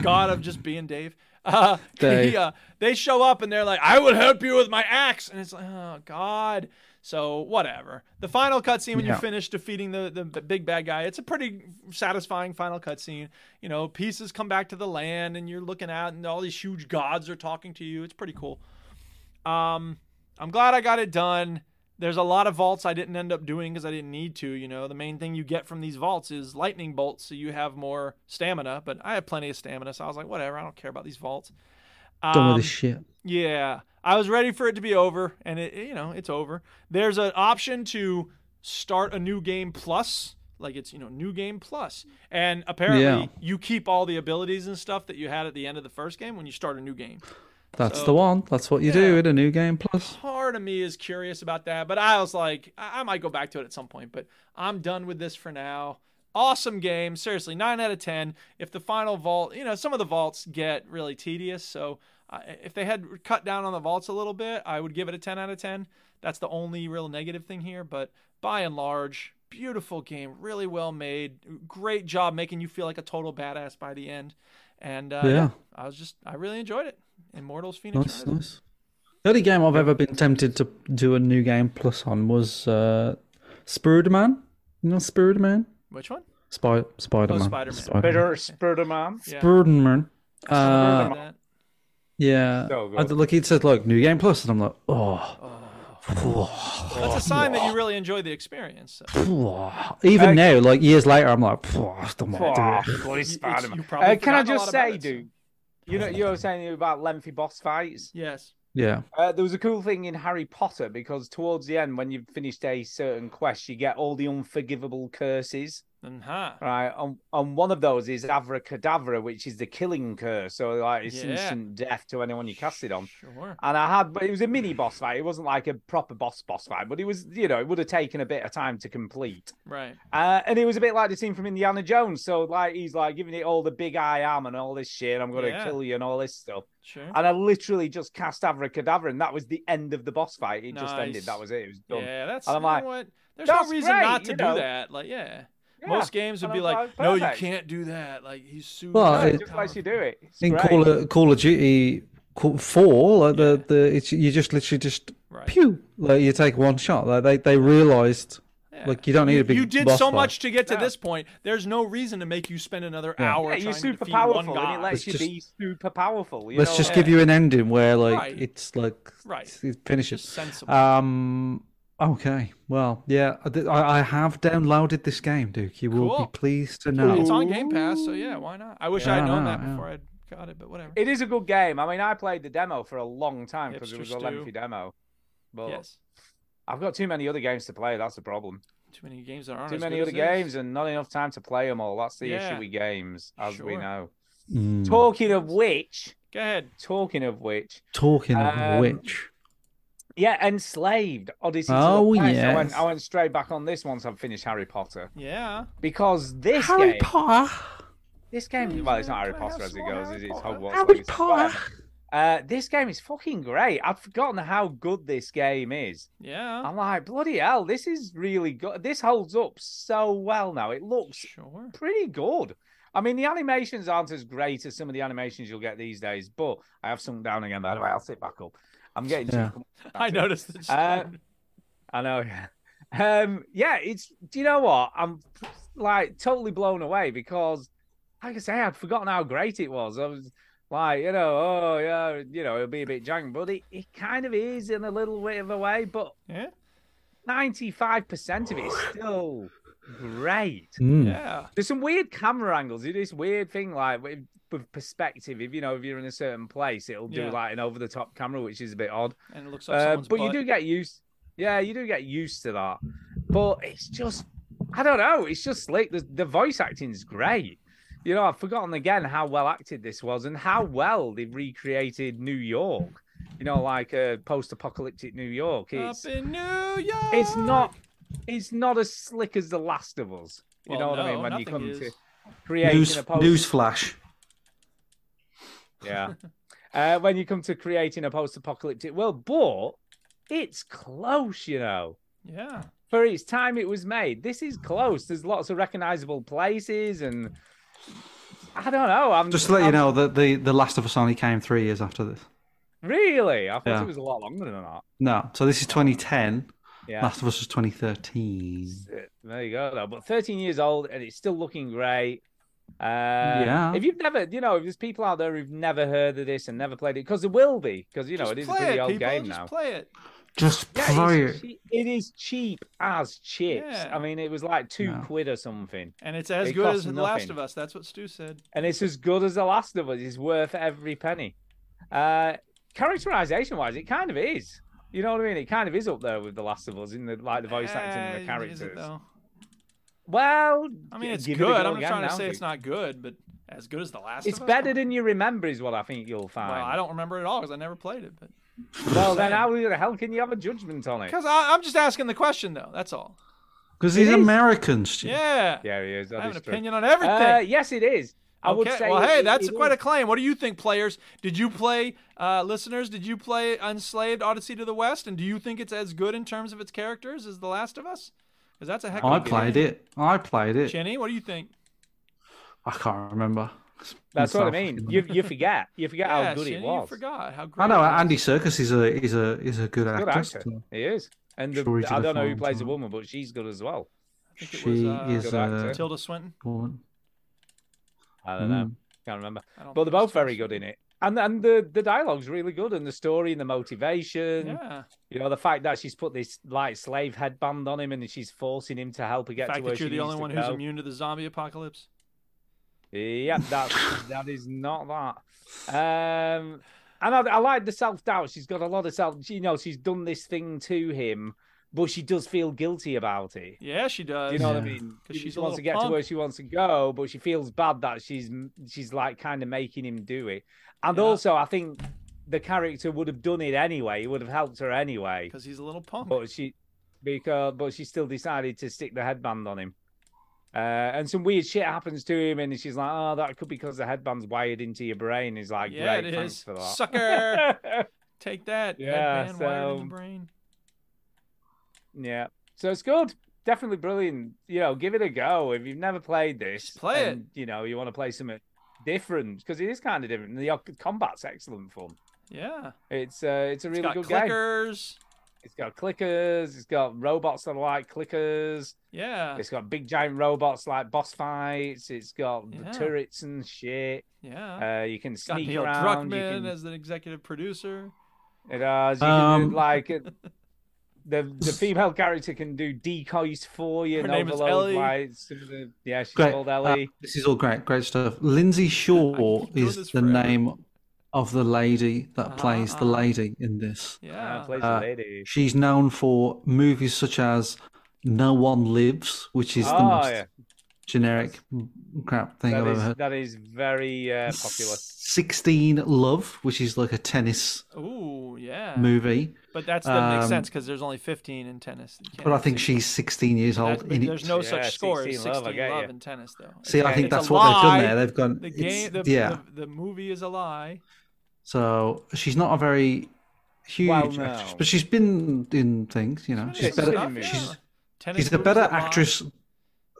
Speaker 1: god of just being Dave. Uh,
Speaker 4: Dave.
Speaker 1: he, uh, they show up and they're like, "I will help you with my axe," and it's like, "Oh God." So whatever. The final cutscene when
Speaker 4: Yeah.
Speaker 1: you finish defeating the, the the big bad guy, it's a pretty satisfying final cutscene. You know, pieces come back to the land, and you're looking out, and all these huge gods are talking to you. It's pretty cool. Um, I'm glad I got it done. There's a lot of vaults I didn't end up doing because I didn't need to. You know, the main thing you get from these vaults is lightning bolts, so you have more stamina. But I have plenty of stamina, so I was like, whatever. I don't care about these vaults.
Speaker 4: Done with
Speaker 1: Um,
Speaker 4: this shit.
Speaker 1: yeah, I was ready for it to be over, and it you know it's over. There's an option to start a new game plus, like it's you know new game plus, and apparently
Speaker 4: Yeah.
Speaker 1: you keep all the abilities and stuff that you had at the end of the first game when you start a new game.
Speaker 4: That's
Speaker 1: So-
Speaker 4: the one. That's what you do in a new game plus.
Speaker 1: Part of me is curious about that, but I was like, I, I might go back to it at some point, but I'm done with this for now. Awesome game, seriously, nine out of ten. If the final vault, you know, some of the vaults get really tedious, so uh, if they had cut down on the vaults a little bit, I would give it a ten out of ten. That's the only real negative thing here, but by and large, beautiful game, really well made, great job making you feel like a total badass by the end. And uh,
Speaker 4: Yeah.
Speaker 1: yeah, I was just, I really enjoyed it. Immortals Phoenix.
Speaker 4: Nice,
Speaker 1: Rising.
Speaker 4: nice. The only game I've ever been tempted to do a new game plus on was uh, Spider Man. You know Spider Man?
Speaker 1: Which one?
Speaker 4: Spider Spider Man.
Speaker 1: Oh, Spider-Man.
Speaker 3: Better Spider-Man.
Speaker 4: Spider-Man.
Speaker 1: Something
Speaker 4: Uh,
Speaker 1: like that.
Speaker 4: yeah.
Speaker 3: So good.
Speaker 4: I, like he said, like new game plus, and I'm like, oh,
Speaker 1: Oh. That's a sign that you really enjoyed the experience. so.
Speaker 4: even now, like years later, I'm like, "Phew, I don't want to do
Speaker 3: Oh,
Speaker 4: it.
Speaker 3: bloody Spider-Man.
Speaker 1: you probably
Speaker 3: Uh, can
Speaker 1: forgotten
Speaker 3: I
Speaker 1: a
Speaker 3: just
Speaker 1: lot about
Speaker 3: say,
Speaker 1: it, so-
Speaker 3: dude? You know, you were saying about lengthy boss fights.
Speaker 1: Yes.
Speaker 4: Yeah,
Speaker 3: Uh, there was a cool thing in Harry Potter because towards the end, when you've finished a certain quest, you get all the unforgivable curses.
Speaker 1: Uh-huh.
Speaker 3: Right, and, and one of those is Avracadabra, which is the killing curse. So like it's
Speaker 1: Yeah.
Speaker 3: instant death to anyone you cast it on.
Speaker 1: Sure.
Speaker 3: And I had, but it was a mini boss fight. It wasn't like a proper boss boss fight, but it was, you know, it would have taken a bit of time to complete.
Speaker 1: Right.
Speaker 3: Uh, and it was a bit like the scene from Indiana Jones. So like he's like giving it all the big I am and all this shit. I'm gonna
Speaker 1: Yeah.
Speaker 3: kill you and all this stuff.
Speaker 1: Sure.
Speaker 3: And I literally just cast Avracadabra, and that was the end of the boss fight. It just ended.
Speaker 1: Nice.
Speaker 3: That was it. It was done.
Speaker 1: Yeah, that's
Speaker 3: And
Speaker 1: you
Speaker 3: I'm
Speaker 1: know
Speaker 3: like,
Speaker 1: what. There's
Speaker 3: "That's
Speaker 1: no reason
Speaker 3: great,"
Speaker 1: not to
Speaker 3: you
Speaker 1: do
Speaker 3: know?
Speaker 1: that. Like, yeah.
Speaker 3: Yeah.
Speaker 1: Most games would
Speaker 3: And
Speaker 1: be
Speaker 3: I'm
Speaker 1: like,
Speaker 3: like,
Speaker 1: no, you
Speaker 3: "Perfect."
Speaker 1: can't do that. Like, he's super.
Speaker 4: Well,
Speaker 3: No,
Speaker 4: Uh, it-
Speaker 3: just lets you do it. It's
Speaker 4: In
Speaker 3: great.
Speaker 4: Call of, Call of Duty Call- Four, like the the it's, you just literally just pew, like you take one shot. Like they they realized, like you don't need a big.
Speaker 1: you did
Speaker 4: boss
Speaker 1: so
Speaker 4: fight.
Speaker 1: much to get to this point. There's no reason to make you spend another
Speaker 4: Yeah.
Speaker 1: hour
Speaker 3: Yeah, you're
Speaker 1: trying to
Speaker 3: super
Speaker 1: defeat one
Speaker 3: powerful,
Speaker 1: guy.
Speaker 3: and it lets you
Speaker 4: just-
Speaker 3: be super powerful. You
Speaker 4: Let's
Speaker 3: know?
Speaker 4: just give you an ending where like
Speaker 1: Right.
Speaker 4: it's like
Speaker 1: Right.
Speaker 4: it's- it finishes.
Speaker 1: Just sensible.
Speaker 4: Um. Okay. Well, yeah, I did- I, I have downloaded this game, Duke. You will
Speaker 1: Cool.
Speaker 4: be pleased to know.
Speaker 1: It's on Game Pass, so yeah, why not? I wish
Speaker 4: Yeah,
Speaker 1: I'd
Speaker 4: I
Speaker 1: known
Speaker 4: know,
Speaker 1: that
Speaker 4: yeah.
Speaker 1: before I'd got it, but whatever.
Speaker 3: It is a good game. I mean, I played the demo for a long time because
Speaker 1: Hipsters
Speaker 3: it was a
Speaker 1: do.
Speaker 3: lengthy demo. But
Speaker 1: Yes.
Speaker 3: I've got too many other games to play. That's the problem.
Speaker 1: Too many games that aren't
Speaker 3: Too
Speaker 1: as
Speaker 3: many
Speaker 1: Oh, good
Speaker 3: other
Speaker 1: as this.
Speaker 3: games and not enough time to play them all. That's the
Speaker 1: Yeah.
Speaker 3: issue with games, as we
Speaker 1: Sure.
Speaker 3: know.
Speaker 4: Mm.
Speaker 3: Talking of which,
Speaker 1: Go ahead.
Speaker 3: talking of which,
Speaker 4: Talking
Speaker 3: Um,
Speaker 4: of which,
Speaker 3: yeah, Enslaved Odyssey. to the
Speaker 4: Oh,
Speaker 3: West. I went,
Speaker 4: yes.
Speaker 3: I went straight back on this once I've finished Harry Potter
Speaker 1: Yeah.
Speaker 3: because this
Speaker 4: Harry
Speaker 3: game,
Speaker 4: Potter.
Speaker 3: this game, well, it's not Harry Potter as it goes, is it? it's Hogwarts.
Speaker 4: Harry
Speaker 3: Legacy,
Speaker 4: Potter.
Speaker 3: whatever. Uh, this game is fucking great. I've forgotten how good this game is.
Speaker 1: Yeah.
Speaker 3: I'm like, bloody hell, this is really good. This holds up so well now. It looks
Speaker 1: Sure.
Speaker 3: pretty good. I mean, the animations aren't as great as some of the animations you'll get these days, but I have sunk down again, by the way. I'll sit back up. I'm getting
Speaker 4: Yeah.
Speaker 3: too.
Speaker 1: I noticed this.
Speaker 3: Uh, I know. yeah. Um, yeah, it's. Do you know what? I'm like totally blown away because, like I say, I'd forgotten how great it was. I was Like, you know, oh, yeah, you know, it'll be a bit jank, but it, it kind of is in a little bit of a way, but
Speaker 1: yeah.
Speaker 3: 95% of it is still great.
Speaker 1: Mm. Yeah.
Speaker 3: There's some weird camera angles. You do this weird thing, like, with, with perspective, if you know, if you're in a certain place, it'll do
Speaker 1: Yeah.
Speaker 3: like an over the top camera, which is a bit odd. Uh,
Speaker 1: And it looks like someone's
Speaker 3: But you
Speaker 1: butt.
Speaker 3: do get used, yeah, you do get used to that. But it's just, I don't know, it's just slick. The, the voice acting's great. You know, I've forgotten again how well acted this was and how well they recreated New York. You know, like uh, post-apocalyptic New York. It's,
Speaker 1: Up in New York.
Speaker 3: it's not it's not as slick as The Last of Us. You
Speaker 1: Well,
Speaker 3: know what I
Speaker 1: no,
Speaker 3: mean? When you
Speaker 1: nothing
Speaker 3: come
Speaker 1: is.
Speaker 3: to creating
Speaker 4: News,
Speaker 3: a post
Speaker 4: news flash.
Speaker 3: Yeah. uh, when you come to creating a post-apocalyptic world, but it's close, you know.
Speaker 1: Yeah.
Speaker 3: For its time it was made. This is close. There's lots of recognizable places and I don't know. I'm
Speaker 4: Just to let you
Speaker 3: I'm-
Speaker 4: know that the, the Last of Us only came three years after this.
Speaker 3: Really? I thought
Speaker 4: Yeah.
Speaker 3: it was a lot longer than that.
Speaker 4: No, so this is 2010.
Speaker 3: Yeah.
Speaker 4: Last of Us was 2013.
Speaker 3: There you go, though. But 13 years old and it's still looking great. Uh,
Speaker 4: Yeah.
Speaker 3: If you've never, you know, if there's people out there who've never heard of this and never played it, because there will be, because you know
Speaker 1: Just
Speaker 3: it is a
Speaker 1: play
Speaker 3: pretty
Speaker 1: it,
Speaker 3: old
Speaker 1: people.
Speaker 3: game
Speaker 1: Just
Speaker 3: now.
Speaker 1: play it.
Speaker 4: Just play
Speaker 3: it's
Speaker 4: it.
Speaker 3: cheap- it is cheap as chips.
Speaker 1: Yeah.
Speaker 3: I mean, it was like two
Speaker 4: No.
Speaker 3: quid or something,
Speaker 1: And it's as
Speaker 3: It
Speaker 1: good as
Speaker 3: costs
Speaker 1: The Last
Speaker 3: nothing.
Speaker 1: of Us. That's what Stu said.
Speaker 3: and it's as good as The Last of Us. It's worth every penny. Uh, characterization wise, it kind of is. You know what I mean? It kind of is up there with The Last of Us in the like the voice acting and the
Speaker 1: Eh, is
Speaker 3: characters.
Speaker 1: it though?
Speaker 3: Well,
Speaker 1: I mean,
Speaker 3: g-
Speaker 1: it's
Speaker 3: give it a
Speaker 1: good.
Speaker 3: go
Speaker 1: I'm not
Speaker 3: again
Speaker 1: trying to
Speaker 3: now,
Speaker 1: say
Speaker 3: dude.
Speaker 1: it's not good, but as good as The Last
Speaker 3: It's
Speaker 1: of Us.
Speaker 3: better than you remember, is what I think you'll
Speaker 1: Well, I
Speaker 3: find.
Speaker 1: don't remember it all because I never played it. But
Speaker 3: Well, then how the hell can you have a judgment on it?
Speaker 1: because I'm just asking the question though. That's all.
Speaker 4: Because he's
Speaker 3: It is.
Speaker 4: American, Stu.
Speaker 1: Yeah.
Speaker 3: Yeah, he is. that
Speaker 1: I have
Speaker 3: is
Speaker 1: an
Speaker 3: true.
Speaker 1: opinion on everything.
Speaker 3: Uh, yes, it is. I
Speaker 1: okay.
Speaker 3: would say.
Speaker 1: well, hey,
Speaker 3: it-
Speaker 1: that's
Speaker 3: it
Speaker 1: quite
Speaker 3: is.
Speaker 1: a claim. What do you think, players? Did you play, uh, listeners? Did you play Unslaved: Odyssey to the West? And do you think it's as good in terms of its characters as The Last of Us? Because that's a heck. of
Speaker 4: I
Speaker 1: a game.
Speaker 4: played it. I played it.
Speaker 1: Chinny, what do you think?
Speaker 4: I can't remember. It's
Speaker 3: That's what I
Speaker 4: myself.
Speaker 3: mean. You you forget. You forget
Speaker 1: Yeah,
Speaker 3: how good it
Speaker 1: Chinny, You
Speaker 3: was.
Speaker 1: forgot how great.
Speaker 4: I know
Speaker 1: it was.
Speaker 4: Andy Circus is a is a is a good
Speaker 3: Good
Speaker 4: actor.
Speaker 3: actor.
Speaker 4: so
Speaker 3: He is. And the,
Speaker 4: Story to
Speaker 3: I
Speaker 4: the
Speaker 3: don't know who
Speaker 4: farm
Speaker 3: plays the
Speaker 4: time.
Speaker 3: woman, but she's good as well.
Speaker 1: I think it was,
Speaker 4: She
Speaker 1: uh,
Speaker 4: is
Speaker 3: good actor. uh,
Speaker 4: a
Speaker 1: Tilda Swinton.
Speaker 4: woman.
Speaker 3: I don't know.
Speaker 4: Mm.
Speaker 3: Can't remember.
Speaker 1: I don't
Speaker 3: But
Speaker 1: think
Speaker 3: they're
Speaker 1: it was
Speaker 3: both very good in it. And and the the dialogue's really good, and the story and the motivation.
Speaker 1: Yeah.
Speaker 3: You know the fact that she's put this like slave headband on him, and she's forcing him to help her
Speaker 1: The
Speaker 3: get to
Speaker 1: fact
Speaker 3: where
Speaker 1: that
Speaker 3: she
Speaker 1: you're the
Speaker 3: needs
Speaker 1: only
Speaker 3: to
Speaker 1: one who's
Speaker 3: go.
Speaker 1: immune to the zombie apocalypse.
Speaker 3: Yeah, that that is not that. Um, and I, I like the self doubt. She's got a lot of self. You know, she's done this thing to him, but she does feel guilty about it.
Speaker 1: Yeah, she does.
Speaker 3: Do you know what I
Speaker 4: Yeah.
Speaker 3: mean?
Speaker 1: 'Cause she's
Speaker 3: she
Speaker 1: a
Speaker 3: wants to
Speaker 1: little
Speaker 3: get to
Speaker 1: punk.
Speaker 3: where she wants to go, but she feels bad that she's she's like kind of making him do it. And
Speaker 1: Yeah.
Speaker 3: also, I think the character would have done it anyway. It would have helped her anyway.
Speaker 1: Because he's a little punk.
Speaker 3: But she, because but she still decided to stick the headband on him. Uh, and some weird shit happens to him, and she's like, "Oh, that could be because the headband's wired into your brain." He's like,
Speaker 1: yeah,
Speaker 3: "Great,
Speaker 1: it
Speaker 3: thanks
Speaker 1: is.
Speaker 3: for that."
Speaker 1: Sucker. Take that.
Speaker 3: Yeah,
Speaker 1: headband wired in the
Speaker 3: so-
Speaker 1: brain.
Speaker 3: yeah, so it's good, definitely brilliant. You know, give it a go if you've never played this.
Speaker 1: play it.
Speaker 3: and, You know, you want to play something different because it is kind of different. The op- combat's excellent fun.
Speaker 1: Yeah.
Speaker 3: It's uh, it's a really
Speaker 1: it's got
Speaker 3: good game.
Speaker 1: clickers.
Speaker 3: It's got clickers. It's got robots that are like clickers.
Speaker 1: Yeah.
Speaker 3: It's got big giant robots like boss fights. It's got the
Speaker 1: Yeah.
Speaker 3: turrets and shit.
Speaker 1: yeah.
Speaker 3: Uh, you can
Speaker 1: it's got
Speaker 3: sneak
Speaker 1: Neil
Speaker 3: around. You
Speaker 1: Druckmann
Speaker 3: can,
Speaker 1: as the executive producer.
Speaker 3: it does. You can
Speaker 4: Um,
Speaker 3: do, like it- the the female character can do decoys for you.
Speaker 1: Her
Speaker 3: and
Speaker 1: name is
Speaker 3: overload,
Speaker 1: Ellie.
Speaker 3: like, some of the- yeah, she's
Speaker 4: Great.
Speaker 3: called
Speaker 4: Uh,
Speaker 3: Ellie.
Speaker 4: this is all great. Great stuff. Lindsay Shaw
Speaker 1: could do
Speaker 4: is
Speaker 1: this
Speaker 4: the
Speaker 1: forever.
Speaker 4: name of the lady that
Speaker 3: Ah,
Speaker 1: Uh-huh,
Speaker 4: plays the
Speaker 1: uh-huh.
Speaker 4: lady in this.
Speaker 1: Yeah.
Speaker 3: Uh, plays
Speaker 4: Uh,
Speaker 3: the lady.
Speaker 4: She's known for movies such as No One Lives, which is the
Speaker 3: Oh,
Speaker 4: most
Speaker 3: yeah.
Speaker 4: generic crap thing
Speaker 3: That
Speaker 4: I've ever
Speaker 3: is,
Speaker 4: heard.
Speaker 3: that is very uh, popular.
Speaker 4: 16 Love, which is like a tennis
Speaker 1: Ooh,
Speaker 3: Ah,
Speaker 1: yeah.
Speaker 4: movie.
Speaker 1: But that doesn't make
Speaker 4: Um,
Speaker 1: sense because there's only 15 in tennis. You can't
Speaker 4: But I
Speaker 1: have
Speaker 4: think
Speaker 1: 16.
Speaker 4: she's 16 years
Speaker 1: That's-
Speaker 4: old.
Speaker 1: but
Speaker 4: in
Speaker 1: there's
Speaker 4: it.
Speaker 1: no
Speaker 3: Yeah,
Speaker 1: such score as
Speaker 3: 16
Speaker 1: 16
Speaker 3: love, I
Speaker 1: love,
Speaker 3: get ya.
Speaker 1: in tennis, though. It's-
Speaker 4: See, I
Speaker 3: Yeah,
Speaker 4: think
Speaker 1: it's a
Speaker 4: that's what they've done
Speaker 1: lie.
Speaker 4: there. They've gone,
Speaker 1: The
Speaker 4: it's-
Speaker 1: game, the,
Speaker 4: yeah.
Speaker 1: the, the movie is a lie.
Speaker 4: So she's not a very huge
Speaker 3: Well,
Speaker 4: actress,
Speaker 3: no.
Speaker 4: but she's been in things. You know,
Speaker 1: It's
Speaker 4: she's
Speaker 3: been in
Speaker 4: better.
Speaker 3: stuff,
Speaker 4: She's
Speaker 3: yeah.
Speaker 1: Tennis
Speaker 4: she's a
Speaker 1: movies
Speaker 4: better
Speaker 1: are lie.
Speaker 4: actress.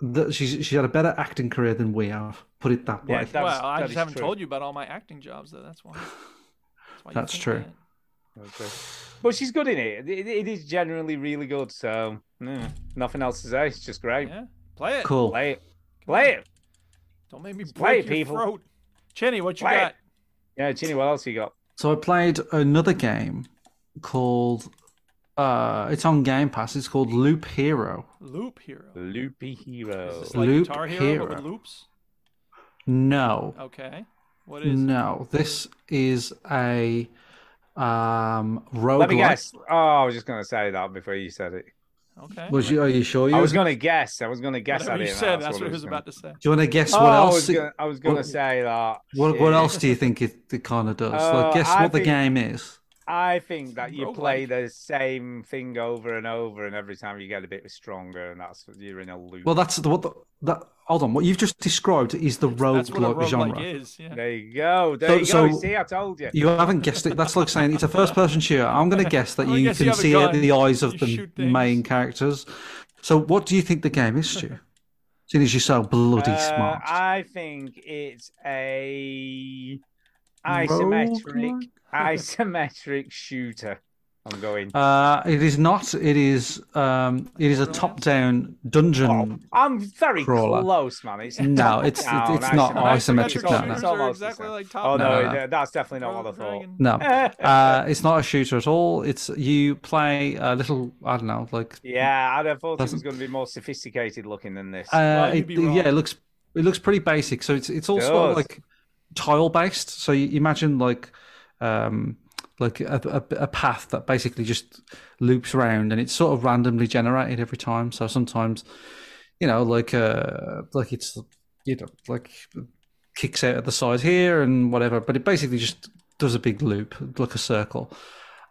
Speaker 4: That she's she had a better acting career than we have. Put it that
Speaker 3: Yeah,
Speaker 4: way.
Speaker 3: That's-
Speaker 1: well, I
Speaker 3: that
Speaker 1: just
Speaker 3: is
Speaker 1: haven't
Speaker 3: true.
Speaker 1: told you about all my acting jobs, though. That's why. That's, why you
Speaker 4: That's
Speaker 1: think
Speaker 4: true.
Speaker 1: that.
Speaker 3: Okay. But she's good in it. It, it is generally really good. So mm, nothing else to say. It's just great.
Speaker 1: Yeah, play it.
Speaker 4: Cool.
Speaker 3: Play it. Play it.
Speaker 1: Don't make me
Speaker 3: play
Speaker 1: break
Speaker 3: it,
Speaker 1: your
Speaker 3: people.
Speaker 1: throat. Chinny, what you
Speaker 3: Play it.
Speaker 1: got?
Speaker 3: Yeah, Ginny, what else you got?
Speaker 4: So I played another game called. Uh, it's on Game Pass. It's called Loop Hero.
Speaker 1: Loop Hero.
Speaker 3: Loopy Hero.
Speaker 1: It's like
Speaker 4: Loop
Speaker 1: Guitar Hero, but with
Speaker 4: Hero.
Speaker 1: loops.
Speaker 4: No,
Speaker 1: Okay. What is?
Speaker 4: no. This is a um, roguelike.
Speaker 3: Let me guess. Oh, I was just going to say that before you said it.
Speaker 1: Okay.
Speaker 4: Was you? Are you sure? You
Speaker 3: I was going to guess. I was going to guess
Speaker 1: Whatever
Speaker 3: at
Speaker 1: you
Speaker 3: it.
Speaker 1: said,
Speaker 3: That's
Speaker 1: that's
Speaker 3: what
Speaker 1: what
Speaker 3: I
Speaker 1: I was
Speaker 3: gonna-
Speaker 1: about to say.
Speaker 4: Do you want to guess
Speaker 3: Oh,
Speaker 4: what
Speaker 3: I
Speaker 4: else?
Speaker 3: was
Speaker 4: it-
Speaker 3: gonna- I was going to
Speaker 4: what-
Speaker 3: say that.
Speaker 4: What, what else do you think it, it kind of does?
Speaker 3: Uh,
Speaker 4: like, guess
Speaker 3: I
Speaker 4: what the
Speaker 3: think-
Speaker 4: game is.
Speaker 3: I think that you play the same thing over and over, and every time you get a bit stronger, and that's you're in a loop.
Speaker 4: Well, that's the, what the, that. Hold on, what you've just described is the
Speaker 3: That's what a
Speaker 4: roguelike
Speaker 3: roguelike
Speaker 4: genre.
Speaker 1: is. Yeah.
Speaker 3: There you go. There
Speaker 4: So-
Speaker 3: you
Speaker 4: so
Speaker 3: go. See, I told you.
Speaker 4: You haven't guessed it. That's like saying it's a first-person shooter. I'm going to guess that
Speaker 3: I'm gonna
Speaker 4: you
Speaker 3: guess you
Speaker 4: can
Speaker 3: have a
Speaker 4: see
Speaker 3: gun,
Speaker 4: out the eyes
Speaker 3: you
Speaker 4: of the
Speaker 3: shoot things.
Speaker 4: main characters. So, what do you think the game is, Stu? Seeing as you're so bloody
Speaker 3: Uh,
Speaker 4: smart,
Speaker 3: I think it's a isometric isometric shooter. I'm going.
Speaker 4: uh, it is not. It is. Um, it is a top-down dungeon.
Speaker 3: I'm very
Speaker 4: Mm, Crawler.
Speaker 3: close, man. It's
Speaker 4: No,
Speaker 3: top
Speaker 4: it's-
Speaker 3: down,
Speaker 4: it's- it's not isometric,
Speaker 3: It's
Speaker 4: no,
Speaker 3: almost-
Speaker 4: no.
Speaker 3: it's
Speaker 4: Shooters are
Speaker 3: almost the
Speaker 1: exactly
Speaker 3: same.
Speaker 1: like
Speaker 3: Oh
Speaker 1: top
Speaker 3: no,
Speaker 4: down.
Speaker 3: it- that's definitely not what I thought.
Speaker 4: No, uh, it's not a shooter at all. It's you play a little. I don't know, like
Speaker 3: Yeah, I thought it was
Speaker 4: Doesn't-
Speaker 3: going to be more sophisticated looking than this.
Speaker 4: Uh, it, yeah, it looks it looks pretty basic. So it's it's all sort
Speaker 3: does.
Speaker 4: of like tile based. So you imagine like um like a, a, a path that basically just loops around and it's sort of randomly generated every time. So sometimes you know like uh like it's you know like kicks out at the side here and whatever, but it basically just does a big loop like a circle.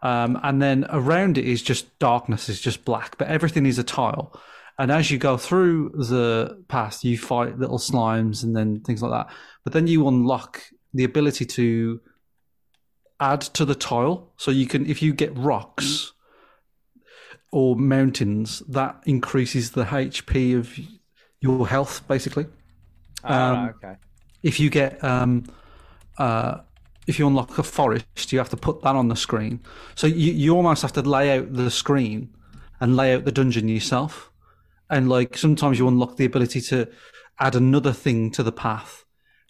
Speaker 4: Um, and then around it is just darkness, is just black, but everything is a tile. And as you go through the path, you fight little slimes and then things like that. But then you unlock the ability to add to the tile. So you can, if you get rocks or mountains, that increases the HP of your health, basically.
Speaker 3: Ah,
Speaker 4: Um,
Speaker 3: okay.
Speaker 4: if you get um, uh, if you unlock a forest, you have to put that on the screen. So you, you almost have to lay out the screen and lay out the dungeon yourself. And like sometimes you unlock the ability to add another thing to the path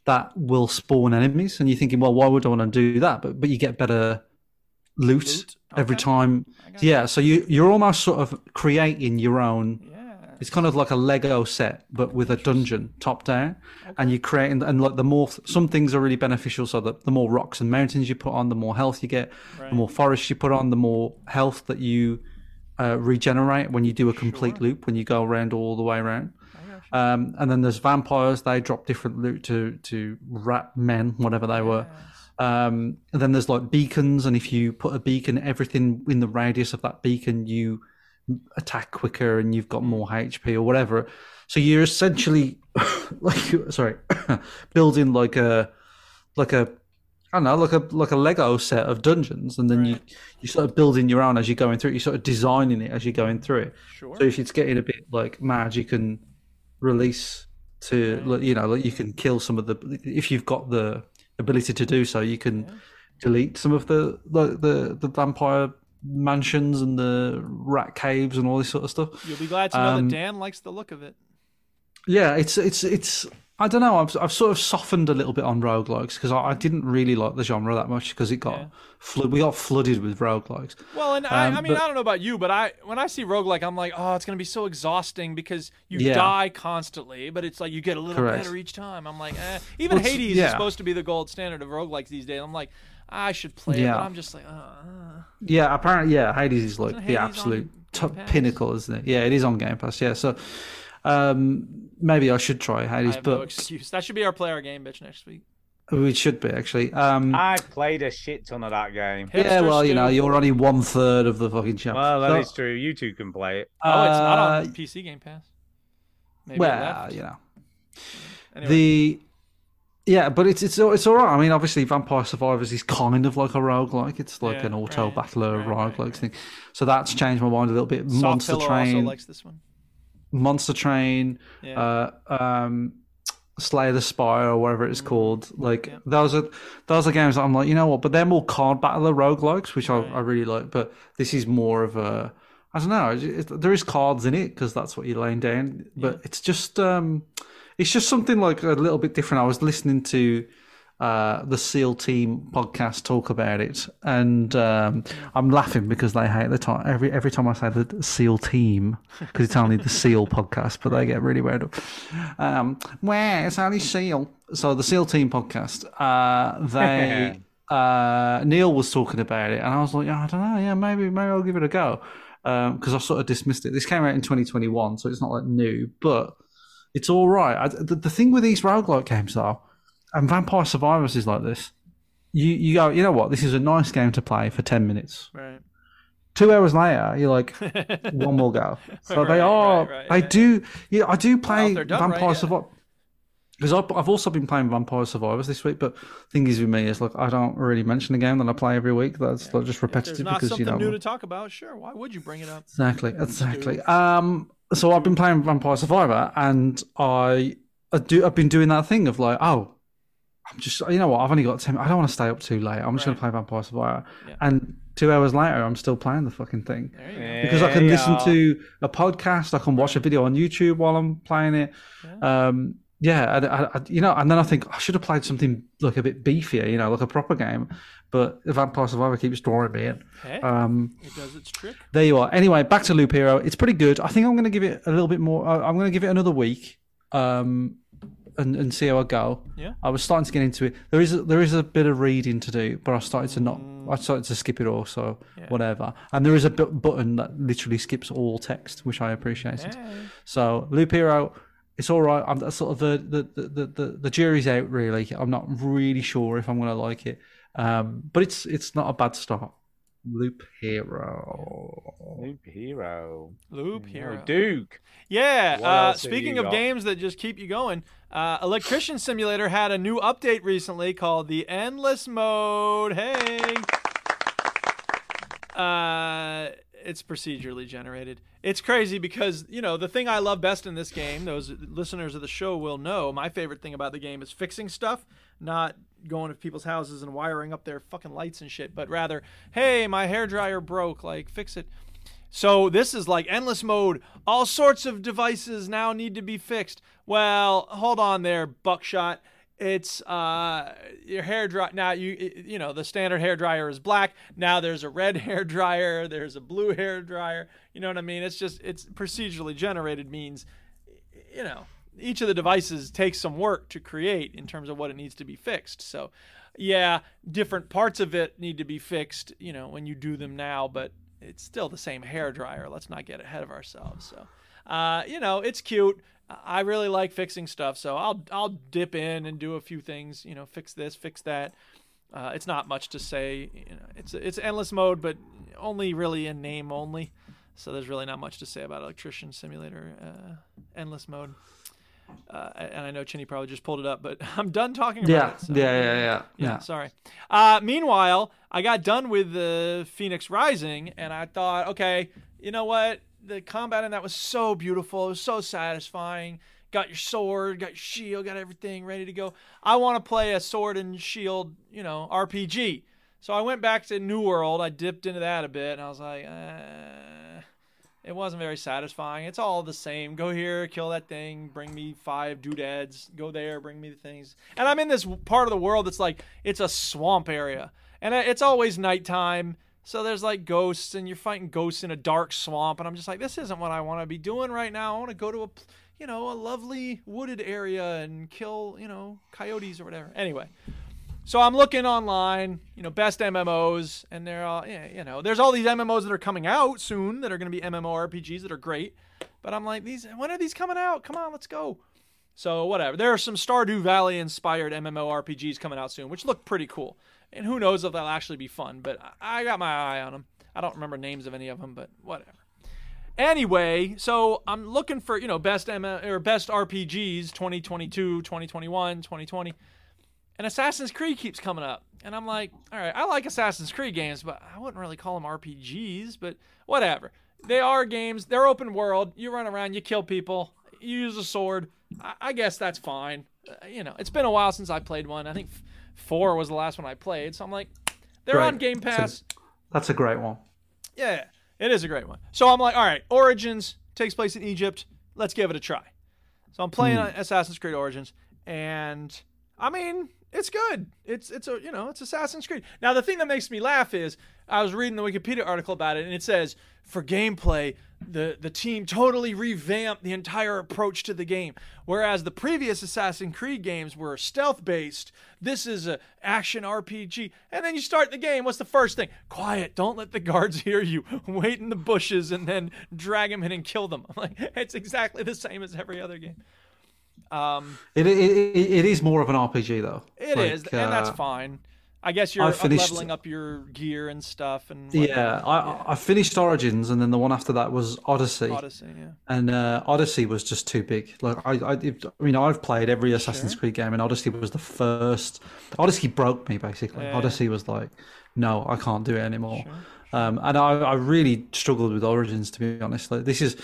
Speaker 4: that will spawn enemies. And you're thinking, well, why would I want to do that? But but you get better loot, every time. Yeah, so you you're almost sort of creating your own. It's kind of like a Lego set, but with a dungeon top down, and you're creating. And like the more some things are really beneficial, so that the more rocks and mountains you put on, the more health you get.
Speaker 1: Right.
Speaker 4: The more forests you put on, the more health that you uh, regenerate when you do a complete loop when you go around all the way around. Um, and then there's vampires; they drop different loot to to rat men, whatever they were. Um, and then there's like beacons, and if you put a beacon, everything in the radius of that beacon, you attack quicker, and you've got more HP or whatever. So you're essentially like you- sorry, building like a like a I don't know, like a like a Lego set of dungeons, and then you you sort of building your own as you're going through. it. You're sort of designing it as you're going through it.
Speaker 1: Sure.
Speaker 4: So if it's getting a bit like mad, you can release to like, you know like you can kill some of the if you've got the ability to do so, you can delete some of the like the the vampire mansions and the rat caves and all this sort of stuff.
Speaker 1: You'll be glad to know
Speaker 4: Um,
Speaker 1: that Dan likes the look of it.
Speaker 4: yeah, it's it's it's. I don't know. I've I've sort of softened a little bit on roguelikes because I, I didn't really like the genre that much because it got flood. We got flooded with roguelikes.
Speaker 1: Well, and I,
Speaker 4: Um,
Speaker 1: I mean,
Speaker 4: but-
Speaker 1: I don't know about you, but I when I see roguelike, I'm like, oh, it's going to be so exhausting because you
Speaker 4: Yeah.
Speaker 1: die constantly, but it's like you get a little
Speaker 4: Correct.
Speaker 1: better each time. I'm like, eh. even
Speaker 4: Well, it's-
Speaker 1: Hades
Speaker 4: yeah.
Speaker 1: is supposed to be the gold standard of roguelikes these days. I'm like, I should play it,
Speaker 4: Yeah.
Speaker 1: but I'm just like, uh,
Speaker 4: Yeah, apparently, yeah, Hades is like
Speaker 1: Isn't
Speaker 4: the
Speaker 1: Hades on
Speaker 4: absolute
Speaker 1: Game
Speaker 4: top
Speaker 1: Pass?
Speaker 4: pinnacle, isn't it? Yeah, it is on Game Pass. Yeah, so um, maybe I should try
Speaker 1: I
Speaker 4: Hades,
Speaker 1: have no
Speaker 4: but
Speaker 1: excuse. That should be our player game, bitch, next week.
Speaker 4: we should be actually. Um,
Speaker 3: I played a shit ton of that game.
Speaker 4: yeah, well, you know, you're only one third of the fucking champ.
Speaker 3: Well, that
Speaker 4: So-
Speaker 3: is true. You two can play it.
Speaker 1: oh, it's not on
Speaker 4: Uh,
Speaker 1: PC Game Pass. Maybe it
Speaker 4: well,
Speaker 1: left.
Speaker 4: you know,
Speaker 1: Anyway.
Speaker 4: the yeah, but it's it's it's all right. I mean, obviously, Vampire Survivors is kind of like a roguelike. It's like
Speaker 1: Yeah,
Speaker 4: an auto battler roguelike thing. So that's changed my mind a little bit.
Speaker 1: Soft
Speaker 4: Monster
Speaker 1: Pillow
Speaker 4: Train,
Speaker 1: also likes this one.
Speaker 4: Monster Train,
Speaker 1: Yeah.
Speaker 4: uh, um, Slay the Spire, or whatever it's called. Like those are those are games that I'm like, you know what? But they're more card battler roguelikes, which I, I really like. But this is more of a I don't know. It, it- there is cards in it because that's what you're laying down. But it's just um, it's just something like a little bit different. I was listening to uh, the SEAL Team podcast talk about it, and um, I'm laughing because they hate the time every every time I say the SEAL Team because it's only the SEAL podcast, but they get really wound up. Um, where it's only SEAL. So the SEAL Team podcast, uh, they uh, Neil was talking about it, and I was like, yeah, I don't know, yeah, maybe maybe I'll give it a go because I sort of dismissed it. This came out in 2021, so it's not like new, but it's all right. I, the, the thing with these roguelike games though, and Vampire Survivors is like this. You you go, you know what? This is a nice game to play for 10 minutes.
Speaker 1: Right.
Speaker 4: Two hours later, you're like, one more go. So
Speaker 1: Right,
Speaker 4: they are,
Speaker 1: right, right,
Speaker 4: they
Speaker 1: yeah.
Speaker 4: do. Yeah, I do play
Speaker 1: they're done right,
Speaker 4: Vampire
Speaker 1: yeah.
Speaker 4: Survivors because I've, I've also been playing Vampire Survivors this week. But thing is with me is like I don't really mention a game that I play every week. That's like just
Speaker 1: There's
Speaker 4: repetitive
Speaker 1: not
Speaker 4: because you
Speaker 1: something new
Speaker 4: know
Speaker 1: to talk about. Sure, why would you bring it up?
Speaker 4: Exactly, exactly. Um, so I've been playing Vampire Survivor, and I, I do. I've been doing that thing of like, oh, I'm just, you know what? I've only got ten. I don't want to stay up too late. I'm just going to play Vampire Survivor, and two hours later, I'm still playing the fucking thing because I
Speaker 3: There
Speaker 4: can
Speaker 3: you
Speaker 4: listen
Speaker 3: go.
Speaker 4: to a podcast. I can watch a video on YouTube while I'm playing it. Yeah, um, yeah and I, I, you know, and then I think I should have played something like a bit beefier, you know, like a proper game. But Vampire Survivor keeps drawing me in.
Speaker 1: Hey,
Speaker 4: Um,
Speaker 1: it does its trick.
Speaker 4: there you are. Anyway, back to Loop Hero. It's pretty good. I think I'm going to give it a little bit more. I- I'm going to give it another week, um, and and see how I go.
Speaker 1: Yeah.
Speaker 4: I was starting to get into it. There is a, there is a bit of reading to do, but I started to not.
Speaker 1: Mm.
Speaker 4: I started to skip it all. So whatever. And there is a bu- button that literally skips all text, which I appreciated. So Loop Hero. It's all right. I'm that's sort of the the, the, the, the the jury's out really. I'm not really sure if I'm going to like it, um, but it's it's not a bad start. Loop Hero.
Speaker 3: Loop Hero.
Speaker 1: Loop Hero.
Speaker 3: Duke.
Speaker 1: Yeah.
Speaker 3: What
Speaker 1: Uh,
Speaker 3: else have
Speaker 1: speaking
Speaker 3: you
Speaker 1: of
Speaker 3: got?
Speaker 1: games that just keep you going, uh, Electrician Simulator had a new update recently called the Endless Mode. Hey. Uh, it's procedurally generated. It's crazy because you know the thing I love best in this game. Those listeners of the show will know. My favorite thing about the game is fixing stuff, not going to people's houses and wiring up their fucking lights and shit. But rather, hey, my hairdryer broke. Like, fix it. So this is like endless mode. All sorts of devices now need to be fixed. Well, hold on there, Buckshot. It's uh, your hair dry now. You you know the standard hair dryer is black. Now there's a red hair dryer. There's a blue hair dryer. You know what I mean? It's just it's procedurally generated means, you know, each of the devices takes some work to create in terms of what it needs to be fixed. So, yeah, different parts of it need to be fixed. You know when you do them now, but it's still the same hair dryer. Let's not get ahead of ourselves. So, uh, you know, it's cute. I really like fixing stuff, so I'll I'll dip in and do a few things. You know, fix this, fix that. Uh, it's not much to say. You know, it's it's endless mode, but only really in name only. So there's really not much to say about Electrician Simulator uh, endless mode. Uh, and I know Chinny probably just pulled it up, but I'm done talking about
Speaker 4: Yeah,
Speaker 1: it. so-
Speaker 4: yeah, yeah, yeah, yeah.
Speaker 1: Sorry. Uh, meanwhile, I got done with the Phoenix Rising, and I thought, okay, you know what? The combat in that was so beautiful. It was so satisfying. Got your sword, got your shield, got everything ready to go. I want to play a sword and shield, you know, RPG. So I went back to New World. I dipped into that a bit, and I was like, uh, it wasn't very satisfying. It's all the same. Go here, kill that thing, bring me five doodads. Go there, bring me the things. And I'm in this part of the world that's like it's a swamp area, and I- it's always nighttime. So there's like ghosts, and you're fighting ghosts in a dark swamp. And I'm just like, this isn't what I want to be doing right now. I want to go to a, pl- you know, a lovely wooded area and kill, you know, coyotes or whatever. Anyway. So I'm looking online, you know, best MMOs, and they're all, yeah, you know, there's all these MMOs that are coming out soon that are going to be MMORPGs that are great. But I'm like, these, when are these coming out? Come on, let's go. So whatever. There are some Stardew Valley inspired MMORPGs coming out soon, which look pretty cool. And who knows if they'll actually be fun, but I- I got my eye on them. I don't remember names of any of them, but whatever. Anyway, so I'm looking for, you know, best M- or best RPGs 2022, 2021, 2020 and Assassin's Creed keeps coming up. And I'm like, all right, I like Assassin's Creed games, but I wouldn't really call them RPGs, but whatever. They are games, they're open world. You run around, you kill people, you use a sword. I, I guess that's fine. Uh, you know, it's been a while since I played one. I think f- four was the last one I played. So I'm like, they're
Speaker 4: Great.
Speaker 1: on Game
Speaker 4: So-
Speaker 1: Pass.
Speaker 4: That's a great one.
Speaker 1: Yeah, it is a great one. So I'm like, all right, Origins takes place in Egypt. Let's give it a try. So I'm playing
Speaker 4: Hmm.
Speaker 1: Assassin's Creed Origins, and I mean, It's good. It's it's a you know it's Assassin's Creed. Now the thing that makes me laugh is I was reading the Wikipedia article about it and it says for gameplay the the team totally revamped the entire approach to the game. Whereas the previous Assassin's Creed games were stealth based, this is a action RPG. And then you start the game. What's the first thing? Quiet. Don't let the guards hear you. Wait in the bushes and then drag them in and kill them. I'm like it's exactly the same as every other game. Um,
Speaker 4: It, it, it, it is more of an RPG though.
Speaker 1: it is, and that's fine. I guess you're
Speaker 4: uh, I finished-
Speaker 1: leveling up your gear and stuff, and
Speaker 4: Yeah, I, I finished Origins, and then the one after that was Odyssey.
Speaker 1: Odyssey, yeah.
Speaker 4: And uh, Odyssey was just too big. Like I, I, if- I mean, I've played every Assassin's Creed game, and Odyssey was the first. Odyssey broke me basically.
Speaker 1: Yeah.
Speaker 4: Odyssey was like, no, I can't do it anymore. Um, and I, I really struggled with Origins to be honest. Like this is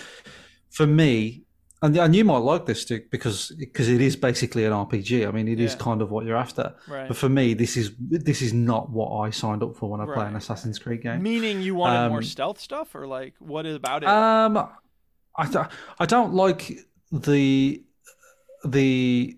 Speaker 4: for me. And, and you might like this, Dick, because because it is basically an RPG. I mean, it is
Speaker 1: Yeah.
Speaker 4: kind of what you're after.
Speaker 1: Right.
Speaker 4: But for me, this is this is not what I signed up for when I play
Speaker 1: Right.
Speaker 4: an Assassin's Creed game.
Speaker 1: Meaning you wanted more
Speaker 4: Um,
Speaker 1: stealth stuff, or like what is about it?
Speaker 4: Um, I th- I don't like the the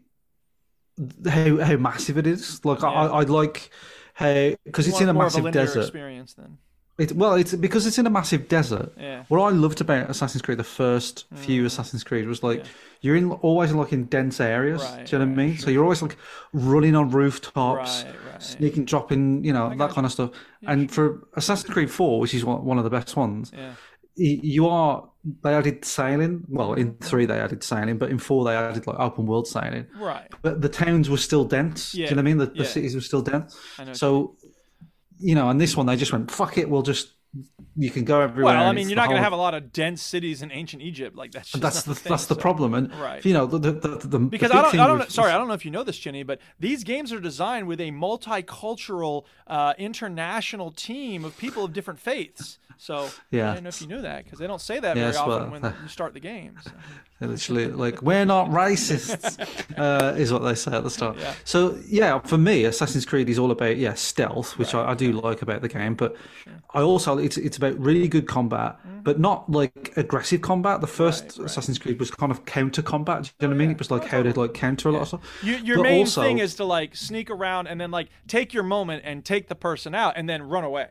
Speaker 4: how how massive it is. Like I I I like how because
Speaker 1: You
Speaker 4: it's in
Speaker 1: want
Speaker 4: a
Speaker 1: more of
Speaker 4: massive
Speaker 1: linear
Speaker 4: desert.
Speaker 1: Experience then.
Speaker 4: It, well, it's because it's in a massive desert.
Speaker 1: Yeah. Mm.
Speaker 4: What I loved about Assassin's Creed, the first few Assassin's Creed, was like you're in always like in dense areas.
Speaker 1: Right,
Speaker 4: do you know what I mean? So you're always like running on rooftops,
Speaker 1: Right, right.
Speaker 4: sneaking, dropping, you know, that kind of stuff. and for Assassin's Creed Four, which is one, one of the best ones,
Speaker 1: Yeah.
Speaker 4: y- you are they added sailing. Well, in three they added sailing, but in four they added like open world sailing.
Speaker 1: Right.
Speaker 4: But the towns were still dense. Do
Speaker 1: Yeah,
Speaker 4: you know what I mean? The, the
Speaker 1: yeah.
Speaker 4: cities were still dense.
Speaker 1: I know what
Speaker 4: so you know, and this one they just went, fuck it, we'll just you can go everywhere.
Speaker 1: Well, I
Speaker 4: and
Speaker 1: mean,
Speaker 4: it's
Speaker 1: you're
Speaker 4: the
Speaker 1: not going to
Speaker 4: whole-
Speaker 1: have a lot of dense cities in ancient Egypt. Like that's just
Speaker 4: That's
Speaker 1: not
Speaker 4: the
Speaker 1: thing,
Speaker 4: that's the
Speaker 1: so-
Speaker 4: problem, and
Speaker 1: right.
Speaker 4: you know the the, the, the
Speaker 1: because
Speaker 4: the big
Speaker 1: I don't,
Speaker 4: thing
Speaker 1: I don't
Speaker 4: with-
Speaker 1: sorry, I don't know if you know this, Jenny, but these games are designed with a multicultural, uh, international team of people of different faiths. So I
Speaker 4: Yeah.
Speaker 1: don't know if you knew that because they don't say that
Speaker 4: Yes,
Speaker 1: very often
Speaker 4: well,
Speaker 1: when you start the games.
Speaker 4: They're literally like we're not racists uh, is what they say at the start so yeah for me assassin's creed is all about yeah stealth which I, I do like about the game but i also it's it's about really good combat
Speaker 1: Mm-hmm.
Speaker 4: but not like aggressive combat the first assassin's creed was kind of counter combat do you know what i mean it was like how to like counter a lot of stuff
Speaker 1: Oh. You, your
Speaker 4: But
Speaker 1: main
Speaker 4: also-
Speaker 1: thing is to like sneak around and then like take your moment and take the person out and then run away.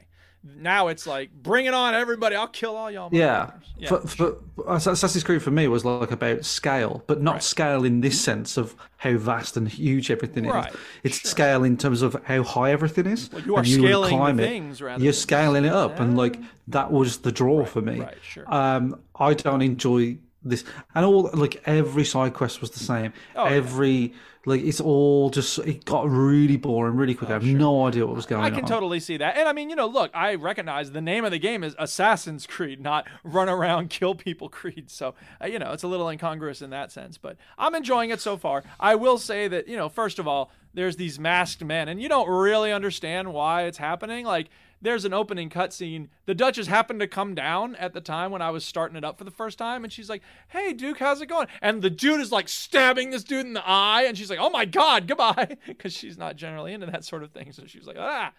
Speaker 1: Now it's like bring it on, everybody! I'll kill all y'all.
Speaker 4: yeah,
Speaker 1: Yeah,
Speaker 4: for, for uh, Assassin's Creed for me was like about scale, but not scale in this sense of how vast and huge everything
Speaker 1: Right,
Speaker 4: is. It's scale in terms of how high everything is.
Speaker 1: Well, you are
Speaker 4: and
Speaker 1: scaling the
Speaker 4: climb it,
Speaker 1: things rather
Speaker 4: You're
Speaker 1: than-
Speaker 4: scaling it up, and like that was the draw for me. Right,
Speaker 1: sure.
Speaker 4: Um, I don't enjoy this, and all like every side quest was the same.
Speaker 1: Oh,
Speaker 4: every like it's all just it got really boring really quick. I have no idea what was going
Speaker 1: Oh, I
Speaker 4: on.
Speaker 1: can totally see that. And I mean, you know, look, I recognize the name of the game is Assassin's Creed, not run around kill people Creed. So, uh, you know, it's a little incongruous in that sense, but I'm enjoying it so far. I will say that, you know, first of all, there's these masked men and you don't really understand why it's happening. Like there's an opening cutscene. The Duchess happened to come down at the time when I was starting it up for the first time, and she's like, "Hey, Duke, how's it going?" And the dude is like stabbing this dude in the eye, and she's like, "Oh my God, goodbye," because she's not generally into that sort of thing. So she's like, "Ah."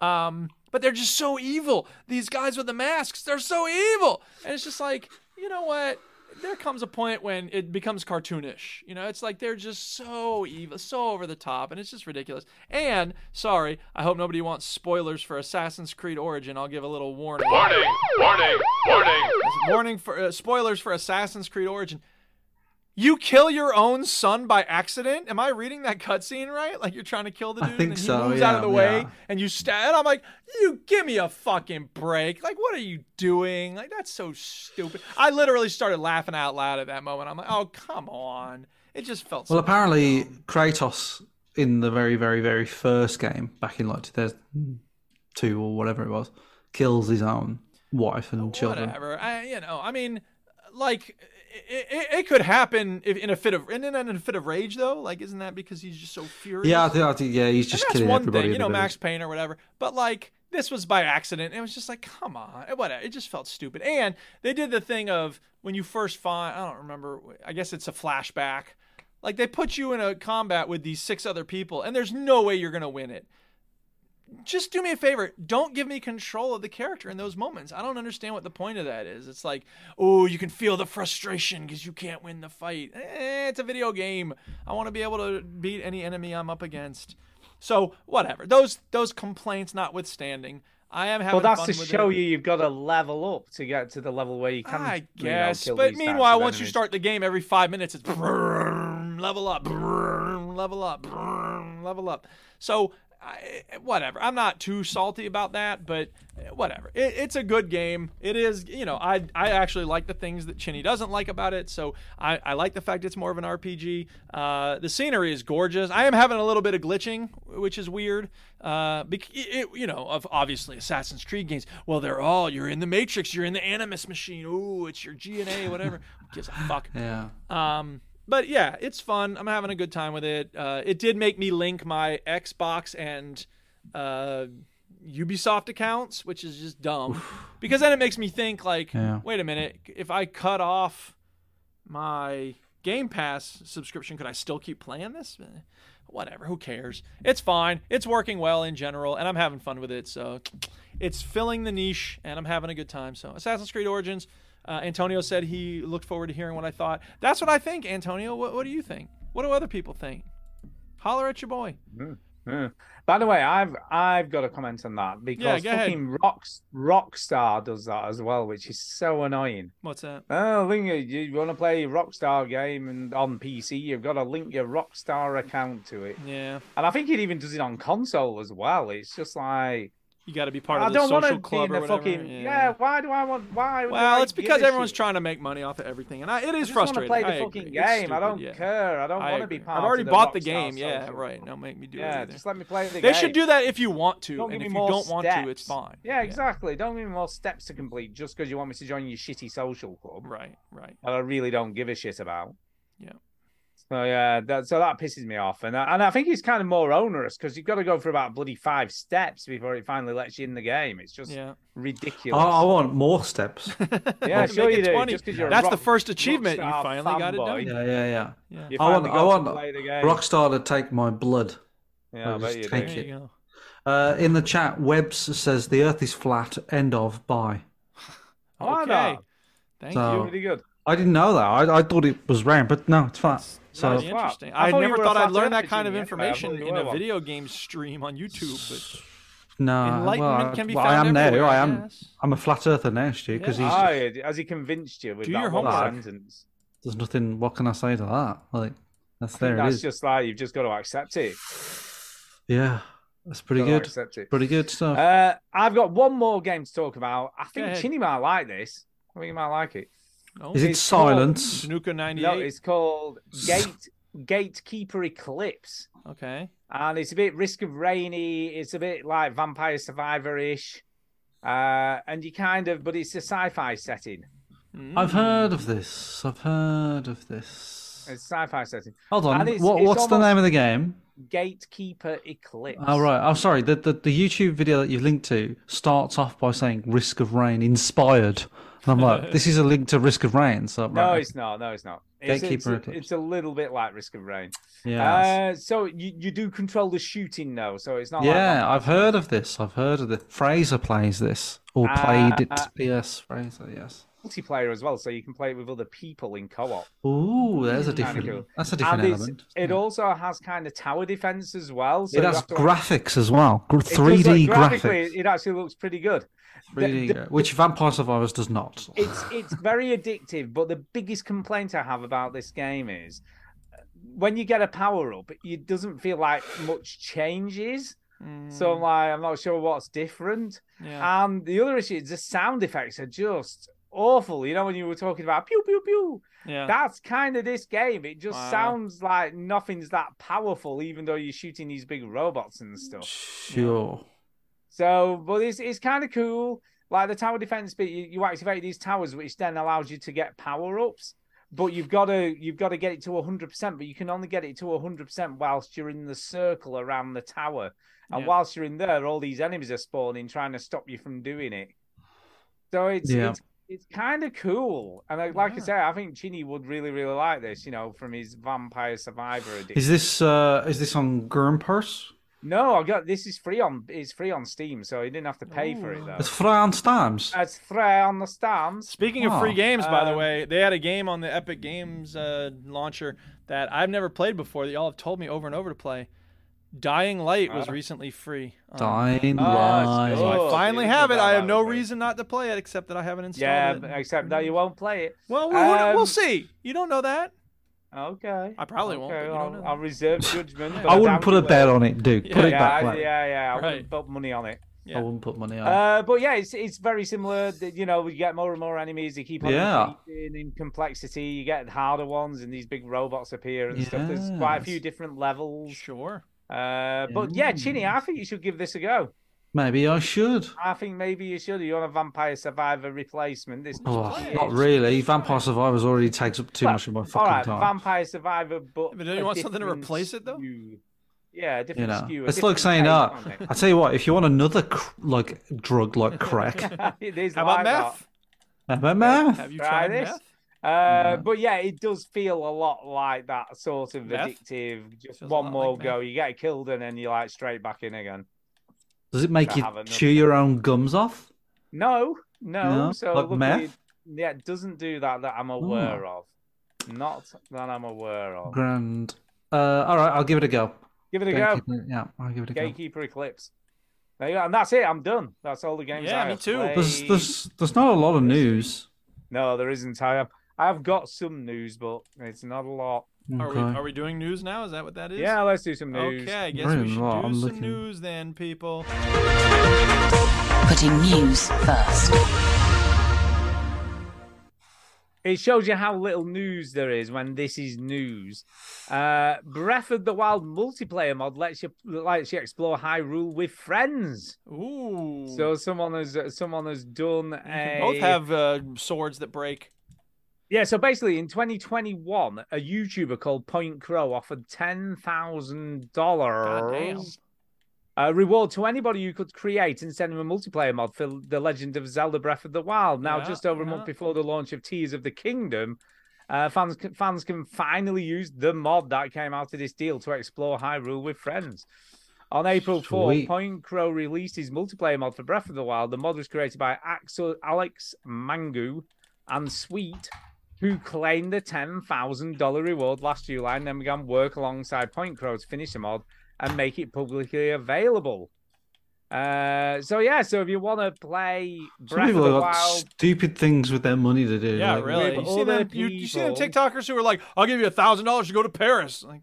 Speaker 1: Um, but they're just so evil. These guys with the masks, they're so evil, and it's just like, you know what? There comes a point when it becomes cartoonish. You know, it's like they're just so evil, so over the top, and it's just ridiculous. And sorry, I hope nobody wants spoilers for Assassin's Creed Origin. I'll give a little warning.
Speaker 2: Warning! Warning! Warning!
Speaker 1: Warning for uh, spoilers for Assassin's Creed Origin. You kill your own son by accident? Am I reading that cutscene right? Like you're trying to kill the dude
Speaker 4: think
Speaker 1: and then he
Speaker 4: so,
Speaker 1: moves out of the
Speaker 4: yeah,
Speaker 1: way
Speaker 4: yeah.
Speaker 1: and you stab. And I'm like, you give me a fucking break. Like, what are you doing? Like, that's so stupid. I literally started laughing out loud at that moment. I'm like, oh come on. It just felt
Speaker 4: Well,
Speaker 1: so
Speaker 4: apparently Kratos in the very, very, very first game, back in like 2002 or whatever it was, kills his own wife and children.
Speaker 1: whatever. I, you know, I mean, like it, it, it could happen if, in a fit of in, in a fit of rage though. Like, isn't that because he's just so furious?
Speaker 4: Yeah, I think, I think yeah, he's
Speaker 1: And
Speaker 4: just
Speaker 1: that's
Speaker 4: killing
Speaker 1: one
Speaker 4: everybody.
Speaker 1: thing,
Speaker 4: in
Speaker 1: you
Speaker 4: the
Speaker 1: know,
Speaker 4: village.
Speaker 1: Max Payne or whatever. But like this was by accident. It was just like, come on, whatever. It just felt stupid. And they did the thing of when you first find, I don't remember. I guess it's a flashback. Like they put you in a combat with these six other people, and there's no way you're gonna win it. just do me a favor. Don't give me control of the character in those moments. I don't understand what the point of that is. It's like, oh, you can feel the frustration because you can't win the fight. Eh, it's a video game. I want to be able to beat any enemy I'm up against. So whatever. Those those complaints notwithstanding, I am having.
Speaker 3: Well, that's
Speaker 1: fun
Speaker 3: to
Speaker 1: with
Speaker 3: show
Speaker 1: it.
Speaker 3: you you've got to level up to get to the level where you can.
Speaker 1: I
Speaker 3: you know,
Speaker 1: guess.
Speaker 3: kill
Speaker 1: but
Speaker 3: these types
Speaker 1: meanwhile,
Speaker 3: of
Speaker 1: once you
Speaker 3: enemies.
Speaker 1: start the game, every five minutes it's brrrm, level up, brrrm, level up, brrrm, level up. So I, whatever. I'm not too salty about that, but eh, whatever. It, it's a good game. It is. You know, I I actually like the things that Chinny doesn't like about it. So I, I like the fact it's more of an RPG. Uh, the scenery is gorgeous. I am having a little bit of glitching, which is weird. Uh, bec- it, you know, of obviously Assassin's Creed games. Well, they're all you're in the Matrix, you're in the Animus machine. Ooh, it's your GNA, whatever. Who gives a fuck?
Speaker 4: Yeah.
Speaker 1: Um, but yeah, it's fun. I'm having a good time with it. Uh, it did make me link my Xbox and uh, Ubisoft accounts, which is just dumb. because then it makes me think like,
Speaker 4: Yeah.
Speaker 1: wait a minute, if I cut off my Game Pass subscription, could I still keep playing this? Eh, Whatever, who cares? It's fine. It's working well in general, and I'm having fun with it. So it's filling the niche, and I'm having a good time. So Assassin's Creed Origins. Uh, Antonio said he looked forward to hearing what I thought. That's what I think, Antonio. What, what do you think? What do other people think? Holler at your boy.
Speaker 3: Yeah. Hmm. By the way, I've I've got a comment on that because
Speaker 1: go ahead.
Speaker 3: fucking rocks Rockstar does that as well, which is so annoying.
Speaker 1: What's that?
Speaker 3: Oh, link it. You want to play a Rockstar game and on PC, you've got to link your Rockstar account to it.
Speaker 1: Yeah.
Speaker 3: And I think it even does it on console as well. It's just like
Speaker 1: You got to be part
Speaker 3: I
Speaker 1: of the
Speaker 3: don't wanna
Speaker 1: social
Speaker 3: be
Speaker 1: club
Speaker 3: in
Speaker 1: or
Speaker 3: the
Speaker 1: whatever.
Speaker 3: fucking- yeah, Why do I want? Why? do
Speaker 1: Well,
Speaker 3: I
Speaker 1: it's
Speaker 3: give
Speaker 1: because
Speaker 3: a
Speaker 1: everyone's
Speaker 3: shit?
Speaker 1: trying to make money off of everything, and I, it is
Speaker 3: just wanna
Speaker 1: frustrating.
Speaker 3: play the
Speaker 1: I agree.
Speaker 3: fucking
Speaker 1: It's
Speaker 3: game. I
Speaker 1: stupid,
Speaker 3: don't
Speaker 1: yeah.
Speaker 3: care. I don't wanna be
Speaker 1: agree.
Speaker 3: part
Speaker 1: I've
Speaker 3: of
Speaker 1: already
Speaker 3: the
Speaker 1: bought the
Speaker 3: Rockstar
Speaker 1: game. Yeah,
Speaker 3: social
Speaker 1: right. Don't make me do
Speaker 3: Yeah,
Speaker 1: it. either.
Speaker 3: just let me play the
Speaker 1: they
Speaker 3: game.
Speaker 1: should do that if you want to,
Speaker 3: Don't
Speaker 1: and
Speaker 3: give
Speaker 1: if you
Speaker 3: me more
Speaker 1: don't want to, it's
Speaker 3: steps.
Speaker 1: fine.
Speaker 3: Yeah, exactly. Don't give me more steps to complete just because you want me to join your shitty social club.
Speaker 1: Right, right.
Speaker 3: That I really don't give a shit about.
Speaker 1: Yeah.
Speaker 3: So yeah, that so that pisses me off, and I, and I think it's kind of more onerous because you've got to go for about bloody five steps before it finally lets you in the game. It's just
Speaker 1: Yeah.
Speaker 3: ridiculous.
Speaker 4: I, Oh, I want more steps.
Speaker 3: yeah,
Speaker 1: Make
Speaker 3: sure
Speaker 1: it
Speaker 3: you do.
Speaker 1: 20.
Speaker 3: Just 'cause you're a
Speaker 1: That's the
Speaker 3: rock-
Speaker 1: first achievement. You
Speaker 3: rockstar
Speaker 1: finally got it done.
Speaker 3: fanboy.
Speaker 4: Yeah, yeah, yeah.
Speaker 1: Yeah.
Speaker 3: You
Speaker 4: I want,
Speaker 3: finally
Speaker 4: I
Speaker 3: got
Speaker 4: want
Speaker 3: to play the game.
Speaker 4: Rockstar to take my blood.
Speaker 3: Yeah, I
Speaker 4: Or
Speaker 3: bet
Speaker 4: just
Speaker 3: you do.
Speaker 4: take
Speaker 1: There
Speaker 4: it.
Speaker 1: you go.
Speaker 4: Uh, in the chat, Webbs says the Earth is flat. End of. Bye.
Speaker 3: I like
Speaker 1: Okay.
Speaker 3: that.
Speaker 1: Thank
Speaker 4: So-
Speaker 1: you.
Speaker 3: Pretty good.
Speaker 4: I didn't know that. I, I thought it was round, but no, it's flat.
Speaker 1: That's
Speaker 4: So
Speaker 3: it's- flat.
Speaker 1: interesting.
Speaker 3: I
Speaker 1: I,
Speaker 3: thought you
Speaker 1: never
Speaker 3: were a
Speaker 1: thought I'd
Speaker 3: flat
Speaker 1: learn that
Speaker 3: earth
Speaker 1: kind of
Speaker 3: machine. Yeah, I thought
Speaker 1: information
Speaker 3: you
Speaker 1: in
Speaker 3: were
Speaker 1: a
Speaker 3: one.
Speaker 1: video game stream on YouTube, but
Speaker 3: uh,
Speaker 4: no,
Speaker 1: Enlightenment
Speaker 4: well, I-
Speaker 1: can be
Speaker 4: well, I
Speaker 1: found
Speaker 4: am now.
Speaker 1: everywhere,
Speaker 4: I
Speaker 1: I
Speaker 4: am.
Speaker 1: guess.
Speaker 4: I'm a flat earther now, Stu, because
Speaker 1: Yeah.
Speaker 4: he's
Speaker 3: Ah, yeah, has he convinced you with
Speaker 1: Do
Speaker 3: that
Speaker 1: your
Speaker 3: one
Speaker 1: homework.
Speaker 3: sentence?
Speaker 4: there's nothing. What can I say to that? Like that's
Speaker 3: I think
Speaker 4: there it
Speaker 3: that's
Speaker 4: is.
Speaker 3: just like you've just got to accept it.
Speaker 4: Yeah, that's pretty
Speaker 3: Gotta
Speaker 4: good.
Speaker 3: accept it.
Speaker 4: Pretty good stuff.
Speaker 3: Uh, I've got one more game to talk about. I think
Speaker 1: ahead.
Speaker 3: Chinny might like this. I think he might like it.
Speaker 1: no.
Speaker 4: is it
Speaker 3: it's called-
Speaker 4: silence?
Speaker 1: Snooker 98?
Speaker 3: No, it's called Gate Gatekeeper Eclipse,
Speaker 1: Okay.
Speaker 3: and it's a bit Risk of Rainy. It's a bit like Vampire Survivor ish, uh, and you kind of, but it's a sci-fi setting. Mm.
Speaker 4: I've heard of this. I've heard of this.
Speaker 3: It's a sci-fi setting.
Speaker 4: Hold on.
Speaker 3: and it's-
Speaker 4: what,
Speaker 3: it's
Speaker 4: what's the
Speaker 3: almost-
Speaker 4: name of the game?
Speaker 3: Gatekeeper Eclipse.
Speaker 4: Oh right. Oh sorry. The, the the YouTube video that you've linked to starts off by saying "Risk of Rain" inspired, and I'm like, this is a link to "Risk of Rain." So
Speaker 3: No,
Speaker 4: right,
Speaker 3: it's not. No, it's not. It's, it's,
Speaker 4: Gatekeeper
Speaker 3: a,
Speaker 4: Eclipse.
Speaker 3: it's a little bit like Risk of Rain.
Speaker 4: yeah, it's-
Speaker 3: Uh, so you, you do control the shooting though, so it's not. like
Speaker 4: yeah.
Speaker 3: Vampire
Speaker 4: I've heard of this. I've heard of this. Fraser plays this or played it.
Speaker 3: uh,
Speaker 4: yes, Fraser. Yes.
Speaker 3: multiplayer as well, so you can play it with other people in co-op.
Speaker 4: Ooh, there's a
Speaker 3: Kinda
Speaker 4: different.
Speaker 3: cool.
Speaker 4: That's a different
Speaker 3: and it's-
Speaker 4: element.
Speaker 3: It also has kind of tower defense as well. So
Speaker 4: it
Speaker 3: you
Speaker 4: has
Speaker 3: have to-
Speaker 4: graphics as well. Gr-
Speaker 3: it does
Speaker 4: 3D
Speaker 3: look- graphically,
Speaker 4: graphics.
Speaker 3: It actually looks pretty good. The-
Speaker 4: 3D,
Speaker 3: the-
Speaker 4: gra- which Vampire Survivors does not.
Speaker 3: it's it's very addictive, but the biggest complaint I have about this game is uh, when you get a power up, it doesn't feel like much changes. So I'm like, I'm not sure what's different.
Speaker 1: Mm, Yeah.
Speaker 3: And the other issue is the sound effects are just awful. You know, when you were talking about pew pew pew,
Speaker 1: Yeah.
Speaker 3: that's kind of this game. It just
Speaker 1: Wow.
Speaker 3: sounds like nothing's that powerful, even though you're shooting these big robots and stuff.
Speaker 4: Sure.
Speaker 3: So, but it's it's kind of cool. Like the tower defense bit, you, you activate these towers, which then allows you to get power ups. But you've got to you've got to get it to hundred percent. But you can only get it to hundred percent whilst you're in the circle around the tower, and
Speaker 1: Yeah.
Speaker 3: whilst you're in there, all these enemies are spawning trying to stop you from doing it. So it's
Speaker 4: Yeah.
Speaker 3: it's, it's kind of cool. And like, like I say, I think Chini would really really like this. You know, from his Vampire Survivor addiction.
Speaker 4: Is this uh, is this on Gurm Purse?
Speaker 3: No, I got this is free on it's free on Steam, so you didn't have to pay for it though.
Speaker 4: It's France Times.
Speaker 3: That's three on the stamps.
Speaker 1: Speaking of free games, by
Speaker 3: Uh,
Speaker 1: the way, they had a game on the Epic Games uh, launcher that I've never played before that y'all have told me over and over to play. Dying Light was
Speaker 3: Uh.
Speaker 4: Ah.
Speaker 1: recently free. on-
Speaker 4: Dying
Speaker 1: Oh,
Speaker 4: Light.
Speaker 1: So I
Speaker 4: Oh,
Speaker 1: finally
Speaker 3: dude,
Speaker 1: have it.
Speaker 3: well,
Speaker 1: I
Speaker 3: that
Speaker 1: have no
Speaker 3: was great.
Speaker 1: reason not to play it except that I haven't installed
Speaker 3: Yeah,
Speaker 1: it.
Speaker 3: but except that you won't play it.
Speaker 1: Well, we'll, we'll- we'll
Speaker 3: Um,
Speaker 1: see. You don't know that.
Speaker 3: Okay.
Speaker 1: I probably won't. But
Speaker 3: Okay,
Speaker 1: you don't know.
Speaker 3: I'll, I'll reserve judgment. but
Speaker 4: I wouldn't
Speaker 3: doubt
Speaker 4: put
Speaker 3: you
Speaker 4: a
Speaker 3: will.
Speaker 4: bet on it, Duke. Put it
Speaker 3: yeah,
Speaker 4: back.
Speaker 3: I-
Speaker 4: like-
Speaker 3: yeah, yeah. I wouldn't put money on it.
Speaker 4: I wouldn't put money on. it.
Speaker 3: Uh, but yeah, it's it's very similar. that, You know, you get more and more enemies. They keep on
Speaker 4: Yeah.
Speaker 3: increasing in complexity. You get harder ones, and these big robots appear and stuff. There's quite a few different levels.
Speaker 1: Sure.
Speaker 3: Uh, but yeah, Chini, I think you should give this a go.
Speaker 4: Maybe I should.
Speaker 3: I think maybe you should. You're on a Vampire Survivor replacement. This
Speaker 4: Oh, not really. Vampire Survivors already takes up too much of my fucking
Speaker 3: all right,
Speaker 4: time.
Speaker 3: Vampire Survivor, but
Speaker 1: don't you
Speaker 3: a
Speaker 1: want something to
Speaker 3: different
Speaker 1: replace it though?
Speaker 3: Yeah, a
Speaker 4: you
Speaker 3: different
Speaker 4: know,
Speaker 3: skew. a
Speaker 4: it's like
Speaker 3: different
Speaker 4: saying,
Speaker 3: take
Speaker 4: uh,
Speaker 3: on it.
Speaker 4: I tell you what, if you want another cr- like drug like crack,
Speaker 3: It is
Speaker 1: How
Speaker 3: like
Speaker 1: about
Speaker 3: that.
Speaker 1: meth?
Speaker 4: have a meth.
Speaker 1: Have you
Speaker 3: Try
Speaker 1: tried
Speaker 3: this.
Speaker 1: meth?
Speaker 3: Uh, But yeah, it does feel a lot like that sort of
Speaker 1: Meth?
Speaker 3: addictive. Just
Speaker 1: Feels a
Speaker 3: one
Speaker 1: lot
Speaker 3: more
Speaker 1: like
Speaker 3: go, you get killed, and then you're like straight back in again.
Speaker 4: Does it make
Speaker 3: I
Speaker 4: you
Speaker 3: haven't, no.
Speaker 4: chew your own gums off?
Speaker 3: No, no.
Speaker 4: No?
Speaker 3: So
Speaker 4: Like
Speaker 3: luckily,
Speaker 4: meth?
Speaker 3: yeah, it doesn't do that that I'm aware of. Not that I'm aware of.
Speaker 4: Grand. Uh, all right, I'll give it a go.
Speaker 3: Give it a go.
Speaker 4: Gatekeeper, Yeah, I'll give it a go.
Speaker 3: Gatekeeper Eclipse. There you go. And that's it. I'm done. That's all the games.
Speaker 1: Yeah,
Speaker 3: I
Speaker 1: me
Speaker 3: have
Speaker 1: too.
Speaker 4: There's,
Speaker 3: played.
Speaker 4: there's, there's not a lot of news.
Speaker 3: No, there isn't. I have, I have got some news, but it's not a lot.
Speaker 1: Are we
Speaker 4: Okay.
Speaker 1: are we doing news now? Is that what that is?
Speaker 3: Yeah, let's do some news.
Speaker 1: Okay, I guess
Speaker 4: Very
Speaker 1: we should do
Speaker 4: well, I'm
Speaker 1: some
Speaker 4: looking-
Speaker 1: news then, people.
Speaker 14: Putting news first.
Speaker 3: It shows you how little news there is when this is news. Uh, Breath of the Wild multiplayer mod lets you lets you explore Hyrule with friends.
Speaker 1: Ooh.
Speaker 3: So someone has someone has done a
Speaker 1: Both have uh, swords that break.
Speaker 3: Yeah, so basically in 2021, a YouTuber called Point Crow offered ten thousand dollars a reward to anybody who could create and send him a multiplayer mod for The Legend of Zelda: Breath of the Wild. Now,
Speaker 1: Yeah,
Speaker 3: just over a
Speaker 1: yeah.
Speaker 3: month before the launch of Tears of the Kingdom, uh, fans can, fans can finally use the mod that came out of this deal to explore Hyrule with friends. On April 4th,
Speaker 4: Sweet.
Speaker 3: Point Crow released his multiplayer mod for Breath of the Wild. The mod was created by Axel, Alex Mangu and Sweet, who claimed the $10,000 reward last July and then began work alongside Point Crow to finish the mod and make it publicly available. Uh, so, yeah, so if you want to play
Speaker 4: Some
Speaker 3: Breath of
Speaker 4: people
Speaker 3: the
Speaker 4: have got
Speaker 3: Wild,
Speaker 4: stupid things with their money to do.
Speaker 1: Yeah,
Speaker 4: like-
Speaker 1: really. You
Speaker 3: with
Speaker 1: see them?
Speaker 3: other
Speaker 1: You, you see them
Speaker 3: people-
Speaker 1: TikTokers who are like, "I'll give you a thousand dollars to go to Paris." Like,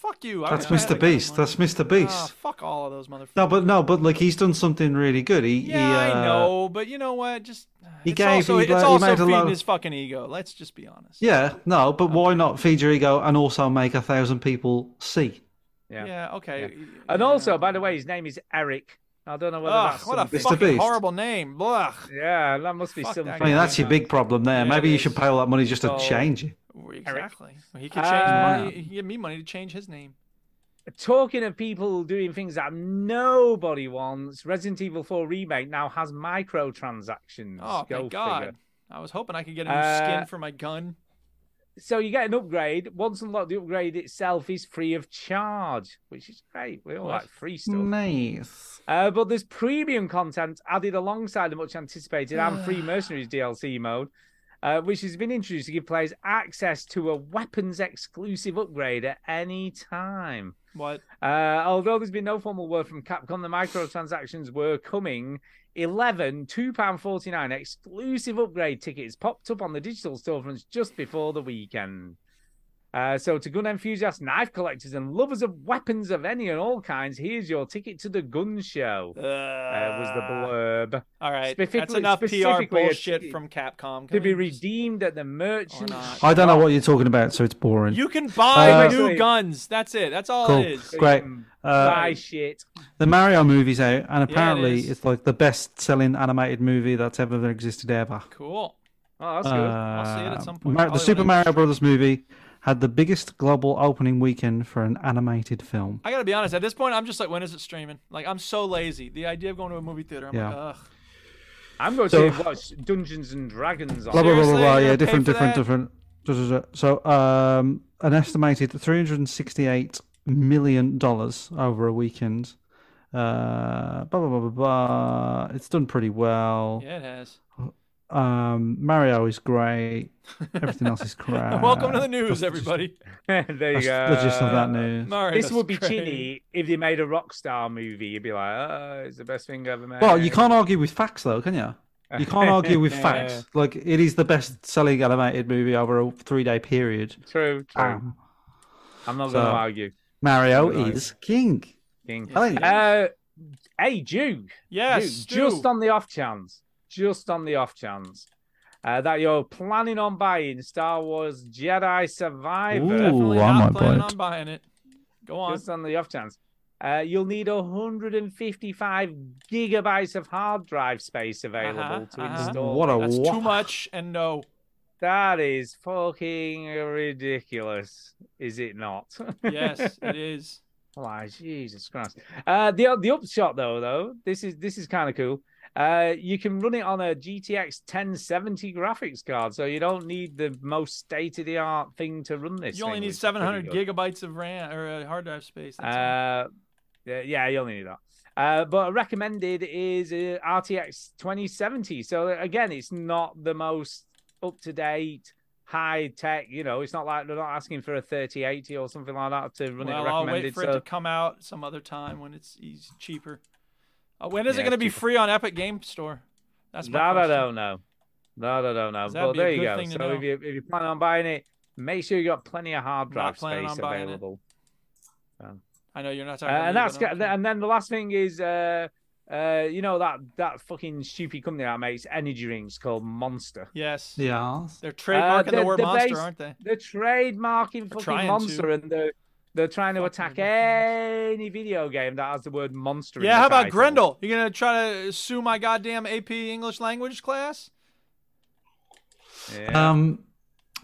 Speaker 1: fuck you. I
Speaker 4: That's
Speaker 1: wish I had that
Speaker 4: Mr.
Speaker 1: kind of
Speaker 4: Beast.
Speaker 1: money.
Speaker 4: That's Mr.
Speaker 1: Ah,
Speaker 4: Beast.
Speaker 1: fuck all of those motherfuckers.
Speaker 4: No, but no, but like he's done something really good. He,
Speaker 1: Yeah,
Speaker 4: he, uh,
Speaker 1: I know, but you know what? Just uh,
Speaker 4: he
Speaker 1: it's
Speaker 4: gave-
Speaker 1: also
Speaker 4: he
Speaker 1: it's
Speaker 4: like- he
Speaker 1: also
Speaker 4: made a
Speaker 1: feeding
Speaker 4: lot of-
Speaker 1: his fucking ego. Let's just be honest.
Speaker 4: Yeah, no, but why not feed your ego and also make a thousand people see?
Speaker 3: Yeah.
Speaker 1: okay.
Speaker 3: And also, by the way, his name is Eric. I don't know whether
Speaker 1: Ugh,
Speaker 3: that's
Speaker 1: what a
Speaker 3: something-
Speaker 4: Mr.
Speaker 1: fucking
Speaker 4: Beast.
Speaker 1: horrible name. Ugh.
Speaker 3: Yeah, that must be
Speaker 1: Fuck
Speaker 3: something.
Speaker 1: that
Speaker 4: I mean, that's your big problem there. Maybe
Speaker 1: it
Speaker 4: you should pay all that money just to
Speaker 3: So-
Speaker 4: change it.
Speaker 1: Exactly. Well, he could change
Speaker 3: Uh,
Speaker 1: money. He could give me money to change his name.
Speaker 3: Talking of people doing things that nobody wants, Resident Evil 4 remake now has microtransactions.
Speaker 1: Oh,
Speaker 3: Go
Speaker 1: thank God.
Speaker 3: figure.
Speaker 1: I was hoping I could get a new
Speaker 3: Uh,
Speaker 1: skin for my gun.
Speaker 3: So you get an upgrade. Once unlocked, the upgrade itself is free of charge, which is great. We all
Speaker 4: Nice.
Speaker 3: like free stuff.
Speaker 4: Mm. Nice.
Speaker 3: Uh, but there's premium content added alongside the much anticipated and free mercenaries DLC mode, uh, which has been introduced to give players access to a weapons exclusive upgrade at any time.
Speaker 1: What?
Speaker 3: Uh, although there's been no formal word from Capcom, the microtransactions were coming. 11 £2.49 exclusive upgrade tickets popped up on the digital storefronts just before the weekend. Uh, so, to gun enthusiasts, knife collectors, and lovers of weapons of any and all kinds, here's your ticket to the gun show.
Speaker 1: Uh,
Speaker 3: uh, was the blurb.
Speaker 1: All right, that's
Speaker 3: specifically-
Speaker 1: enough PR
Speaker 3: specifically a
Speaker 1: bullshit
Speaker 3: ticket
Speaker 1: from Capcom.
Speaker 3: To
Speaker 1: Can
Speaker 3: be
Speaker 1: we-
Speaker 3: redeemed at the merchant.
Speaker 1: not.
Speaker 4: I don't know what you're talking about, so it's boring.
Speaker 1: You can buy
Speaker 4: Uh,
Speaker 1: new guns. That's it. That's all
Speaker 4: Cool.
Speaker 1: it is.
Speaker 4: Great.
Speaker 3: Buy
Speaker 4: Uh,
Speaker 3: shit.
Speaker 4: the Mario movie's out, and apparently
Speaker 1: is.
Speaker 4: it's like the best-selling animated movie that's ever existed ever.
Speaker 1: Cool.
Speaker 3: Oh, that's good.
Speaker 1: I'll see it at
Speaker 4: Uh,
Speaker 1: some point.
Speaker 4: Mar- the
Speaker 1: Probably
Speaker 4: Super
Speaker 1: when I-
Speaker 4: Mario Brothers movie had the biggest global opening weekend for an animated film.
Speaker 1: I gotta be honest. At this point, I'm just like, when is it streaming? Like, I'm so lazy. The idea of going to a movie theater, I'm like,
Speaker 4: Yeah.
Speaker 1: ugh.
Speaker 3: I'm going
Speaker 4: So-
Speaker 3: to watch Dungeons and Dragons on
Speaker 4: Blah blah blah blah.
Speaker 1: Seriously?
Speaker 4: blah
Speaker 1: You're
Speaker 4: yeah,
Speaker 1: gonna pay
Speaker 4: different,
Speaker 1: for
Speaker 4: different,
Speaker 1: that?
Speaker 4: different. Duh, duh, duh. So, um, an estimated 368 million dollars over a weekend. Uh, blah, blah, blah, blah, blah. It's done pretty well.
Speaker 1: Yeah, it has.
Speaker 4: Um, Mario is great. Everything else is crap.
Speaker 1: Welcome to the news, everybody.
Speaker 3: there you
Speaker 4: That's the gist of that news.
Speaker 1: Mario,
Speaker 3: this
Speaker 1: that's
Speaker 3: would be
Speaker 1: great.
Speaker 3: chinny if they made a Rockstar movie. You'd be like, oh, it's the best thing ever made.
Speaker 4: Well, you can't argue with facts, though, can you? You can't argue with facts. Like it is the best-selling animated movie over a three-day period.
Speaker 3: True, true.
Speaker 4: Um,
Speaker 3: I'm not
Speaker 4: so-
Speaker 3: going to argue.
Speaker 4: Mario
Speaker 3: Right.
Speaker 4: is king.
Speaker 3: King.
Speaker 4: I think-
Speaker 3: Uh, hey, Duke.
Speaker 1: Yes,
Speaker 3: Duke,
Speaker 1: Stu.
Speaker 3: just on the off chance, just on the off chance uh, that you're planning on buying Star Wars Jedi Survivor.
Speaker 1: Ooh, Definitely I not might buy planning it. on buying it. Go on.
Speaker 3: Just on the off chance. Uh, you'll need 155 gigabytes of hard drive space available
Speaker 1: Uh-huh,
Speaker 3: to
Speaker 1: uh-huh.
Speaker 3: install.
Speaker 4: What a
Speaker 3: it.
Speaker 1: That's
Speaker 4: Wha-
Speaker 1: too much and no.
Speaker 3: That is fucking ridiculous, is it not?
Speaker 1: Yes, it is.
Speaker 3: Why, Jesus Christ! Uh, the the upshot though, though this is this is kind of cool. Uh, you can run it on a GTX 1070 graphics card, so you don't need the most state of the art thing to run this.
Speaker 1: You only
Speaker 3: thing, which
Speaker 1: need
Speaker 3: is pretty
Speaker 1: 700
Speaker 3: good.
Speaker 1: gigabytes of RAM or uh, hard drive space. That's all.
Speaker 3: Uh, yeah, yeah, you only need that. Uh, but recommended is uh, RTX 2070. So again, it's not the most up to date, high tech. You know, it's not like they're not asking for a 3080 or something like that to run it
Speaker 1: well, I'll
Speaker 3: recommended.
Speaker 1: wait for
Speaker 3: so...
Speaker 1: it to come out some other time when it's easy, cheaper. Uh, when is
Speaker 3: Yeah,
Speaker 1: it going to be
Speaker 3: cheaper.
Speaker 1: free on Epic Game Store? That's my
Speaker 3: that I
Speaker 1: question.
Speaker 3: don't know. That I don't know.
Speaker 1: 'Cause that'd
Speaker 3: But
Speaker 1: be a
Speaker 3: there you
Speaker 1: good
Speaker 3: go.
Speaker 1: thing to
Speaker 3: So
Speaker 1: know.
Speaker 3: if you if you plan on buying it, make sure you got plenty of hard
Speaker 1: Not
Speaker 3: drive
Speaker 1: planning on
Speaker 3: space
Speaker 1: buying it.
Speaker 3: available.
Speaker 1: I know you're not
Speaker 3: Uh,
Speaker 1: talking.
Speaker 3: and
Speaker 1: about
Speaker 3: that's got- and then the last thing is uh uh you know that that fucking stupid company that makes energy drinks called Monster.
Speaker 1: yes.
Speaker 4: Yeah.
Speaker 1: They're
Speaker 3: Uh,
Speaker 1: trademarking the
Speaker 3: they're-
Speaker 1: word
Speaker 3: they're
Speaker 1: monster,
Speaker 3: based-
Speaker 1: aren't they?
Speaker 3: They're trademarking
Speaker 1: trying to.
Speaker 3: fucking Monster, and they're they're trying to attack any video game that has the word Monster. in
Speaker 1: Yeah.
Speaker 3: the
Speaker 1: How about
Speaker 3: title.
Speaker 1: Grendel? You're going to try to sue my goddamn AP English language class?
Speaker 3: Yeah.
Speaker 4: Um,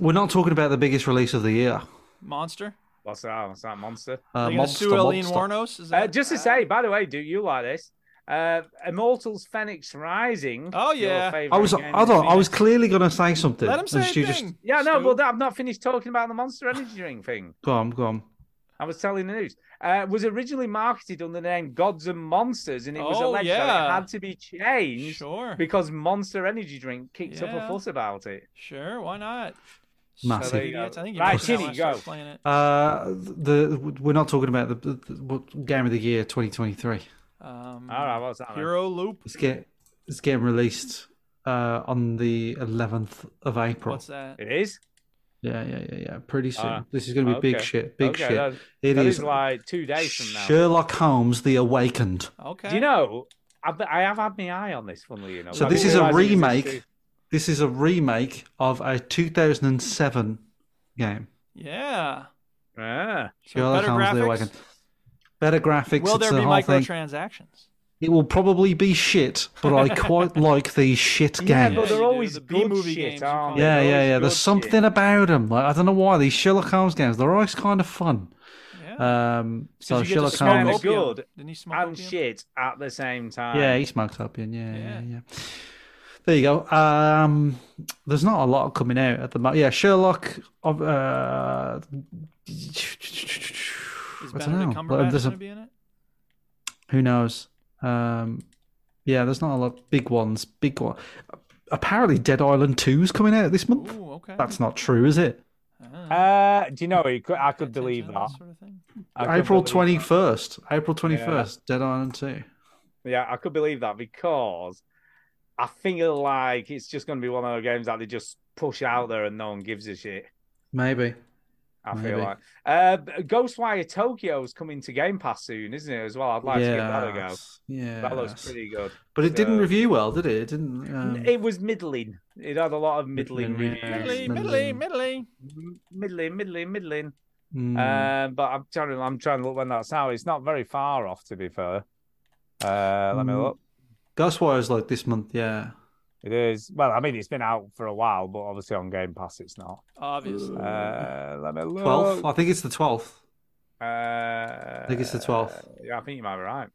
Speaker 4: we're not talking about the biggest release of the year.
Speaker 1: Monster.
Speaker 3: What's that? What's that Monster?
Speaker 4: Uh,
Speaker 1: Are you going to sue Eileen Warnos? Is
Speaker 3: Uh,
Speaker 1: that
Speaker 3: just to say, by the way, do you like this? Uh, Immortals: Phoenix Rising.
Speaker 1: Oh
Speaker 4: yeah.
Speaker 3: favorite
Speaker 4: I was.
Speaker 3: game
Speaker 4: I thought
Speaker 3: of
Speaker 4: I was clearly going to say something.
Speaker 1: Let him say
Speaker 4: and
Speaker 1: a
Speaker 4: Stu just
Speaker 1: thing.
Speaker 3: Yeah, no,
Speaker 1: Stu.
Speaker 3: well, I've not finished talking about the Monster Energy Drink thing.
Speaker 4: go on, go on.
Speaker 3: I was telling the news. Uh, it was originally marketed under the name Gods and Monsters, and it was
Speaker 1: Oh,
Speaker 3: alleged that it
Speaker 1: yeah.
Speaker 3: had to be changed
Speaker 1: Sure.
Speaker 3: because Monster Energy Drink kicked up
Speaker 1: Yeah.
Speaker 3: a fuss about it.
Speaker 1: Sure. Why not?
Speaker 4: Massive.
Speaker 1: Silly idiots. I think you
Speaker 3: Right,
Speaker 1: mentioned that
Speaker 3: Kitty,
Speaker 1: when I started
Speaker 3: go.
Speaker 1: Playing it.
Speaker 4: Uh, the we're not talking about the, the, the what game of the year 2023.
Speaker 1: Um,
Speaker 3: All right, what's that? then?
Speaker 1: Hero Loop.
Speaker 4: It's get it's getting released uh on the 11th of April.
Speaker 1: What's that?
Speaker 3: It is.
Speaker 4: Yeah, yeah, yeah, yeah. Pretty soon.
Speaker 3: Ah,
Speaker 4: this is going to be big
Speaker 3: okay.
Speaker 4: shit. Big
Speaker 3: Okay,
Speaker 4: shit.
Speaker 3: that-
Speaker 4: It
Speaker 3: that
Speaker 4: is
Speaker 3: is like two days from now.
Speaker 4: Sherlock Holmes: The Awakened.
Speaker 1: Okay.
Speaker 3: Do you know? I've, I have had my eye on this, funnily enough.
Speaker 4: So
Speaker 3: I
Speaker 4: this
Speaker 3: didn't
Speaker 4: is
Speaker 3: realise
Speaker 4: a
Speaker 3: it was this-
Speaker 4: remake. This is a remake of a 2007 game.
Speaker 1: Yeah.
Speaker 3: Ah.
Speaker 1: So better graphics?
Speaker 4: Better graphics.
Speaker 1: Will
Speaker 4: it's
Speaker 1: there
Speaker 4: the
Speaker 1: be
Speaker 4: whole thing.
Speaker 1: microtransactions?
Speaker 4: It will probably be shit, but I quite like these shit
Speaker 3: Yeah,
Speaker 4: games.
Speaker 3: but
Speaker 1: you
Speaker 3: they're
Speaker 1: do,
Speaker 3: always
Speaker 1: the
Speaker 3: good
Speaker 1: B-movie
Speaker 3: shit,
Speaker 1: games, you
Speaker 3: aren't
Speaker 1: call
Speaker 3: they?
Speaker 4: Yeah,
Speaker 3: They're always
Speaker 4: yeah, yeah.
Speaker 3: good
Speaker 4: There's
Speaker 3: shit.
Speaker 4: something about them. Like I don't know why these Sherlock Holmes games. They're always kind of fun. Um, so
Speaker 1: you get to
Speaker 4: Sherlock
Speaker 1: smoke
Speaker 3: Kind
Speaker 4: Holmes.
Speaker 3: of
Speaker 1: opium.
Speaker 3: good
Speaker 1: Didn't he smoke
Speaker 3: and
Speaker 1: opium?
Speaker 3: shit at the same time.
Speaker 4: Yeah, he smokes opium. Yeah, yeah, yeah. There you go. Um, there's not a lot coming out at the moment. Yeah, Sherlock. of, Uh,
Speaker 1: Is
Speaker 4: I don't
Speaker 1: Benedict
Speaker 4: know.
Speaker 1: Cumberbatch
Speaker 4: There's a-
Speaker 1: going to be in it?
Speaker 4: who knows? Um, yeah, there's not a lot big ones. Big one. Apparently, Dead Island Two is coming out this month.
Speaker 1: Ooh, okay.
Speaker 4: That's not true, is it?
Speaker 3: Uh, do you know? it could- I could believe
Speaker 1: Attention,
Speaker 3: that.
Speaker 1: Sort of thing.
Speaker 3: I could
Speaker 4: April
Speaker 3: believe
Speaker 4: twenty first. April twenty first. Dead Island Two.
Speaker 3: that. Yeah, I could believe that because I think like it's just going to be one of those games that they just push out there and no one gives a shit.
Speaker 4: Maybe.
Speaker 3: I feel
Speaker 4: Maybe.
Speaker 3: like uh, Ghostwire Tokyo's coming to Game Pass soon, isn't it? As well, I'd like to give that a go.
Speaker 4: Yes, yes.
Speaker 3: That looks pretty good.
Speaker 4: But it didn't
Speaker 3: So-
Speaker 4: review well, did it? It didn't. Um,
Speaker 3: It was middling. It had a lot of middling
Speaker 4: Middling,
Speaker 3: reviews.
Speaker 4: yeah.
Speaker 1: Middling, middling,
Speaker 4: middling.
Speaker 1: middling.
Speaker 3: M- Middling, middling, middling.
Speaker 4: mm.
Speaker 3: Um, but I'm trying. I'm trying to look when that's out. It's not very far off, to be fair. Uh, let me
Speaker 4: Mm.
Speaker 3: look.
Speaker 4: Ghostwire's like this month, yeah.
Speaker 3: It is. Well, I mean, it's been out for a while, but obviously on Game Pass, it's not.
Speaker 1: Obviously.
Speaker 3: Uh, let me look.
Speaker 4: 12th? I think it's the 12th.
Speaker 3: Uh, I
Speaker 4: think it's the 12th.
Speaker 3: Yeah, I think you might be right.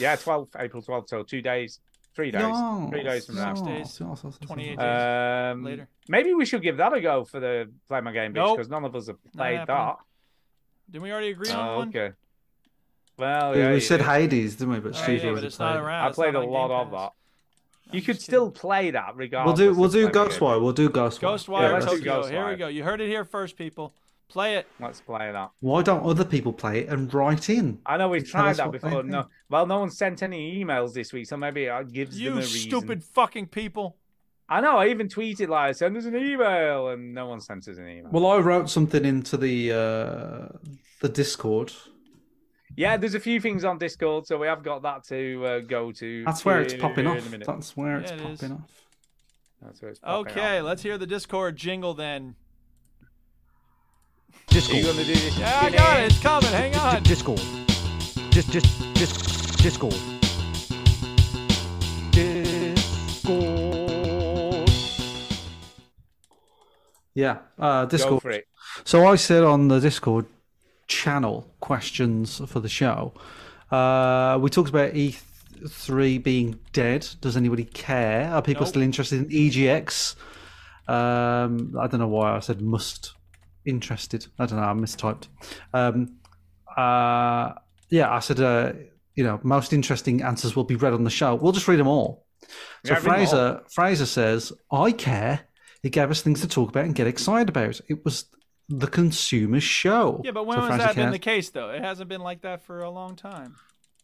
Speaker 3: Yeah, 12th, April 12th. So two days, three days, three days from now.
Speaker 1: Yes. days,
Speaker 4: Yes, yes, yes, yes,
Speaker 3: Uh,
Speaker 1: 28
Speaker 4: yes.
Speaker 1: days.
Speaker 3: Um,
Speaker 1: Later.
Speaker 3: Maybe we should give that a go for the Play My Game Beach
Speaker 1: Nope.
Speaker 3: because none of us have
Speaker 1: Not
Speaker 3: played
Speaker 1: happening.
Speaker 3: that.
Speaker 1: Didn't we already agree on
Speaker 3: Oh,
Speaker 1: one?
Speaker 3: okay. Well,
Speaker 4: We-
Speaker 3: yeah,
Speaker 4: we
Speaker 3: you
Speaker 4: said
Speaker 3: did.
Speaker 4: Hades, didn't we? But
Speaker 1: Yeah,
Speaker 4: Steve
Speaker 1: yeah, but
Speaker 4: already
Speaker 1: it's not
Speaker 4: played it.
Speaker 1: around.
Speaker 3: I
Speaker 1: it's
Speaker 3: played a
Speaker 1: not on
Speaker 3: lot
Speaker 1: Game
Speaker 3: of that. You could still play that
Speaker 4: We'll
Speaker 3: regardless.
Speaker 4: do we'll
Speaker 3: of
Speaker 4: do
Speaker 3: playing the game.
Speaker 4: Ghostwire. We'll do Ghostwire.
Speaker 1: Ghostwire
Speaker 3: Yeah, let's do
Speaker 1: Tokyo. Here we
Speaker 3: Ghostwire.
Speaker 1: go. You heard it here first, people. Play it.
Speaker 3: Let's play that.
Speaker 4: Why don't other people play it and write in?
Speaker 3: I know we've
Speaker 4: Tell
Speaker 3: tried
Speaker 4: us
Speaker 3: that
Speaker 4: what they
Speaker 3: before.
Speaker 4: think.
Speaker 3: No, well, no one sent any emails this week, so maybe it gives them a
Speaker 1: You
Speaker 3: reason.
Speaker 1: stupid fucking people.
Speaker 3: I know. I even tweeted like, "Send us an email," and no one sent us an email.
Speaker 4: Well, I wrote something into the uh, the Discord.
Speaker 3: Yeah, there's a few things on Discord, so we have got that to uh, go to.
Speaker 4: That's where it's popping
Speaker 3: in a
Speaker 4: off.
Speaker 3: minute.
Speaker 4: That's where it's
Speaker 1: Yeah, it is.
Speaker 4: popping off.
Speaker 3: That's where it's popping off.
Speaker 1: Okay, let's hear the Discord jingle then.
Speaker 3: Are you gonna do this?
Speaker 1: Yeah, I got it. It's coming. Hang on.
Speaker 14: Discord. Just, just, just, Discord. Discord.
Speaker 4: Yeah, uh, Discord.
Speaker 3: for it.
Speaker 4: So I said on the Discord channel questions for the show. Uh, we talked about E3 being dead. Does anybody care? Are people
Speaker 1: Nope.
Speaker 4: still interested in EGX? Um, I don't know why I said must interested. I don't know. I mistyped. Um, uh, yeah, I said uh, you know most interesting answers will be read on the show. We'll just read them all.
Speaker 3: Yeah,
Speaker 4: So
Speaker 3: read 'em all.
Speaker 4: Fraser Fraser says, "I care." It gave us things to talk about and get excited about. It was the consumer show.
Speaker 1: Yeah, but when
Speaker 4: So
Speaker 1: has
Speaker 4: Fraser
Speaker 1: that been
Speaker 4: cares.
Speaker 1: the case though? It hasn't been like that for a long time.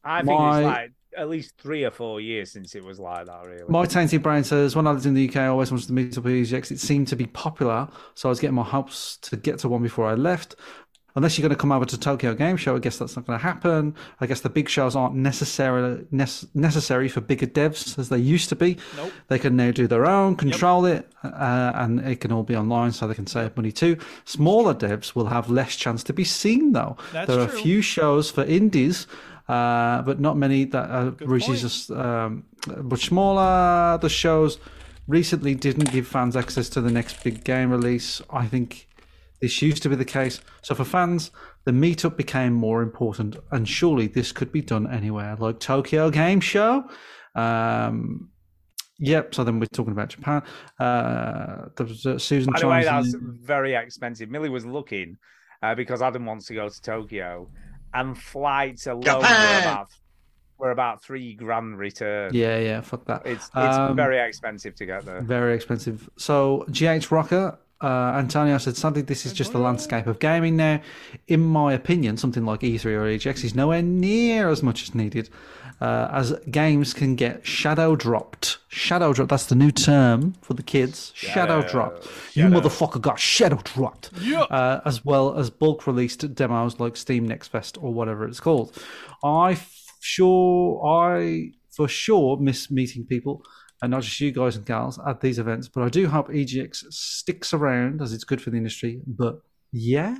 Speaker 3: I think
Speaker 4: My-
Speaker 3: it's like at least three or four years since it was like that. Really.
Speaker 4: My tainted brain says, when I lived in the UK, I always wanted to meet up with EGX. It seemed to be popular, so I was getting my hopes to get to one before I left. Unless you're going to come over to Tokyo Game Show, I guess that's not going to happen. I guess the big shows aren't necessarily nec- necessary for bigger devs as they used to be.
Speaker 1: Nope.
Speaker 4: They can now do their own, control it, uh, and it can all be online, so they can save money too. Smaller devs will have less chance to be seen, though.
Speaker 1: That's
Speaker 4: there are
Speaker 1: true.
Speaker 4: a few shows for indies, uh, but not many that are reaches us um, much smaller. The shows recently didn't give fans access to the next big game release. I think this used to be the case. So for fans, the meetup became more important, and surely this could be done anywhere, like Tokyo Game Show. Um, yep. So then we're talking about Japan. Uh, there was, uh, Susan.
Speaker 3: By the way,
Speaker 4: chimes
Speaker 3: that's
Speaker 4: in.
Speaker 3: very expensive. Millie was looking uh, because Adam wants to go to Tokyo, and flights alone were
Speaker 14: Japan!
Speaker 3: about, were about three grand return.
Speaker 4: Yeah, yeah. Fuck that.
Speaker 3: It's it's
Speaker 4: Um,
Speaker 3: very expensive to get there.
Speaker 4: Very expensive. So GH Rocker, uh, Antonio said something. This is just the landscape of gaming now. In my opinion, something like E3 or EGX is nowhere near as much as needed, uh, as games can get shadow dropped. Shadow drop. That's the new term for the kids. Shadow,
Speaker 14: Shadow.
Speaker 4: drop. You motherfucker got shadow dropped.
Speaker 14: Yeah.
Speaker 4: Uh, as well as bulk released demos like Steam Next Fest or whatever it's called. I f- sure I for sure miss meeting people and not just you guys and gals at these events, but I do hope EGX sticks around as it's good for the industry. But yeah.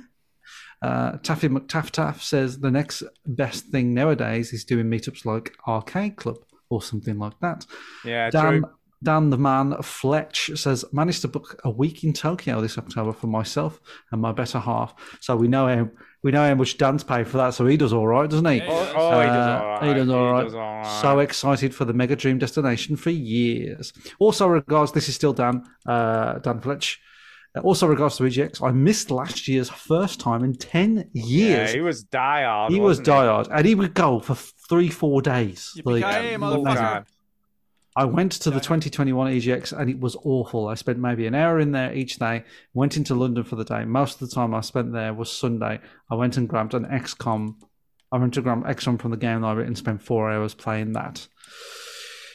Speaker 4: Uh, Taffy McTafftaf says the next best thing nowadays is doing meetups like Arcade Club or something like that.
Speaker 3: Yeah,
Speaker 4: Dan,
Speaker 3: true.
Speaker 4: Dan the man Fletch says managed to book a week in Tokyo this October for myself and my better half. So we know him. We know how much Dan's paid for that, so he does all right, doesn't he?
Speaker 3: Yeah, he does. Oh, oh, he does all right.
Speaker 4: uh, He does all
Speaker 3: He
Speaker 4: right.
Speaker 3: does all right.
Speaker 4: So excited for the Mega Dream destination for years. Also, regards. This is still Dan. Uh, Dan Fletch. Uh, Also, regards to EGX, I missed last year's first time in ten years.
Speaker 3: Yeah, he was diehard.
Speaker 4: He was
Speaker 3: wasn't he?
Speaker 4: diehard, and he would go for three, four days. Like,
Speaker 1: Yippee-ki-yay,
Speaker 4: long
Speaker 1: motherfucker.
Speaker 4: time. I went to the 2021 EGX and it was awful. I spent maybe an hour in there each day, went into London for the day. Most of the time I spent there was Sunday. I went and grabbed an XCOM. I went to grab XCOM from the game library and spent four hours playing that.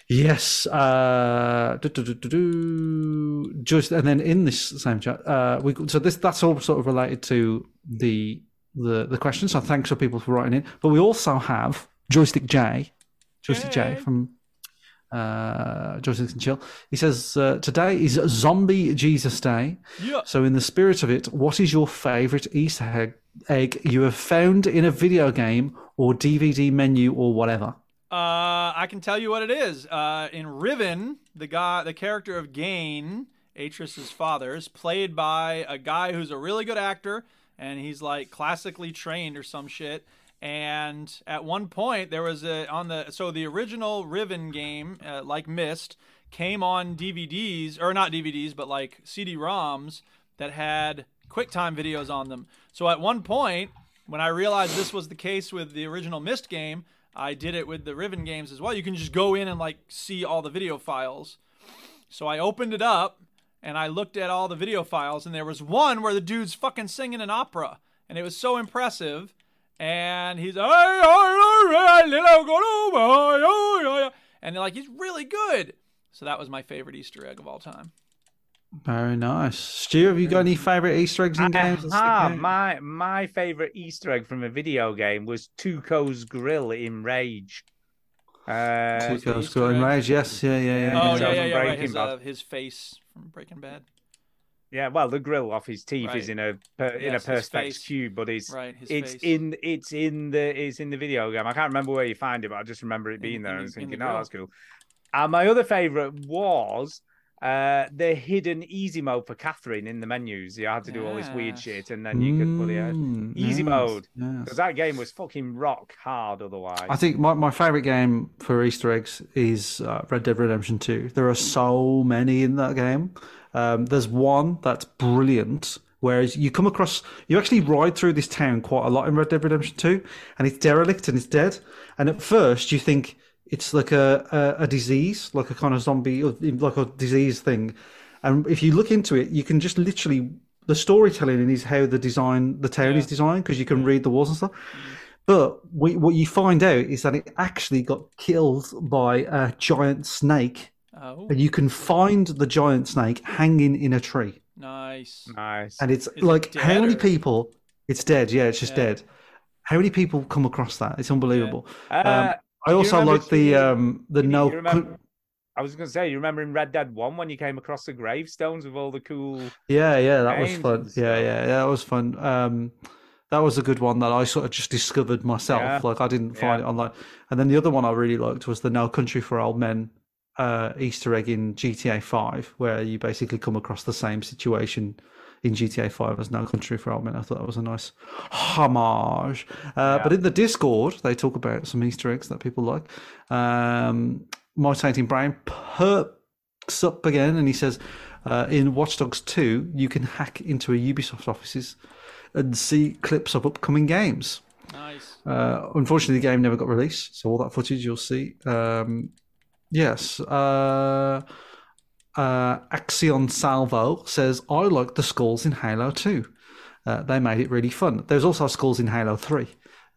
Speaker 4: Yes. Uh, do, do, do, do, do. Just and then in this same chat, uh, we so this that's all sort of related to the the the question. So thanks for people for writing in. But we also have Joystick J, Joystick J from uh, Joystick and Chill. He says uh, today is Zombie Jesus Day.
Speaker 1: Yeah.
Speaker 4: So in the spirit of it, what is your favorite Easter egg, egg you have found in a video game or DVD menu or whatever?
Speaker 1: Uh, I can tell you what it is. Uh, in Riven, the guy, the character of Gain, Atris's father, is played by a guy who's a really good actor, and he's like classically trained or some shit. And at one point, there was a on the so the original Riven game, uh, like Mist, came on DVDs or not DVDs, but like CD-ROMs that had QuickTime videos on them. So at one point, When I realized this was the case with the original Mist game, I did it with the Riven games as well. You can just go in and like see all the video files. So I opened it up and I looked at all the video files, and there was one where the dude's fucking singing an opera, and it was so impressive. And he's "Ay, ay, ay, little Columba, ay, ay, ay," and they're like he's really good. So that was my favorite Easter egg of all time.
Speaker 4: Very nice. Stu, have you got any favorite Easter eggs in games?
Speaker 3: Ah, my my favorite Easter egg from a video game was Tuco's Grill in Rage. Uh,
Speaker 4: Tuco's Grill in Rage, yes, yeah, yeah, yeah.
Speaker 1: Oh
Speaker 3: Himself
Speaker 1: yeah, yeah,
Speaker 3: in
Speaker 1: yeah. Right.
Speaker 3: Breaking
Speaker 1: His,
Speaker 3: Bad.
Speaker 1: uh, his face from Breaking Bad.
Speaker 3: Yeah, well, the grill off his teeth is
Speaker 1: Right.
Speaker 3: in a per, in a
Speaker 1: Yes, his
Speaker 3: perspex
Speaker 1: face.
Speaker 3: cube, but it's
Speaker 1: Right, his
Speaker 3: it's
Speaker 1: face.
Speaker 3: in it's in the it's in the video game. I can't remember where you find it, but I just remember it being there. and I was
Speaker 1: in the
Speaker 3: thinking, oh,
Speaker 1: grill.
Speaker 3: that's cool. And my other favorite was uh, the hidden easy mode for Catherine in the menus. You had to do all this weird shit, and then you could put it out.
Speaker 4: Mm,
Speaker 3: easy
Speaker 4: yes,
Speaker 3: mode
Speaker 4: yes.
Speaker 3: because that game was fucking rock hard. Otherwise,
Speaker 4: I think my, my favorite game for Easter eggs is uh, Red Dead Redemption 2. There are so many in that game. Um, there's one that's brilliant, whereas you come across, you actually ride through this town quite a lot in Red Dead Redemption 2, and it's derelict and it's dead. And at first, you think it's like a, a, a disease, like a kind of zombie, or like a disease thing. And if you look into it, you can just literally, the storytelling in is how the design, the town is designed, because you can read the walls and
Speaker 1: Mm-hmm.
Speaker 4: stuff. But we, what you find out is that it actually got killed by a giant snake,
Speaker 1: Oh,
Speaker 4: and you can find the giant snake hanging in a tree.
Speaker 1: nice.
Speaker 3: Nice.
Speaker 4: And it's
Speaker 1: Is it
Speaker 4: like how
Speaker 1: dead
Speaker 4: many
Speaker 1: or-
Speaker 4: people? It's dead. Yeah, it's just
Speaker 1: Yeah.
Speaker 4: dead. How many people come across that? It's unbelievable.
Speaker 3: Uh,
Speaker 4: um,
Speaker 3: do
Speaker 4: I
Speaker 3: you
Speaker 4: also
Speaker 3: remember
Speaker 4: like the
Speaker 3: seeing-
Speaker 4: um, the
Speaker 3: you
Speaker 4: no.
Speaker 3: remember- I was going to say, you remember in Red Dead One when you came across the gravestones with all the cool.
Speaker 4: Yeah, yeah, that was
Speaker 3: names
Speaker 4: fun. Yeah, yeah, that was fun. Um, that was a good one that I sort of just discovered myself.
Speaker 3: Yeah,
Speaker 4: Like I didn't find
Speaker 3: yeah.
Speaker 4: it online. And then the other one I really liked was the No Country for Old Men uh, Easter egg in GTA Five, where you basically come across the same situation in GTA Five as No Country for Old Men. I thought that was a nice homage. Uh, But in the Discord, they talk about some Easter eggs that people like. Um, My Tainting Brain perks up again, and he says, uh, in Watch Dogs 2, you can hack into a Ubisoft offices and see clips of upcoming games.
Speaker 1: Nice.
Speaker 4: Uh, unfortunately, the game never got released, so all that footage you'll see. Um, yes. Uh, uh, Axion Salvo says, I like the skulls in Halo 2. Uh, they made it really fun. There's also skulls in Halo 3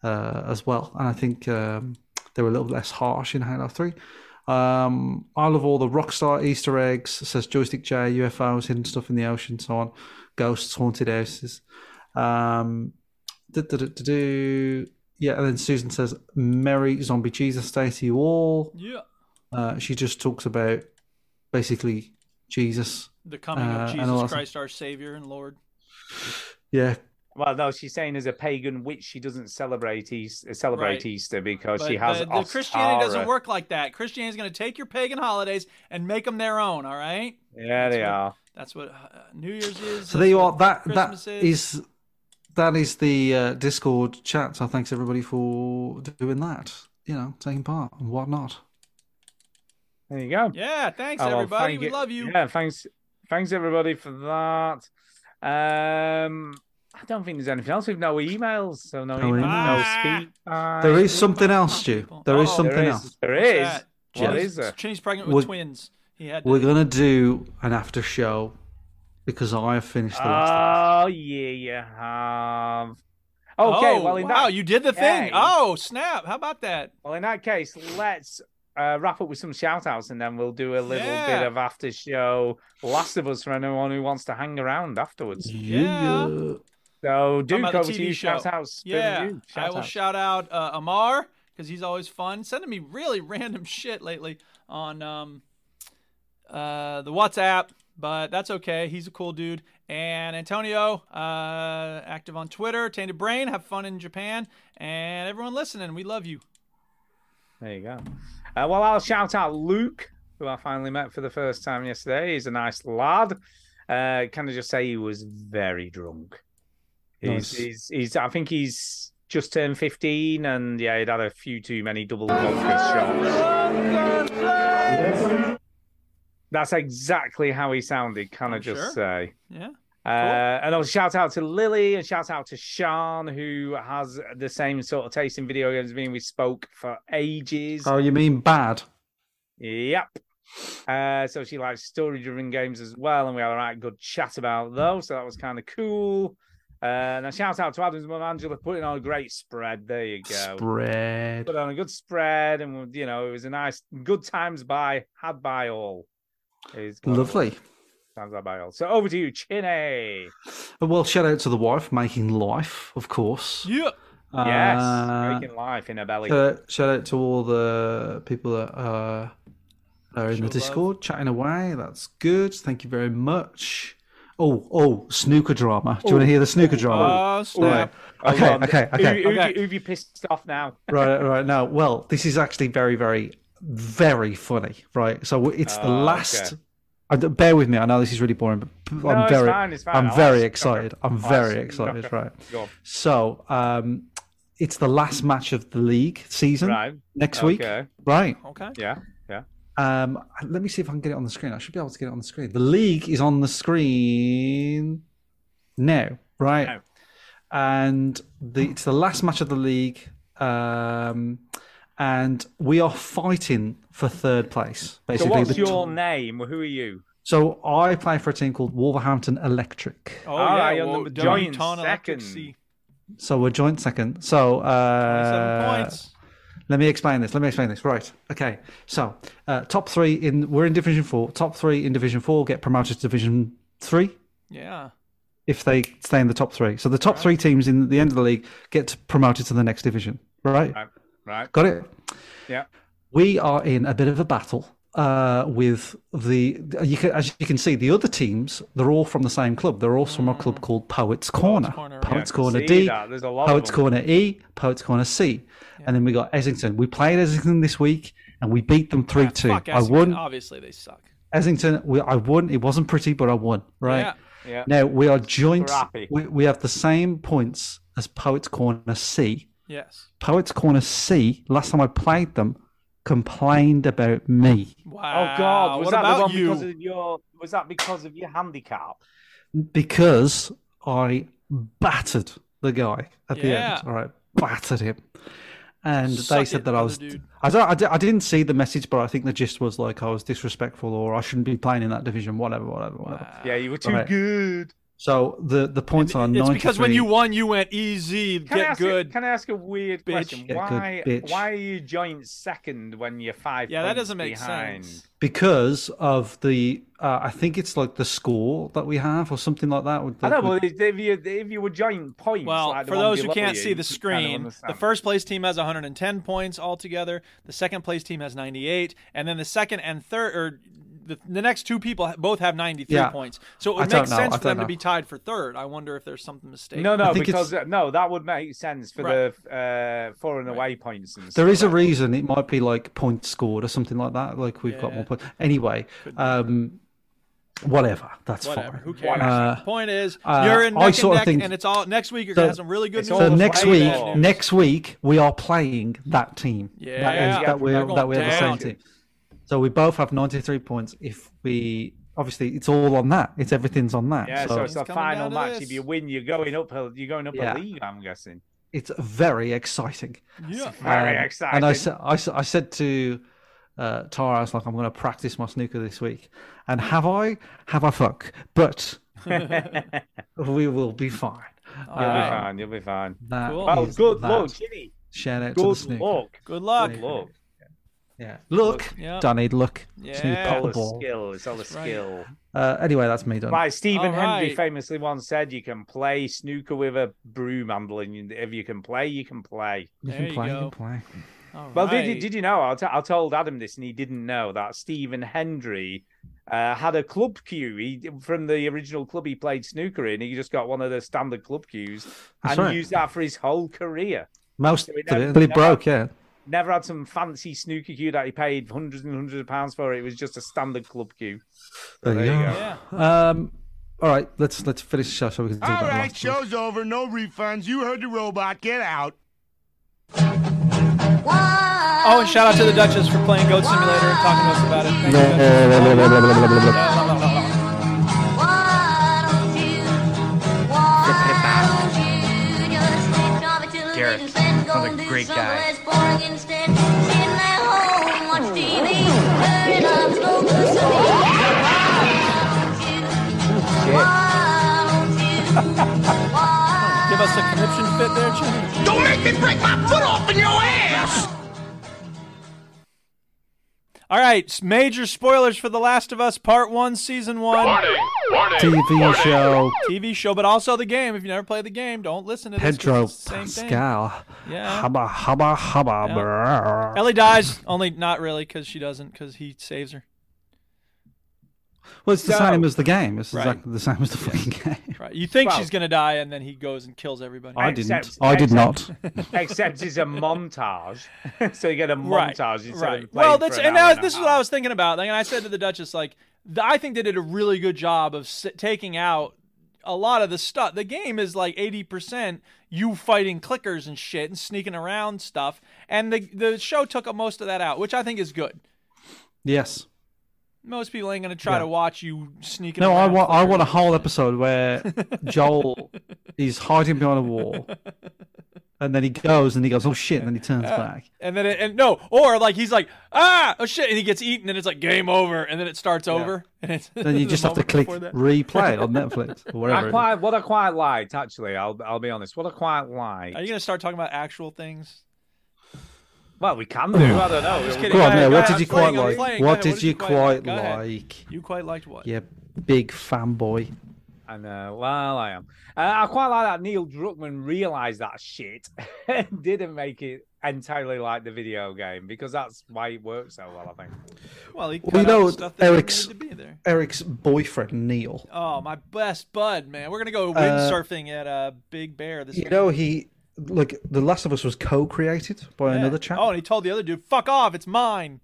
Speaker 4: uh, as well, and I think um, they were a little less harsh in Halo 3. Um, I love all the Rockstar Easter eggs, says Joystick J, UFOs, hidden stuff in the ocean, so on, ghosts, haunted houses. Um, du-du-du-du-du. Yeah, and then Susan says, Merry Zombie Jesus Day to you all.
Speaker 1: Yeah.
Speaker 4: Uh, she just talks about basically Jesus.
Speaker 1: The coming
Speaker 4: uh,
Speaker 1: of
Speaker 4: and all that
Speaker 1: Jesus
Speaker 4: stuff.
Speaker 1: Christ, our Savior and Lord.
Speaker 4: Yeah,
Speaker 3: Well, no, she's saying as a pagan witch, she doesn't celebrate Easter, celebrate
Speaker 1: Right.
Speaker 3: Easter because she
Speaker 1: But
Speaker 3: has
Speaker 1: the, the
Speaker 3: Ostara.
Speaker 1: Christianity doesn't work like that. Christianity's going to take your pagan holidays and make them their own. All right.
Speaker 3: Yeah, they
Speaker 1: what-
Speaker 3: are.
Speaker 1: That's what uh, New Year's is.
Speaker 4: So there you are. That
Speaker 1: Christmas
Speaker 4: that is that is the uh, Discord chat. So thanks everybody for doing that. You know, taking part and whatnot.
Speaker 3: There you go.
Speaker 1: Yeah, thanks
Speaker 3: Oh, well,
Speaker 1: everybody.
Speaker 3: thank
Speaker 1: we
Speaker 3: you-
Speaker 1: love you.
Speaker 3: Yeah, thanks, thanks everybody for that. Um, I don't think there's anything else. We've no emails, so no,
Speaker 4: No
Speaker 3: emails,
Speaker 4: emails.
Speaker 3: no speak. Uh,
Speaker 4: There is something else, Stu. There is
Speaker 3: Oh,
Speaker 4: something
Speaker 3: there is.
Speaker 4: else.
Speaker 3: There is.
Speaker 1: That-
Speaker 3: What
Speaker 1: Jenny's-
Speaker 3: is there?
Speaker 1: Jenny's pregnant with
Speaker 4: We're-
Speaker 1: twins. He had.
Speaker 4: We're gonna do an after show because I have finished the last.
Speaker 3: Oh yeah, you have. Okay,
Speaker 1: Oh,
Speaker 3: well in
Speaker 1: wow,
Speaker 3: that
Speaker 1: you did the
Speaker 3: case-
Speaker 1: thing. Oh snap! How about that?
Speaker 3: Well, in that case, let's uh, wrap up with some shout outs and then we'll do a little
Speaker 1: Yeah.
Speaker 3: bit of after show Last of Us for anyone who wants to hang around afterwards.
Speaker 1: Yeah.
Speaker 3: So,
Speaker 1: Talking
Speaker 3: Duke,
Speaker 1: about the
Speaker 3: over
Speaker 1: TV
Speaker 3: to you.
Speaker 1: show.
Speaker 3: Shout outs.
Speaker 1: Yeah, I
Speaker 3: shout
Speaker 1: will
Speaker 3: out.
Speaker 1: shout out uh, Amar because he's always fun, sending me really random shit lately on um, uh, the WhatsApp, but that's okay. He's a cool dude. And Antonio, uh, active on Twitter, Tainted Brain. Have fun in Japan, and everyone listening, we love you.
Speaker 3: There you go. Uh, well, I'll shout out Luke, who I finally met for the first time yesterday. He's a nice lad. Uh, can I just say he was very drunk? He's,
Speaker 4: Nice.
Speaker 3: he's, he's, I think he's just turned 15, and yeah, he'd had a few too many double vodka shots. That's exactly how he sounded, can i
Speaker 1: I'm
Speaker 3: just
Speaker 1: sure.
Speaker 3: say?
Speaker 1: Yeah.
Speaker 3: Uh, and I'll shout out to Lily and shout out to Sean, who has the same sort of taste in video games as me. We spoke for ages.
Speaker 4: Oh, you mean bad?
Speaker 3: Yep. Uh, so she likes story driven games as well, and we had a right good chat about those. So that was kind of cool. Uh, and a shout out to Adam's mum, Angela, putting on a great spread. There you go.
Speaker 4: Spread.
Speaker 3: Put on a good spread, and you know, it was a nice, good times by, had by all. Is
Speaker 4: Lovely.
Speaker 3: Times had by all. So over to you, Chinny.
Speaker 4: Well, shout out to the wife making life, of course.
Speaker 1: Yeah.
Speaker 4: Uh,
Speaker 3: yes. Making life in her belly.
Speaker 4: Shout out, shout out to all the people that uh, are in the Discord chatting away. That's good. Thank you very much. Oh, oh, snooker drama. Do you want to hear the snooker drama?
Speaker 1: Oh, snap.
Speaker 4: Right. Okay,
Speaker 3: Hold on.
Speaker 4: okay,
Speaker 3: Who-
Speaker 4: okay.
Speaker 3: Who, who have you pissed off now?
Speaker 4: right, right. Now, well, this is actually very, very, very funny. Right. So it's the
Speaker 3: Oh,
Speaker 4: last.
Speaker 3: okay.
Speaker 4: I d Uh, bear with me. I know this is really boring, but p-
Speaker 3: No,
Speaker 4: I'm
Speaker 3: it's
Speaker 4: very,
Speaker 3: fine, it's fine.
Speaker 4: I'm
Speaker 3: I like
Speaker 4: very
Speaker 3: snooker.
Speaker 4: excited.
Speaker 3: I
Speaker 4: I'm
Speaker 3: like
Speaker 4: very
Speaker 3: snooker.
Speaker 4: excited. Right.
Speaker 3: Go on.
Speaker 4: So, um, it's the last match of the league season
Speaker 3: Right.
Speaker 4: next
Speaker 3: Okay.
Speaker 4: week. Right.
Speaker 3: Oh.
Speaker 1: Okay.
Speaker 3: Yeah. Yeah.
Speaker 4: Um, let me see if I can get it on the screen. I should be able to get it on the screen. The league is on the screen now, right? And the, it's the last match of the league, um, and we are fighting for third place. Basically,
Speaker 3: so what's
Speaker 4: The-
Speaker 3: your name? Who are you?
Speaker 4: so I play for a team called Wolverhampton Electric.
Speaker 1: Oh,
Speaker 3: All
Speaker 1: yeah.
Speaker 3: right, on
Speaker 1: well,
Speaker 3: the
Speaker 1: done.
Speaker 3: joint
Speaker 1: Ton Electric
Speaker 3: second.
Speaker 1: C.
Speaker 4: So we're joint second. So uh,
Speaker 1: 27 points.
Speaker 4: Let me explain this. Let me explain this. Right. Okay. So uh, top three in we're in Division Four. Top three in Division Four get promoted to Division Three
Speaker 1: Yeah.
Speaker 4: if they stay in the top three. So the top three teams in the end of the league get promoted to the next division. Right.
Speaker 3: Right. Right.
Speaker 4: Got it.
Speaker 3: Yeah.
Speaker 4: We are in a bit of a battle uh, with the. You can, as you can see, the other teams they're all from the same club. They're all from a club called Poets Corner.
Speaker 3: Corner,
Speaker 4: Poets
Speaker 3: Mm. yeah.
Speaker 4: Corner
Speaker 3: See
Speaker 4: D.
Speaker 3: that? There's a lot of
Speaker 4: Poets
Speaker 3: them.
Speaker 4: Corner E. Poets Corner C. And then we got Essington. We played Essington this week and we beat them three two.
Speaker 1: Fuck
Speaker 4: I
Speaker 1: Essington.
Speaker 4: won.
Speaker 1: Obviously, they suck.
Speaker 4: Essington, we, I won. It wasn't pretty, but I won. Right.
Speaker 1: Yeah, yeah.
Speaker 4: Now we are joint.
Speaker 1: Scrappy.
Speaker 4: We, we have the same points as Poets Corner C.
Speaker 1: Yes.
Speaker 4: Poets Corner C. Last time I played them, complained about me
Speaker 1: Wow.
Speaker 3: Oh God! Was
Speaker 1: what
Speaker 3: that
Speaker 1: about
Speaker 3: the one
Speaker 1: you?
Speaker 3: because of your? Was that because of your handicap?
Speaker 4: because I battered the guy at the
Speaker 1: Yeah.
Speaker 4: end. All right, battered him, and
Speaker 1: Suck
Speaker 4: they
Speaker 1: it,
Speaker 4: said that I
Speaker 1: other
Speaker 4: was.
Speaker 1: dude.
Speaker 4: I don't. I, di- I didn't see the message, but I think the gist was like I was disrespectful or I shouldn't be playing in that division. Whatever, whatever, whatever.
Speaker 1: Ah.
Speaker 3: Yeah, you were too
Speaker 4: Right.
Speaker 3: good.
Speaker 4: So the the points are
Speaker 1: It's
Speaker 4: ninety.
Speaker 1: because when you won, you went easy.
Speaker 3: Can I
Speaker 1: get
Speaker 3: ask
Speaker 1: good.
Speaker 3: A, can I ask a weird question?
Speaker 4: Get good,
Speaker 3: why?
Speaker 4: bitch.
Speaker 3: Why are you joint second when you're five?
Speaker 1: Yeah, that
Speaker 3: points
Speaker 1: doesn't make
Speaker 3: behind?
Speaker 1: sense.
Speaker 4: because of the uh, I think it's like the score that we have or something like that. with the-
Speaker 3: I know,
Speaker 4: with-
Speaker 3: but if you if you were joint points,
Speaker 1: Well,
Speaker 3: like the
Speaker 1: for
Speaker 3: one
Speaker 1: those who
Speaker 3: below
Speaker 1: can't
Speaker 3: you,
Speaker 1: see
Speaker 3: you
Speaker 1: the
Speaker 3: can kinda
Speaker 1: screen, the
Speaker 3: understand.
Speaker 1: first place team has 110 points altogether. The second place team has 98, and then the second and third, or the, the next two people ha- both have 93
Speaker 4: Yeah.
Speaker 1: points. So it
Speaker 4: I
Speaker 1: would
Speaker 4: don't
Speaker 1: make
Speaker 4: know,
Speaker 1: sense
Speaker 4: I
Speaker 1: for them
Speaker 4: don't
Speaker 1: to be
Speaker 4: know.
Speaker 1: tied for third. I wonder if there's some mistake.
Speaker 3: No, no,
Speaker 4: think
Speaker 3: because uh, no, that would make sense for
Speaker 1: Right.
Speaker 3: the uh, foreign away points. And
Speaker 4: There is a
Speaker 3: stuff.
Speaker 4: reason it might be like points scored or something like that. Like we've got
Speaker 1: Yeah.
Speaker 4: more points. Anyway, um, whatever. That's
Speaker 1: Whatever.
Speaker 4: fine.
Speaker 1: Who cares?
Speaker 4: Uh,
Speaker 1: the point is,
Speaker 4: uh,
Speaker 1: you're in
Speaker 4: I
Speaker 1: neck and
Speaker 4: sort of
Speaker 1: neck,
Speaker 4: think-
Speaker 1: and it's all next week. You're
Speaker 4: so-
Speaker 1: gonna have some really good news.
Speaker 4: so next
Speaker 1: really
Speaker 4: week,
Speaker 1: bad Oh, news.
Speaker 4: next week we are playing that team.
Speaker 1: Yeah.
Speaker 4: that, is, that we're,
Speaker 1: We're going
Speaker 4: that we're the same
Speaker 1: down.
Speaker 4: team. So we both have ninety-three points. If we obviously, it's all on that. It's everything's on that.
Speaker 3: Yeah, so, it's a
Speaker 1: coming down
Speaker 3: final
Speaker 1: to
Speaker 3: match. If
Speaker 1: this.
Speaker 3: you win, you're going up. a- You're going up
Speaker 4: Yeah.
Speaker 3: a league. I'm guessing.
Speaker 4: it's very exciting.
Speaker 1: Yeah.
Speaker 3: Very
Speaker 4: Um,
Speaker 3: exciting.
Speaker 4: And I said, I, sa- I said to uh, Tara, I was like, I'm going to practice my snooker this week. And have I? Have I fuck? But we will be fine.
Speaker 3: You'll be
Speaker 4: Uh,
Speaker 3: fine. You'll be fine.
Speaker 4: that
Speaker 3: Well,
Speaker 4: is
Speaker 3: good
Speaker 4: that.
Speaker 3: luck, Jimmy.
Speaker 4: Shout out to the
Speaker 3: Good
Speaker 4: snooker.
Speaker 3: luck.
Speaker 1: Good luck.
Speaker 3: Good luck.
Speaker 4: Yeah. Look,
Speaker 1: Yeah.
Speaker 4: Donny, look.
Speaker 1: Yeah.
Speaker 4: Snoop,
Speaker 1: All
Speaker 4: pop the
Speaker 3: All the
Speaker 4: ball.
Speaker 3: skill. It's all the
Speaker 1: right.
Speaker 3: skill.
Speaker 4: Uh, anyway, that's me, Donny.
Speaker 3: Like Stephen
Speaker 1: All
Speaker 3: Hendry
Speaker 1: right.
Speaker 3: famously once said, you can play snooker with a broom handle, and you- if you can play, you can play.
Speaker 4: You
Speaker 1: There
Speaker 4: can
Speaker 1: you
Speaker 4: play, you,
Speaker 1: go.
Speaker 4: can play.
Speaker 1: All
Speaker 3: Well, did you
Speaker 1: right.
Speaker 3: did you know? I t- I told Adam this, and he didn't know that Stephen Hendry uh, had a club cue. He from the original club he played snooker in. He just got one of the standard club cues
Speaker 4: That's
Speaker 3: and
Speaker 4: right.
Speaker 3: used that for his whole career.
Speaker 4: Most
Speaker 3: So
Speaker 4: of
Speaker 3: we
Speaker 4: it.
Speaker 3: never-
Speaker 4: But it
Speaker 3: never-
Speaker 4: broke, yeah.
Speaker 3: Never had some fancy snooker cue that he paid hundreds and hundreds of pounds for. It was just a standard club cue.
Speaker 4: There,
Speaker 3: there
Speaker 4: you
Speaker 3: you
Speaker 4: go. Um, all right, let's let's finish the show so we can talk
Speaker 8: All
Speaker 4: about
Speaker 8: right,
Speaker 4: last week.
Speaker 8: show's over. No refunds. You heard the robot. Get out.
Speaker 1: Oh, and shout out to the Duchess for playing Goat Simulator and talking to us about it. Thank you, Duchess.
Speaker 4: Blah, blah, blah, blah, blah, blah, blah, blah.
Speaker 1: Blah, blah, blah, blah.
Speaker 5: Oh.
Speaker 15: great guy.
Speaker 1: Give us a conniption fit there, Jimmy.
Speaker 2: Don't make me break my foot off in your ass!
Speaker 1: All right, s- major spoilers for The Last of Us Part 1, Season 1.
Speaker 4: TV show.
Speaker 1: TV show, but also the game. If you never played the game, don't listen to this. 'cause
Speaker 4: Pedro
Speaker 1: it's the same thing.
Speaker 4: Pascal.
Speaker 1: Yeah.
Speaker 4: Hubba hubba hubba. brrr.
Speaker 1: Ellie dies, only not really because she doesn't, because he saves her.
Speaker 4: Well, it's the
Speaker 1: So-
Speaker 4: same as the game. It's
Speaker 1: Right.
Speaker 4: exactly the same as the fucking game.
Speaker 1: Right? You think
Speaker 3: Well-
Speaker 1: she's gonna die, and then he goes and kills everybody.
Speaker 4: I didn't. I did not.
Speaker 3: Except it's a montage. so you get a
Speaker 1: Right,
Speaker 3: montage instead
Speaker 1: right.
Speaker 3: of
Speaker 1: Well, that's and now
Speaker 3: now
Speaker 1: this is what I was thinking about. Like, and I said to the Duchess, like, th- I think they did a really good job of s- taking out a lot of the stuff. The game is like eighty percent you fighting clickers and shit and sneaking around stuff, and the the show took most of that out, which I think is good.
Speaker 4: Yes.
Speaker 1: Most people ain't gonna try
Speaker 4: Yeah.
Speaker 1: to watch you sneaking.
Speaker 4: No, I
Speaker 1: around
Speaker 4: want. I
Speaker 1: clickers.
Speaker 4: want a whole episode where Joel is hiding behind a wall, and then he goes and he goes, "Oh shit!" and then he turns
Speaker 1: Uh,
Speaker 4: back.
Speaker 1: And then it, and no, or like he's like ah oh shit, and he gets eaten, and it's like game over, and then it starts over, and it's
Speaker 4: Then you
Speaker 1: the
Speaker 4: just have to
Speaker 1: moment
Speaker 4: click
Speaker 1: before that.
Speaker 4: replay on Netflix or whatever.
Speaker 3: I
Speaker 4: it
Speaker 3: quite what I quite liked actually. I'll I'll be honest. What I quite liked.
Speaker 1: Are you gonna start talking about actual things?
Speaker 3: Well, we can do. I don't know.
Speaker 1: Just
Speaker 4: is.
Speaker 1: kidding.
Speaker 4: Go
Speaker 1: Go
Speaker 4: on,
Speaker 1: ahead,
Speaker 4: now,
Speaker 1: go
Speaker 4: what
Speaker 1: ahead,
Speaker 4: did
Speaker 1: I'm
Speaker 4: you
Speaker 1: playing,
Speaker 4: quite
Speaker 1: I'm
Speaker 4: like?
Speaker 1: playing. Go
Speaker 4: What
Speaker 1: ahead,
Speaker 4: did you quite
Speaker 1: Go ahead.
Speaker 4: like?
Speaker 1: You quite liked what?
Speaker 4: Yeah, big fanboy.
Speaker 3: I know. Well, I am. Uh, I quite like that Neil Druckmann realized that shit and didn't make it entirely like the video game because that's why it worked so well. I think.
Speaker 1: Well, he cut
Speaker 4: Well, you
Speaker 1: out
Speaker 4: know,
Speaker 1: stuff that
Speaker 4: Eric's
Speaker 1: didn't need to be there.
Speaker 4: Eric's boyfriend Neil.
Speaker 1: Oh, my best bud, man. We're gonna go
Speaker 4: Uh,
Speaker 1: windsurfing at uh, Big Bear this
Speaker 4: You
Speaker 1: weekend.
Speaker 4: know, he like The Last of Us was co-created by another chap,
Speaker 1: Oh, and he told the other dude, "Fuck off, it's mine."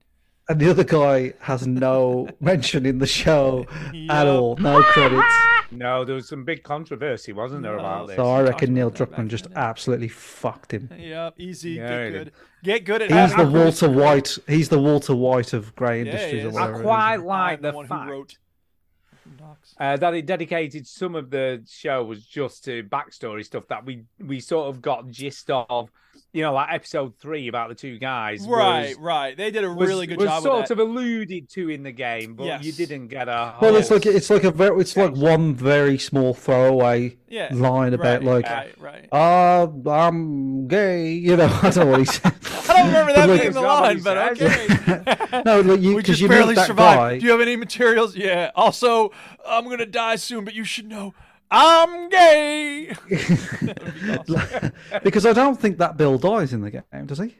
Speaker 4: and the other guy has no mention in the show
Speaker 1: Yup. Ah!
Speaker 4: at all, no credits.
Speaker 3: No, there was some big controversy, wasn't there, about this?
Speaker 4: So I reckon Neil Druckmann just absolutely fucked him.
Speaker 1: Yeah, easy.
Speaker 3: Yeah,
Speaker 1: get
Speaker 3: he
Speaker 1: good.
Speaker 3: did.
Speaker 1: Get good at.
Speaker 4: He's the
Speaker 1: having-
Speaker 4: Walter White. He's the Walter White of grey
Speaker 1: he
Speaker 4: industries or
Speaker 1: is. Ah,
Speaker 3: I
Speaker 4: whatever. it is.
Speaker 3: quite like the,
Speaker 1: the one
Speaker 3: fact
Speaker 1: who wrote.
Speaker 3: uh, that it dedicated some of the show was just to backstory stuff that we we sort of got gist of, you know, like episode three about the two guys.
Speaker 1: Right,
Speaker 3: was-
Speaker 1: right. They did a
Speaker 3: was-
Speaker 1: really good
Speaker 3: was
Speaker 1: job
Speaker 3: sort
Speaker 1: with that.
Speaker 3: of alluded to in the game, but you
Speaker 1: Yes.
Speaker 3: didn't get a.
Speaker 4: Well,
Speaker 3: whole-
Speaker 4: it's like it's like a very, it's like one very small throwaway
Speaker 3: Yeah,
Speaker 4: line about
Speaker 3: right,
Speaker 4: like,
Speaker 3: right,
Speaker 4: uh, I'm gay. You know, I don't know what he said.
Speaker 1: I don't remember that
Speaker 4: But, like,
Speaker 1: being the line, but okay.
Speaker 4: No, look, you-
Speaker 1: we
Speaker 4: 'cause
Speaker 1: just
Speaker 4: you know
Speaker 1: barely
Speaker 4: that
Speaker 1: survived.
Speaker 4: guy-
Speaker 1: Do you have any materials? Yeah. Also, I'm gonna die soon, but you should know I'm gay.
Speaker 4: because I don't think that Bill dies in the game, does he?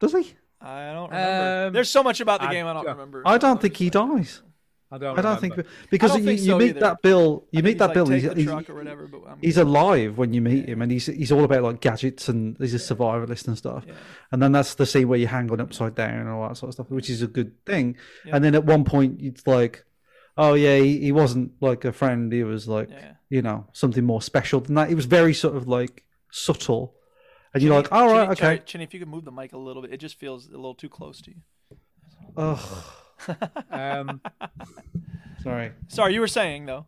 Speaker 4: Does he?
Speaker 1: I don't remember. There's so much about the game I don't remember.
Speaker 4: I don't think he dies.
Speaker 3: I don't.
Speaker 4: I don't think
Speaker 1: remember.
Speaker 4: because
Speaker 1: I don't
Speaker 4: you,
Speaker 1: think
Speaker 4: you
Speaker 1: so
Speaker 4: meet
Speaker 1: either.
Speaker 4: that Bill, you meet
Speaker 1: he's
Speaker 4: that
Speaker 1: like,
Speaker 4: Bill,
Speaker 1: "Take
Speaker 4: and he's,
Speaker 1: the
Speaker 4: he's-
Speaker 1: truck or whatever," but I'm
Speaker 4: he's alive when you meet him, and he's he's all about like gadgets and he's a survivalist and stuff. And then that's the scene where you're hanging upside down and all that sort of stuff, which is a good thing. And then at one point, it's like, oh yeah, he, he wasn't like a friend; he was like, you know, something more special than that. It was very sort of like subtle, and you're like, all right,
Speaker 1: Chinny,
Speaker 4: okay.
Speaker 1: Chinny, Chinny, if you could move the mic a little bit, it just feels a little too close to you.
Speaker 4: Ugh,
Speaker 3: Um,
Speaker 4: sorry.
Speaker 1: Sorry, you were saying though.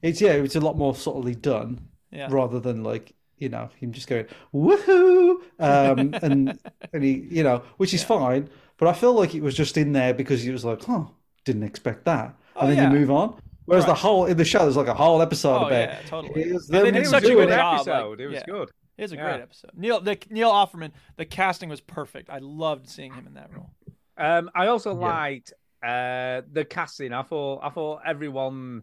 Speaker 4: It's yeah, it's a lot more subtly done
Speaker 1: Yeah.
Speaker 4: rather than like you know him just going woohoo um, and and he you know which is fine, but I feel like it was just in there because it was like oh didn't expect that and then you move on. Whereas the whole in the show there's like a whole episode
Speaker 1: Oh
Speaker 4: about
Speaker 1: yeah, totally.
Speaker 4: here's
Speaker 1: And they
Speaker 4: them
Speaker 1: did
Speaker 4: doing
Speaker 1: such a good job.
Speaker 4: it.
Speaker 1: like,
Speaker 3: episode. It was
Speaker 1: yeah.
Speaker 3: good.
Speaker 1: It was a
Speaker 3: Yeah.
Speaker 1: great episode. Neil, the, Neil Offerman, the casting was perfect. I loved seeing him in that role.
Speaker 3: Um, I also liked uh, the casting. I thought I thought everyone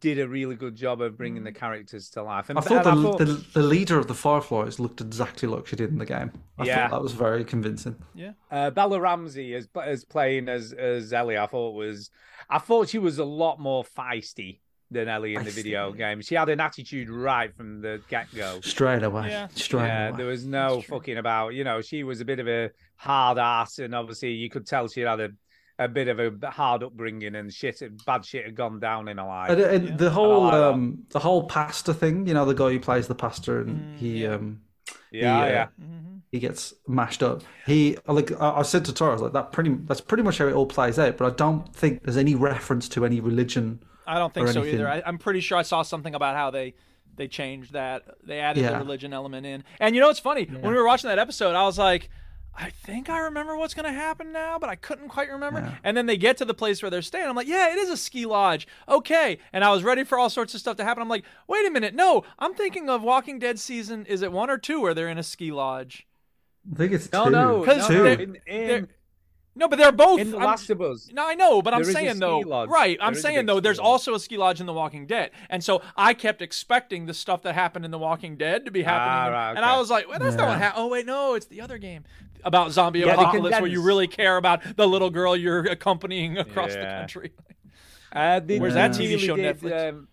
Speaker 3: did a really good job of bringing the characters to life. And
Speaker 4: Mm. I thought the,
Speaker 3: and
Speaker 4: the the leader of the Fireflies looked exactly like she did in the game. I
Speaker 3: Yeah.
Speaker 4: thought that was very convincing.
Speaker 1: Yeah.
Speaker 3: Uh, Bella Ramsey as as playing as as Ellie, I thought was, I thought she was a lot more feisty than Ellie in the
Speaker 4: Feisty.
Speaker 3: video game. She had an attitude right from the get go.
Speaker 4: Straight away, straight
Speaker 3: Yeah,
Speaker 4: away.
Speaker 3: there was no fucking about. You know, she was a bit of a hard ass, and obviously you could tell she had a, a bit of a hard upbringing and shit, bad shit had gone down in her life.
Speaker 4: And, and Uh, the whole
Speaker 3: like that.
Speaker 4: um, the whole pastor thing, you know, the guy who plays the pastor and he um he,
Speaker 3: Yeah,
Speaker 4: uh,
Speaker 3: yeah.
Speaker 4: he gets mashed up. He I like I, I said to Tara, I was like that pretty that's pretty much how it all plays out. But I don't think there's any reference to any religion.
Speaker 1: I don't
Speaker 4: or
Speaker 1: think so
Speaker 4: anything.
Speaker 1: either. I, I'm pretty sure I saw something about how they They changed that. They added the
Speaker 4: Yeah.
Speaker 1: religion element in. And you know what's funny? When we were watching that episode, I was like, I think I remember what's going to happen now, but I couldn't quite remember. And then they get to the place where they're staying. I'm like, yeah, it is a ski lodge. Okay. And I was ready for all sorts of stuff to happen. I'm like, wait a minute. No, I'm thinking of Walking Dead season. Is it one or two where they're in a ski lodge?
Speaker 4: I think it's
Speaker 1: No,
Speaker 4: two.
Speaker 1: no, no,
Speaker 4: two.
Speaker 1: they-
Speaker 3: In,
Speaker 1: They're-
Speaker 3: in,
Speaker 1: No, but they're both.
Speaker 3: in The
Speaker 1: I'm-
Speaker 3: Last of Us.
Speaker 1: no, I know, but I'm
Speaker 3: There is a
Speaker 1: saying
Speaker 3: ski
Speaker 1: though,
Speaker 3: lodge.
Speaker 1: right? I'm
Speaker 3: There is a
Speaker 1: saying
Speaker 3: big
Speaker 1: though,
Speaker 3: ski
Speaker 1: there's
Speaker 3: lodge.
Speaker 1: also a ski lodge in The Walking Dead, and so I kept expecting the stuff that happened in The Walking Dead to be happening,
Speaker 3: Ah,
Speaker 1: in-
Speaker 3: right,
Speaker 1: and I
Speaker 3: okay.
Speaker 1: was like, well, that's not what
Speaker 3: Yeah.
Speaker 1: happened. Oh wait, no, it's the other game about zombie
Speaker 3: Yeah, they
Speaker 1: apocalypse where you
Speaker 3: condensed.
Speaker 1: really care about the little girl you're accompanying across the
Speaker 3: Yeah.
Speaker 1: country.
Speaker 3: Uh, they
Speaker 1: Where's that
Speaker 3: they
Speaker 1: TV show, Netflix?
Speaker 3: um,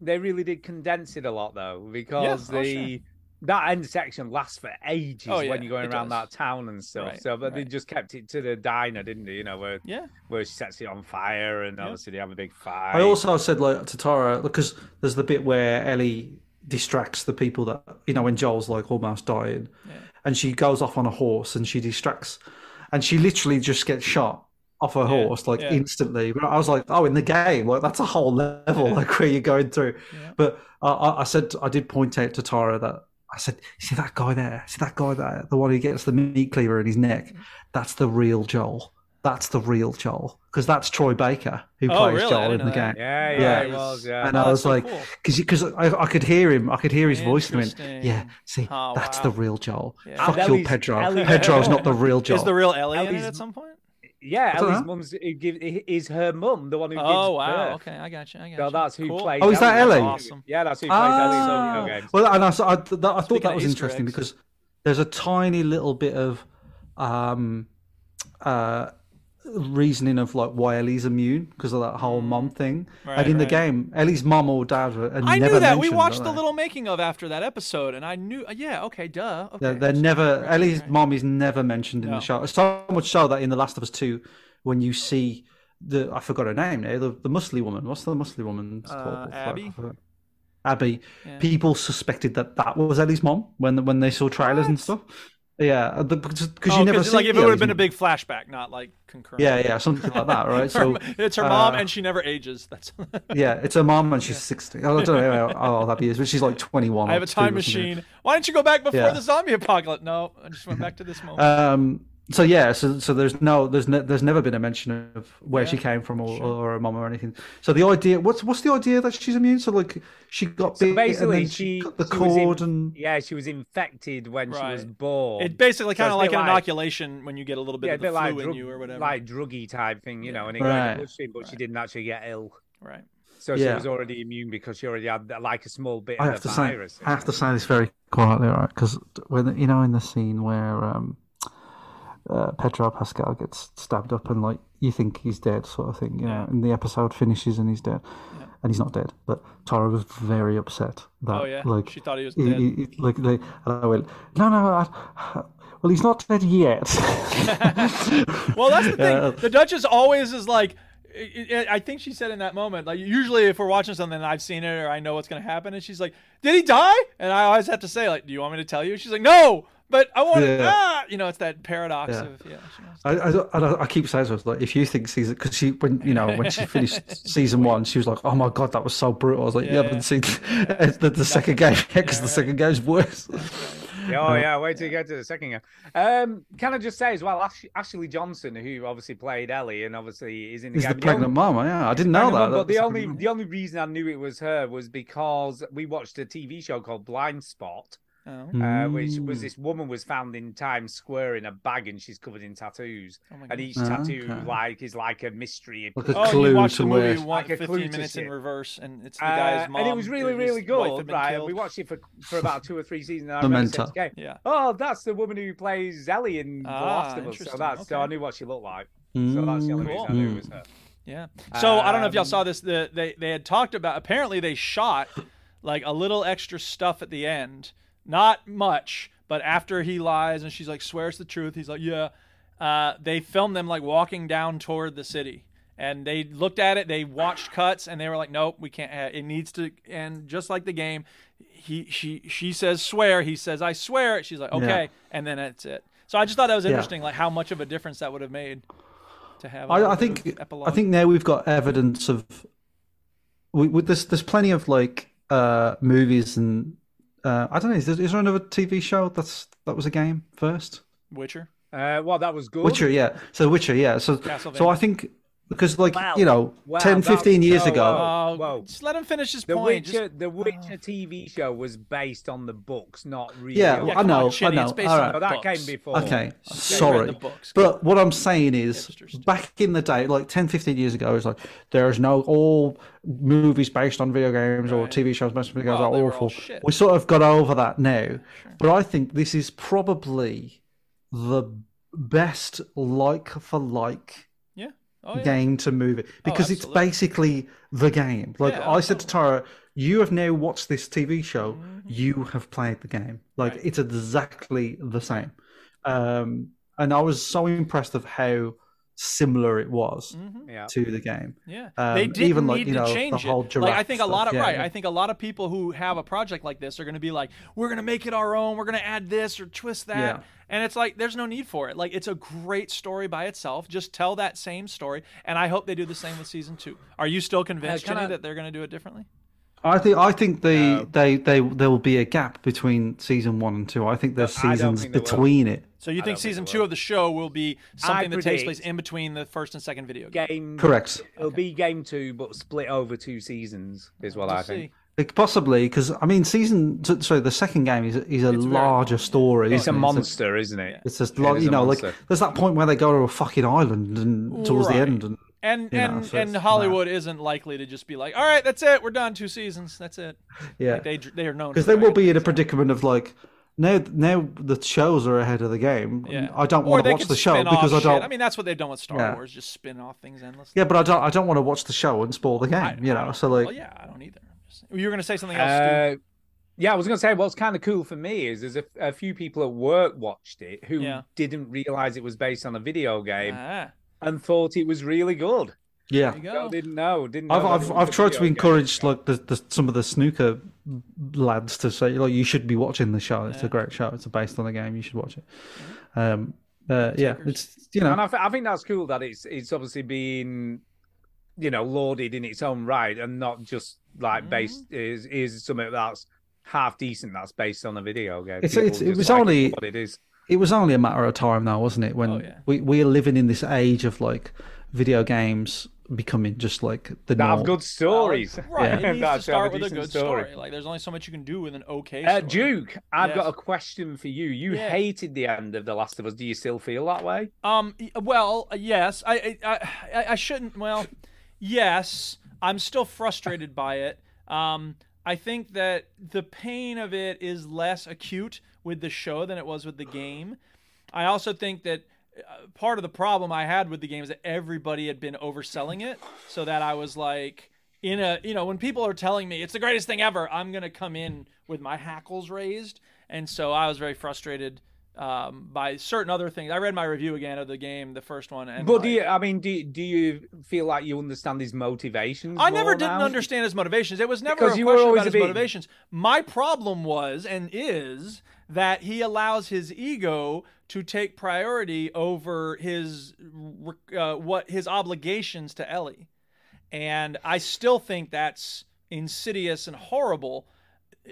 Speaker 3: they really did condense it a lot though, because
Speaker 1: oh, sure.
Speaker 3: the that end section lasts for ages
Speaker 1: Oh, yeah,
Speaker 3: when you're going
Speaker 1: it
Speaker 3: around
Speaker 1: does.
Speaker 3: that town and stuff.
Speaker 1: Right,
Speaker 3: so, but they
Speaker 1: right.
Speaker 3: just kept it to the diner, didn't they? You know, where
Speaker 1: Yeah.
Speaker 3: where she sets it on fire, and obviously they have a big fire.
Speaker 4: I also said like to Tara because there's the bit where Ellie distracts the people that you know when Joel's like almost dying, and she goes off on a horse and she distracts, and she literally just gets shot off her horse like
Speaker 1: yeah.
Speaker 4: instantly. But I was like, oh, in the game, like that's a whole level like where you're going through. But I, I, I said I did point out to Tara that. I said, "You see that guy there? See that guy there? The one who gets the meat cleaver in his
Speaker 1: Mm-hmm.
Speaker 4: neck? That's the real Joel. That's the real Joel. Because that's Troy Baker who
Speaker 3: Oh,
Speaker 4: plays
Speaker 3: really? I
Speaker 4: Joel in
Speaker 3: didn't
Speaker 4: the
Speaker 3: know that.
Speaker 4: game.
Speaker 3: Yeah, yeah, he was, yeah.
Speaker 4: And
Speaker 3: Oh,
Speaker 4: I
Speaker 3: that's
Speaker 4: was
Speaker 3: so
Speaker 4: like,
Speaker 3: cool.
Speaker 4: because I, I could hear him, I could hear his voice and I went, yeah,
Speaker 1: Interesting.
Speaker 4: see,
Speaker 1: Oh,
Speaker 4: that's
Speaker 1: wow.
Speaker 4: the real Joel.
Speaker 1: Yeah.
Speaker 4: Fuck
Speaker 1: And
Speaker 4: your
Speaker 1: Ellie's-
Speaker 4: Pedro.
Speaker 1: Ellie-
Speaker 4: Pedro's not the real Joel.
Speaker 1: Is the real Ellie in it
Speaker 3: Ellie's-
Speaker 1: at some point?
Speaker 3: yeah,
Speaker 4: I don't
Speaker 3: Ellie's
Speaker 4: know.
Speaker 3: mum's it give, it is her mum, the one who gives
Speaker 1: Oh wow,
Speaker 3: birth.
Speaker 1: okay, I got you. I got
Speaker 3: So
Speaker 1: you.
Speaker 3: that's who
Speaker 1: Cool.
Speaker 3: plays.
Speaker 4: Oh, is that
Speaker 3: Ellie?
Speaker 4: Ellie?
Speaker 1: Awesome.
Speaker 3: Yeah, that's who plays Ellie. in the
Speaker 4: Ah,
Speaker 3: video games.
Speaker 4: well, and I, so I, th- that- I thought
Speaker 1: Speaking
Speaker 4: that
Speaker 1: of
Speaker 4: was
Speaker 1: Easter
Speaker 4: interesting
Speaker 1: eggs.
Speaker 4: because there's a tiny little bit of um, uh, reasoning of like why Ellie's immune because of that whole mom thing.
Speaker 1: Mm. Right,
Speaker 4: and in the
Speaker 1: right.
Speaker 4: game, Ellie's mom or dad are are
Speaker 1: I
Speaker 4: never
Speaker 1: knew that. We
Speaker 4: mentioned,
Speaker 1: watched
Speaker 4: are
Speaker 1: the
Speaker 4: they?
Speaker 1: little making of after that episode, and I knew. Yeah, okay, duh. Okay.
Speaker 4: They're, they're never Ellie's mom is never mentioned in
Speaker 1: No.
Speaker 4: the show. So much so that in The Last of Us Two, when you see the I forgot her name now, the, the muscly woman. What's the muscly woman
Speaker 1: Uh, Abby?
Speaker 4: Abby.
Speaker 1: Yeah.
Speaker 4: People suspected that that was Ellie's mom when when they saw trailers and stuff. Yeah, uh, because
Speaker 1: Oh,
Speaker 4: you never see
Speaker 1: like if it would
Speaker 4: Ellie's
Speaker 1: have been a
Speaker 4: mom.
Speaker 1: big flashback, not like concurrent.
Speaker 4: Yeah, yeah, something like that, right? So,
Speaker 1: it's her mom,
Speaker 4: uh,
Speaker 1: and she never ages. That's.
Speaker 4: yeah, it's her mom and she's sixty. Oh, I don't know how, how old Abby is, but she's like twenty one.
Speaker 1: I have a time machine. Why didn't you go back before
Speaker 4: Yeah.
Speaker 1: the zombie apocalypse? No, I just went back to this moment.
Speaker 4: Um, so yeah, so so there's no there's ne- there's never been a mention of where she came from or, or her mum or anything. So the idea what's what's the idea that she's immune? So like she got
Speaker 3: So
Speaker 4: bit and
Speaker 3: basically,
Speaker 4: then she,
Speaker 3: she,
Speaker 4: got the
Speaker 3: she was in-
Speaker 4: cord and
Speaker 3: yeah, she was infected when she was
Speaker 1: Right.
Speaker 4: Uh,
Speaker 3: born.
Speaker 1: It's basically
Speaker 3: So
Speaker 1: kind of
Speaker 3: it's a
Speaker 1: like
Speaker 3: bit
Speaker 1: an inoculation when you get a little bit
Speaker 3: yeah,
Speaker 1: of the
Speaker 3: they're
Speaker 1: flu
Speaker 3: like
Speaker 1: in
Speaker 3: drug,
Speaker 1: you or whatever.
Speaker 3: like druggy type thing, you know, and it got in
Speaker 4: Right.
Speaker 3: the bloodstream, but she didn't actually get ill.
Speaker 1: Right.
Speaker 3: So she
Speaker 4: Yeah.
Speaker 3: was already immune because she already had like a small bit
Speaker 4: I
Speaker 3: of
Speaker 4: have
Speaker 3: the
Speaker 4: to say
Speaker 3: virus.
Speaker 4: I have to say this very quietly, all right? Because when you know in the scene where um, uh, Pedro Pascal gets stabbed up and like you think he's dead, sort of thing, you know, and the episode finishes and he's dead. And he's not dead, but Tara was very upset that,
Speaker 1: Oh, yeah?
Speaker 4: like,
Speaker 1: She thought he was
Speaker 4: he- he- like, they, and I went, no, no, I, well, he's not dead yet.
Speaker 1: Well, that's the thing.
Speaker 4: Yeah.
Speaker 1: The Duchess always is like. I- I I think she said in that moment, like usually if we're watching something and I've seen it or I know what's gonna happen, and she's like, "Did he die?" And I always have to say, like, "Do you want me to tell you?" She's like, "No, but I want."
Speaker 4: Yeah.
Speaker 1: Ah! You know, it's that paradox
Speaker 4: Yeah.
Speaker 1: of yeah. she knows.
Speaker 4: I, I, don't- I, don't- I keep saying to her, like, if you think season, because she, when you know, when she finished season one, she was like, "Oh my god, that was so brutal." I was like, "You
Speaker 1: Yeah,
Speaker 4: haven't seen the, the, second game because the second game's worse."
Speaker 3: Yeah, Oh yeah, wait till you get to the second game. Um, can I just say as well, Ash- Ashley Johnson, who obviously played Ellie and obviously is in the
Speaker 4: He's
Speaker 3: game.
Speaker 4: the
Speaker 3: only-
Speaker 4: pregnant mom. Yeah, I didn't know
Speaker 3: Pregnant
Speaker 4: that.
Speaker 3: Mum,
Speaker 4: that
Speaker 3: But the
Speaker 4: was-
Speaker 3: only the only reason I knew it was her was because we watched a TV show called Blind Spot,
Speaker 1: Oh.
Speaker 3: uh, which was
Speaker 1: Mm.
Speaker 3: this woman was found in Times Square in a bag and she's covered in tattoos,
Speaker 1: my
Speaker 3: and
Speaker 1: goodness.
Speaker 3: each
Speaker 1: Oh,
Speaker 3: tattoo
Speaker 1: okay.
Speaker 3: like is like a mystery.
Speaker 4: Like a
Speaker 1: oh,
Speaker 4: clue
Speaker 1: you watched
Speaker 4: to
Speaker 1: the movie
Speaker 4: where-
Speaker 1: one,
Speaker 3: Like a clue
Speaker 1: 15
Speaker 3: to
Speaker 1: minutes in
Speaker 3: shit.
Speaker 1: reverse, and it's the
Speaker 3: Uh,
Speaker 1: guy's mom.
Speaker 3: and it was really,
Speaker 1: his
Speaker 3: really
Speaker 1: wife had
Speaker 3: good,
Speaker 1: been
Speaker 3: right? And
Speaker 1: killed.
Speaker 3: we watched it for for about two or three seasons. And I
Speaker 4: Memento.
Speaker 3: remember saying, okay,
Speaker 1: Yeah.
Speaker 3: oh, that's the woman who plays Ellie in The Last
Speaker 1: Ah,
Speaker 3: of Us. So
Speaker 1: interesting.
Speaker 3: that's so I
Speaker 1: Okay.
Speaker 3: knew what she looked like. So that's the only reason I knew it was her.
Speaker 1: Yeah. So I don't know if y'all
Speaker 3: Um,
Speaker 1: saw this. The, they they had talked about. Apparently, they shot like a little extra stuff at the end. Not much, but after he lies and she's like swears the truth, he's like, yeah. Uh, they filmed them like walking down toward the city, and they looked at it. They watched cuts, and they were like, nope, we can't. ha- It needs to end just like the game. He she she says swear. He says I swear. She's like
Speaker 4: Yeah.
Speaker 1: okay, and then that's it. So I just thought that was
Speaker 4: Yeah.
Speaker 1: interesting, like how much of a difference that would have made to have. a
Speaker 4: I, I
Speaker 1: little bit of
Speaker 4: think I
Speaker 1: epilogue.
Speaker 4: think now we've got evidence of. We, we, there's there's plenty of like
Speaker 6: uh, movies and uh, I don't know. Is there, is there another TV show that's that was a game first?
Speaker 1: Witcher.
Speaker 3: Uh, well, that was good.
Speaker 6: Witcher, yeah. So Witcher, yeah. So so I
Speaker 3: Castlevania.
Speaker 6: think because like
Speaker 3: Wow.
Speaker 6: you know
Speaker 3: Wow,
Speaker 6: ten, fifteen
Speaker 3: that-
Speaker 6: 10 15 years
Speaker 3: whoa,
Speaker 6: ago
Speaker 3: whoa, whoa.
Speaker 1: Uh, Just let him finish his
Speaker 3: the
Speaker 1: point.
Speaker 3: Witcher, the Witcher TV show was based on the books, not real.
Speaker 6: Yeah, well, I know, I know. All right.
Speaker 3: No, that came before.
Speaker 6: Okay,
Speaker 3: That came
Speaker 6: sorry. But what I'm saying is, back in the day, like 10, 15 years ago, it was like there's no all movies based on video games or TV shows based on video games
Speaker 1: Well, they
Speaker 6: are
Speaker 1: were all
Speaker 6: awful.
Speaker 1: shit.
Speaker 6: We sort of got over that now, but I think this is probably the best like for like
Speaker 1: Yeah. Oh, yeah.
Speaker 6: game to movie because it's
Speaker 1: absolutely.
Speaker 6: basically the game. Like
Speaker 1: Yeah,
Speaker 6: I said to Tara, you have now watched this TV show,
Speaker 1: Mm-hmm.
Speaker 6: you have played the game. Like it's exactly the same. Um, and I was so impressed of how similar it was
Speaker 3: Yeah.
Speaker 6: to the game.
Speaker 1: Mm-hmm. Yeah,
Speaker 6: Um,
Speaker 1: they didn't
Speaker 6: even like
Speaker 1: need
Speaker 6: you know
Speaker 1: to change
Speaker 6: the whole
Speaker 1: it. Like I
Speaker 6: giraffe
Speaker 1: think a
Speaker 6: stuff,
Speaker 1: lot of
Speaker 6: yeah.
Speaker 1: right. I think a lot of people who have a project like this are going to be like, "We're going to make it our own. We're going to add this or twist that."
Speaker 6: Yeah.
Speaker 1: And it's like there's no need for it. Like it's a great story by itself. Just tell that same story. And I hope they do the same with season two. Are you still convinced,
Speaker 3: can
Speaker 1: Jenny,
Speaker 3: I-
Speaker 1: that they're going to do it differently?
Speaker 6: I think I think they, they they there will be a gap between season one and two. I think there's
Speaker 1: I don't
Speaker 6: seasons
Speaker 1: think there will.
Speaker 6: between it.
Speaker 1: So you think season two of the show will be something that takes place
Speaker 3: predict
Speaker 1: in between the first and second video game?
Speaker 3: Game
Speaker 6: Correct.
Speaker 3: It'll be game two, but split over two seasons is what I think.
Speaker 6: Like possibly because I mean season so- so the second game is is a larger story.
Speaker 3: It's a
Speaker 6: isn't it?
Speaker 3: monster, isn't it?
Speaker 6: It's just
Speaker 3: It
Speaker 6: like
Speaker 3: is
Speaker 6: you
Speaker 3: a
Speaker 6: know,
Speaker 3: monster.
Speaker 6: like there's that point where they go to a fucking island and towards the
Speaker 1: Right.
Speaker 6: end, and
Speaker 1: And
Speaker 6: you know,
Speaker 1: and,
Speaker 6: so
Speaker 1: and
Speaker 6: it's-
Speaker 1: Hollywood isn't likely to just be like, all right, that's it, we're done, two seasons, that's it.
Speaker 6: Yeah.
Speaker 1: Like, they they are known
Speaker 6: because
Speaker 1: for
Speaker 6: they will be in a predicament of like now now the shows are ahead of the game.
Speaker 1: Yeah.
Speaker 6: I don't
Speaker 1: Or
Speaker 6: want to
Speaker 1: they
Speaker 6: watch
Speaker 1: could
Speaker 6: the show
Speaker 1: spin
Speaker 6: because I
Speaker 1: off shit.
Speaker 6: don't.
Speaker 1: I mean, that's what they've done with Star
Speaker 6: Yeah.
Speaker 1: Wars, just spin off things endlessly.
Speaker 6: Yeah, but I don't. I don't want to watch the show and spoil the game. you know, so like,
Speaker 1: well, yeah, I don't either. I'm just saying- You were gonna say something else, Stu?
Speaker 3: Uh, yeah, I was going to say what's kind of cool for me is there's a, a few people at work watched it who
Speaker 1: Yeah.
Speaker 3: didn't realize it was based on a video game
Speaker 1: Ah.
Speaker 3: and thought it was really good.
Speaker 6: Yeah.
Speaker 1: There
Speaker 3: you go. didn't know. Didn't.
Speaker 6: I've
Speaker 3: know that it was
Speaker 6: I've, I've
Speaker 3: a
Speaker 6: tried
Speaker 3: video
Speaker 6: to
Speaker 3: game.
Speaker 6: encourage like the, the some of the snooker lads to say like you should be watching the show. It's a great show. It's based on the game. You should watch it. Um, uh, yeah, it's you know,
Speaker 3: and I, th- I think that's cool that it's it's obviously been, you know, lauded in its own right and not just like based is is something that's half decent that's based on a video game.
Speaker 6: It's-
Speaker 3: People
Speaker 6: it's- it
Speaker 3: just
Speaker 6: was
Speaker 3: like
Speaker 6: only-
Speaker 3: what it is.
Speaker 6: it was only a matter of time now, wasn't it? When
Speaker 3: Oh,
Speaker 6: we we're living in this age of like video games becoming just like the
Speaker 3: That
Speaker 6: norm.
Speaker 3: have good stories.
Speaker 1: Right, it needs to
Speaker 3: That have
Speaker 1: start with a
Speaker 3: decent
Speaker 1: good story. Like, there's only so much you can do with an okay story.
Speaker 3: Uh, Duke, I've
Speaker 1: Yes.
Speaker 3: got a question for you. You
Speaker 1: Yeah.
Speaker 3: hated the end of The Last of Us. Do you still feel that way?
Speaker 1: Um. y- Well, yes. I. I. I, I shouldn't. Well, yes. I'm still frustrated by it. Um. I think that the pain of it is less acute with the show than it was with the game. I also think that uh, part of the problem I had with the game is that everybody had been overselling it, so that I was like, in a you know, when people are telling me it's the greatest thing ever, I'm gonna come in with my hackles raised, and so I was very frustrated um, by certain other things. I read my review again of the game, the first one, and
Speaker 3: but
Speaker 1: like,
Speaker 3: do you? I mean, do you- do you feel like you understand his motivations?
Speaker 1: I never
Speaker 3: more
Speaker 1: didn't
Speaker 3: now?
Speaker 1: understand his motivations. It was never
Speaker 3: Because
Speaker 1: a
Speaker 3: you were
Speaker 1: question
Speaker 3: always
Speaker 1: about
Speaker 3: a
Speaker 1: his
Speaker 3: big-
Speaker 1: motivations. My problem was and is that he allows his ego to take priority over his re- uh, what his obligations to Ellie, and I still think that's insidious and horrible.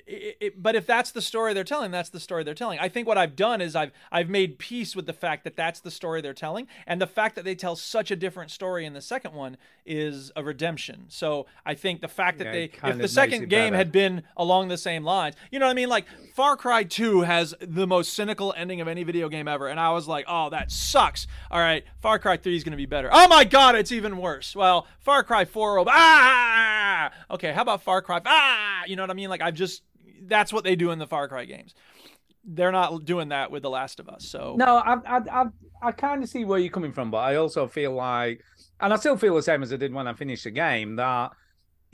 Speaker 1: It- it- but if that's the story they're telling, that's the story they're telling. I think what I've done is I've I've made peace with the fact that that's the story they're telling, and the fact that they tell such a different story in the second one is a redemption. So I think the fact that
Speaker 3: Yeah, it
Speaker 1: they,
Speaker 3: kind
Speaker 1: if
Speaker 3: of
Speaker 1: the
Speaker 3: makes
Speaker 1: second
Speaker 3: it
Speaker 1: game
Speaker 3: better.
Speaker 1: had been along the same lines, you know what I mean? Like Far Cry Two has the most cynical ending of any video game ever, and I was like, oh, that sucks. All right, Far Cry Three is going to be better. Oh my God, it's even worse. Well, Far Cry Four, will- ah, okay. How about Far Cry? Ah, you know what I mean? Like I've just that's what they do in the Far Cry games. They're not doing that with The Last of Us. So
Speaker 3: No, I I I, I kind of see where you're coming from, but I also feel like, and I still feel the same as I did when I finished the game that.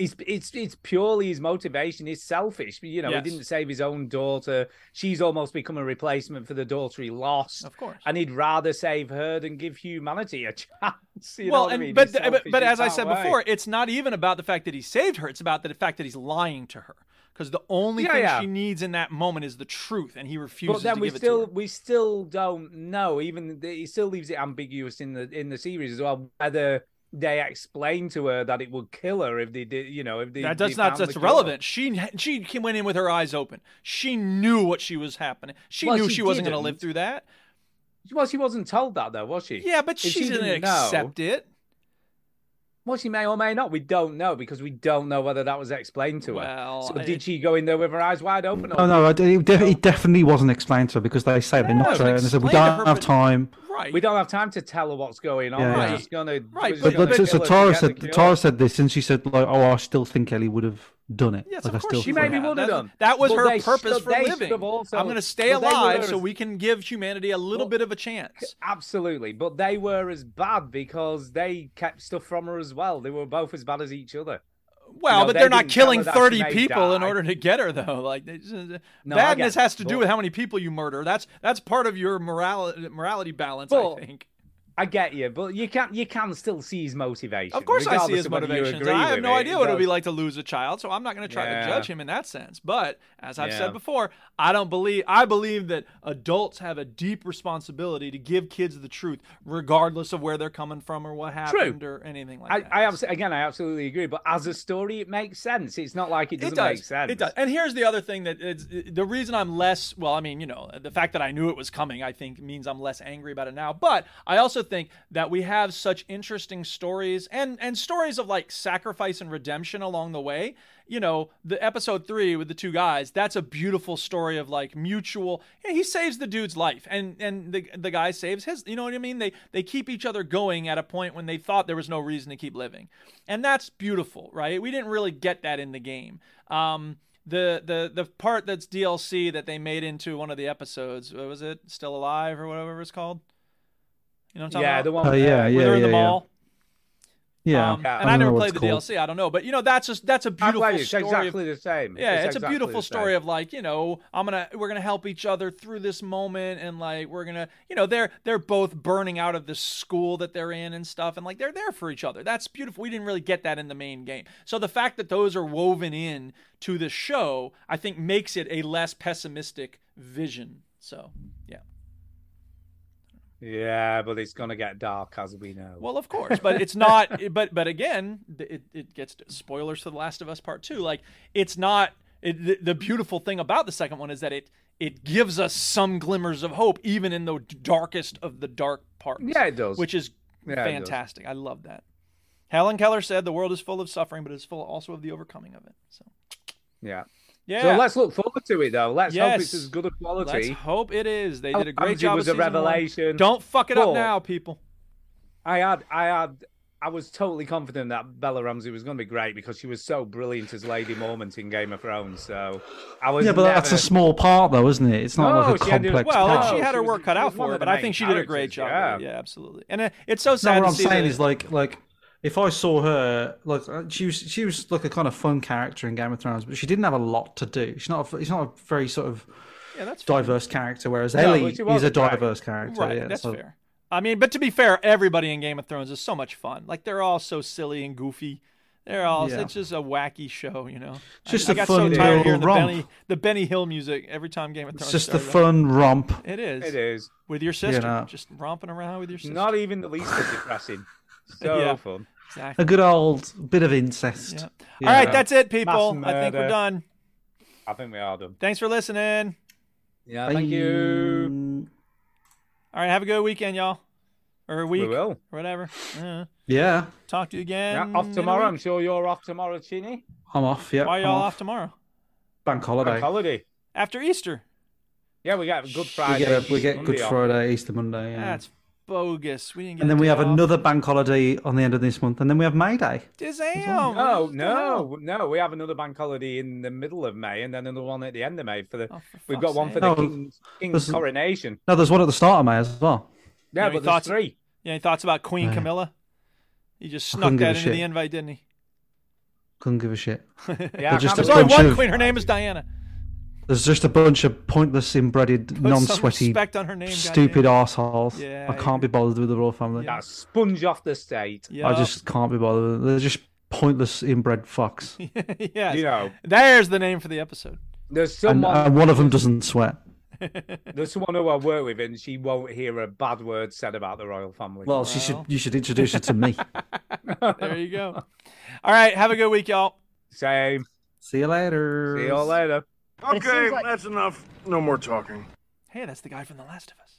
Speaker 3: It's, it's it's purely his motivation. He's selfish. You know,
Speaker 1: Yes.
Speaker 3: he didn't save his own daughter. She's almost become a replacement for the daughter he lost.
Speaker 1: Of course.
Speaker 3: And he'd rather save her than give humanity a chance. You know
Speaker 1: well,
Speaker 3: what I
Speaker 1: and
Speaker 3: mean?
Speaker 1: but,
Speaker 3: He's
Speaker 1: but
Speaker 3: selfish
Speaker 1: but
Speaker 3: in
Speaker 1: as I
Speaker 3: that
Speaker 1: said
Speaker 3: way.
Speaker 1: before, it's not even about the fact that he saved her. It's about the fact that he's lying to her because the only
Speaker 3: Yeah,
Speaker 1: thing
Speaker 3: yeah.
Speaker 1: she needs in that moment is the truth, and he refuses
Speaker 3: but then
Speaker 1: to
Speaker 3: we
Speaker 1: give
Speaker 3: still
Speaker 1: it to her.
Speaker 3: we still don't know. Even th- he still leaves it ambiguous in the in the series as well whether they explained to her that it would kill her if they did, you know, if they.
Speaker 1: That
Speaker 3: they
Speaker 1: does not.
Speaker 3: found the
Speaker 1: That's
Speaker 3: killer.
Speaker 1: relevant. She she came- went in with her eyes open. She knew what she was happening. She
Speaker 3: Well,
Speaker 1: knew she,
Speaker 3: she
Speaker 1: wasn't going to
Speaker 3: didn't.
Speaker 1: live through that.
Speaker 3: Well, she wasn't told that though, was she?
Speaker 1: Yeah, but
Speaker 3: If
Speaker 1: she, didn't,
Speaker 3: know-
Speaker 1: accept it.
Speaker 3: Well, she may or may not. We don't know because we don't know whether that was explained to her. so did she go in there with her eyes wide open? Or
Speaker 4: No, no, it, it def- it definitely wasn't explained to her because they say they're
Speaker 3: it
Speaker 4: not
Speaker 3: was
Speaker 4: to her, and they said we
Speaker 3: explained to
Speaker 4: don't
Speaker 3: her,
Speaker 4: have
Speaker 3: but-
Speaker 4: time.
Speaker 1: Right.
Speaker 3: We don't have time to tell her what's going on.
Speaker 4: Yeah,
Speaker 3: We're
Speaker 4: yeah.
Speaker 3: just gonna.
Speaker 1: Right,
Speaker 3: we're just
Speaker 4: But,
Speaker 3: gonna
Speaker 4: but so, so
Speaker 3: kill her to
Speaker 4: Tara
Speaker 3: get the
Speaker 4: said
Speaker 3: kill.
Speaker 4: Tara said this, and she said like, "Oh, I still think Ellie would have done it." Yes, like, I still
Speaker 3: she
Speaker 4: think-
Speaker 3: maybe would have
Speaker 1: That's-
Speaker 3: done.
Speaker 1: That was
Speaker 3: But
Speaker 1: her
Speaker 3: they
Speaker 1: purpose
Speaker 3: should-
Speaker 1: for
Speaker 3: they should
Speaker 1: living.
Speaker 3: have also-
Speaker 1: I'm going to stay
Speaker 3: but they
Speaker 1: alive
Speaker 3: were
Speaker 1: so
Speaker 3: as-
Speaker 1: we can give humanity a little bit of a chance.
Speaker 3: Absolutely, but they were as bad because they kept stuff from her as well. They were both as bad as each other.
Speaker 1: Well,
Speaker 3: You know,
Speaker 1: but
Speaker 3: they
Speaker 1: they're not
Speaker 3: didn't tell
Speaker 1: killing
Speaker 3: her that she
Speaker 1: 30
Speaker 3: may
Speaker 1: people in
Speaker 3: die.
Speaker 1: order to get her, though. Like they just- uh,
Speaker 3: No, I
Speaker 1: badness
Speaker 3: get it,
Speaker 1: has to do
Speaker 3: but-
Speaker 1: with how many people you murder. That's that's part of your morality morality balance,
Speaker 3: But-
Speaker 1: I think.
Speaker 3: I get you, but you can you can still see his motivation.
Speaker 1: Of course, I see
Speaker 3: regardless
Speaker 1: his
Speaker 3: of whether you
Speaker 1: motivations.
Speaker 3: agree
Speaker 1: I have
Speaker 3: with
Speaker 1: no
Speaker 3: it.
Speaker 1: idea what it would be
Speaker 3: does-
Speaker 1: like to lose a child, so I'm not going to try to
Speaker 3: Yeah.
Speaker 1: judge him in that sense. But as I've
Speaker 3: Yeah.
Speaker 1: said before, I don't believe I believe that adults have a deep responsibility to give kids the truth, regardless of where they're coming from or what happened or anything like
Speaker 3: I,
Speaker 1: that.
Speaker 3: I abs- again, I absolutely agree. But as a story, it makes sense. It's not like it doesn't make sense.
Speaker 1: It does. And here's the other thing that it's, it- the reason I'm less well, I mean, you know, the fact that I knew it was coming, I think means I'm less angry about it now. But I also think that we have such interesting stories and and stories of like sacrifice and redemption along the way. You know, the episode three with the two guys, that's a beautiful story of like mutual. yeah, he saves the dude's life, and and the the guy saves his. You know what I mean? They they keep each other going at a point when they thought there was no reason to keep living, and that's beautiful, right? We didn't really get that in the game. Um, the the the part that's DLC that they made into one of the episodes uh, was it Still Alive or whatever it's called. You know what I'm talking
Speaker 3: Yeah,
Speaker 1: about?
Speaker 3: the one uh,
Speaker 4: Oh, yeah,
Speaker 1: where they're in
Speaker 4: yeah,
Speaker 1: the
Speaker 4: yeah, yeah.
Speaker 1: mall.
Speaker 4: yeah,
Speaker 1: Um, and
Speaker 4: I
Speaker 1: I,
Speaker 4: don't know
Speaker 1: never
Speaker 4: what
Speaker 1: played
Speaker 4: it's
Speaker 1: the
Speaker 4: called.
Speaker 1: DLC. I don't know, but you know that's a that's a
Speaker 3: I
Speaker 1: beautiful
Speaker 3: blame you. It's
Speaker 1: story. of-
Speaker 3: exactly the same.
Speaker 1: Yeah, it's,
Speaker 3: exactly
Speaker 1: a beautiful
Speaker 3: the same.
Speaker 1: story of like you know I'm gonna we're gonna help each other through this moment and like we're gonna you know they're they're both burning out of the school that they're in and stuff and like they're there for each other. That's beautiful. We didn't really get that in the main game. So the fact that those are woven in to the show, I think, makes it a less pessimistic vision. So yeah.
Speaker 3: Yeah, but it's gonna get dark as we know.
Speaker 1: Well, of course, but it's not. But but again, th- it, it gets to- spoilers for The Last of Us Part Two. Like it's not. It, the, the beautiful thing about the second one is that it it gives us some glimmers of hope, even in the darkest of the dark parts.
Speaker 3: Yeah, it does.
Speaker 1: Which is
Speaker 3: Yeah, it does.
Speaker 1: fantastic. I love that. Helen Keller said the world is full of suffering, but it's full also of the overcoming of it. So
Speaker 3: Yeah.
Speaker 1: yeah.
Speaker 3: So let's look forward to it though. Let's hope it's
Speaker 1: Yes.
Speaker 3: as good a quality.
Speaker 1: Let's hope it is. They
Speaker 3: Oh,
Speaker 1: did a great
Speaker 3: Ramsey
Speaker 1: job.
Speaker 3: was
Speaker 1: with
Speaker 3: a
Speaker 1: season one.
Speaker 3: revelation,
Speaker 1: Don't fuck it up
Speaker 3: but-
Speaker 1: now, people.
Speaker 3: I had, I had, I was totally confident that Bella Ramsey was going to be great because she was so brilliant as Lady Mormont in Game of Thrones. So I was.
Speaker 4: Yeah, but that's
Speaker 3: never-
Speaker 4: a small part, though, isn't it? It's not
Speaker 3: No,
Speaker 4: like a
Speaker 3: she had to-
Speaker 4: complex
Speaker 1: Well,
Speaker 4: part.
Speaker 1: and she had her
Speaker 3: was-
Speaker 1: work cut
Speaker 3: Oh, she
Speaker 1: out
Speaker 3: was one
Speaker 1: for
Speaker 3: of
Speaker 1: her,
Speaker 3: the
Speaker 1: but I
Speaker 3: main
Speaker 1: think she did a great
Speaker 3: characters,
Speaker 1: job.
Speaker 3: yeah.
Speaker 1: with it. Yeah, absolutely. And uh, it's so
Speaker 4: No,
Speaker 1: sad.
Speaker 4: what
Speaker 1: to
Speaker 4: I'm
Speaker 1: see
Speaker 4: saying
Speaker 1: the-
Speaker 4: is like like if I saw her like uh, she was she was like a kind of fun character in Game of Thrones, but she didn't have a lot to do. She's not a, she's not a very sort of
Speaker 1: Yeah, that's fair.
Speaker 4: diverse character, whereas
Speaker 3: No,
Speaker 4: Ellie
Speaker 3: but she
Speaker 4: is a
Speaker 3: wasn't, right.
Speaker 4: diverse character.
Speaker 1: right.
Speaker 4: yeah,
Speaker 1: that's
Speaker 4: so-
Speaker 1: fair. I mean, but to be fair, everybody in Game of Thrones is so much fun. Like they're all so silly and goofy. They're all.
Speaker 4: Yeah.
Speaker 1: It's just a wacky show, you know. I-
Speaker 4: Just
Speaker 1: I,
Speaker 4: a
Speaker 1: got
Speaker 4: fun
Speaker 1: so tired of
Speaker 4: little
Speaker 1: hearing the
Speaker 4: romp.
Speaker 1: Benny, the Benny Hill music every time Game of Thrones.
Speaker 4: It's just a
Speaker 1: started.
Speaker 4: fun romp.
Speaker 1: It is.
Speaker 3: It is
Speaker 1: with your sister,
Speaker 4: know.
Speaker 1: just romping around with your sister.
Speaker 3: not even the least bit depressing. So
Speaker 1: Yeah.
Speaker 3: fun.
Speaker 1: exactly.
Speaker 4: A good old bit of incest.
Speaker 1: Yeah.
Speaker 4: Yeah.
Speaker 1: All right, that's it, people.
Speaker 3: Mass
Speaker 1: I think we're
Speaker 3: murder.
Speaker 1: done.
Speaker 3: I think we are done.
Speaker 1: Thanks for listening.
Speaker 3: Yeah. Thank you.
Speaker 1: All right, have a good weekend, y'all, or a week,
Speaker 3: will.
Speaker 1: or whatever. Uh,
Speaker 4: Yeah,
Speaker 1: talk to you
Speaker 3: Yeah,
Speaker 1: again. in
Speaker 3: off
Speaker 1: a
Speaker 3: tomorrow. I'm
Speaker 1: week.
Speaker 3: sure you're off tomorrow, Chini.
Speaker 4: I'm off. Yeah,
Speaker 1: Why
Speaker 4: I'm
Speaker 1: y'all
Speaker 4: off.
Speaker 1: off tomorrow?
Speaker 4: Bank holiday.
Speaker 3: Bank holiday.
Speaker 1: After Easter.
Speaker 3: Yeah, we got Good
Speaker 4: We
Speaker 3: Friday.
Speaker 4: get a, we get
Speaker 3: Monday
Speaker 4: Good
Speaker 3: off.
Speaker 4: Friday, Easter Monday, yeah.
Speaker 1: That's bogus. We didn't get
Speaker 4: and
Speaker 1: a
Speaker 4: then we
Speaker 1: day
Speaker 4: have
Speaker 1: off.
Speaker 4: another bank holiday on the end of this month, and then we have May Day.
Speaker 1: Damn.
Speaker 3: No,
Speaker 1: what the hell?
Speaker 3: no, no. We have another bank holiday in the middle of May, and then another one at the end of May for the.
Speaker 1: for
Speaker 3: we've got
Speaker 1: fuck's
Speaker 3: one for
Speaker 1: sake.
Speaker 3: the
Speaker 4: No,
Speaker 3: king's, king's
Speaker 4: listen-
Speaker 3: coronation.
Speaker 4: No, there's one at the start of May as well.
Speaker 1: You
Speaker 3: Yeah,
Speaker 1: have any
Speaker 3: but there's
Speaker 1: thoughts,
Speaker 3: three.
Speaker 1: You have any thoughts about Queen
Speaker 4: Right.
Speaker 1: Camilla? He just
Speaker 4: I
Speaker 1: snuck
Speaker 4: couldn't give
Speaker 1: that
Speaker 4: a
Speaker 1: into the
Speaker 4: shit.
Speaker 1: invite, didn't he?
Speaker 4: Couldn't give a shit.
Speaker 3: Yeah,
Speaker 4: They're just
Speaker 3: I'm
Speaker 4: a
Speaker 1: There's only
Speaker 4: bunch
Speaker 1: one
Speaker 4: of-
Speaker 1: queen. Her name is Diana.
Speaker 4: There's just a bunch of pointless, inbred,
Speaker 1: some
Speaker 4: non-sweaty,
Speaker 1: respect on her name,
Speaker 4: stupid
Speaker 1: goddamn.
Speaker 4: arseholes.
Speaker 1: Yeah,
Speaker 4: I
Speaker 1: I
Speaker 4: can't be bothered with the royal family.
Speaker 3: That sponge off the state.
Speaker 1: Yeah.
Speaker 4: I just can't be bothered. with it. They're just pointless, inbred fucks.
Speaker 1: yes.
Speaker 3: You know.
Speaker 1: There's the name for the episode.
Speaker 3: There's
Speaker 4: and, uh,
Speaker 3: someone.
Speaker 4: and one of them doesn't sweat.
Speaker 3: There's someone who I work with, and she won't hear a bad word said about the royal family.
Speaker 4: Well, she should. You should introduce her to me.
Speaker 1: there you go. All right. Have a good week, y'all.
Speaker 3: Same.
Speaker 6: See you later.
Speaker 3: See you later.
Speaker 1: But it seems like-
Speaker 4: that's enough. No more talking.
Speaker 1: Hey, that's the guy from The Last of Us.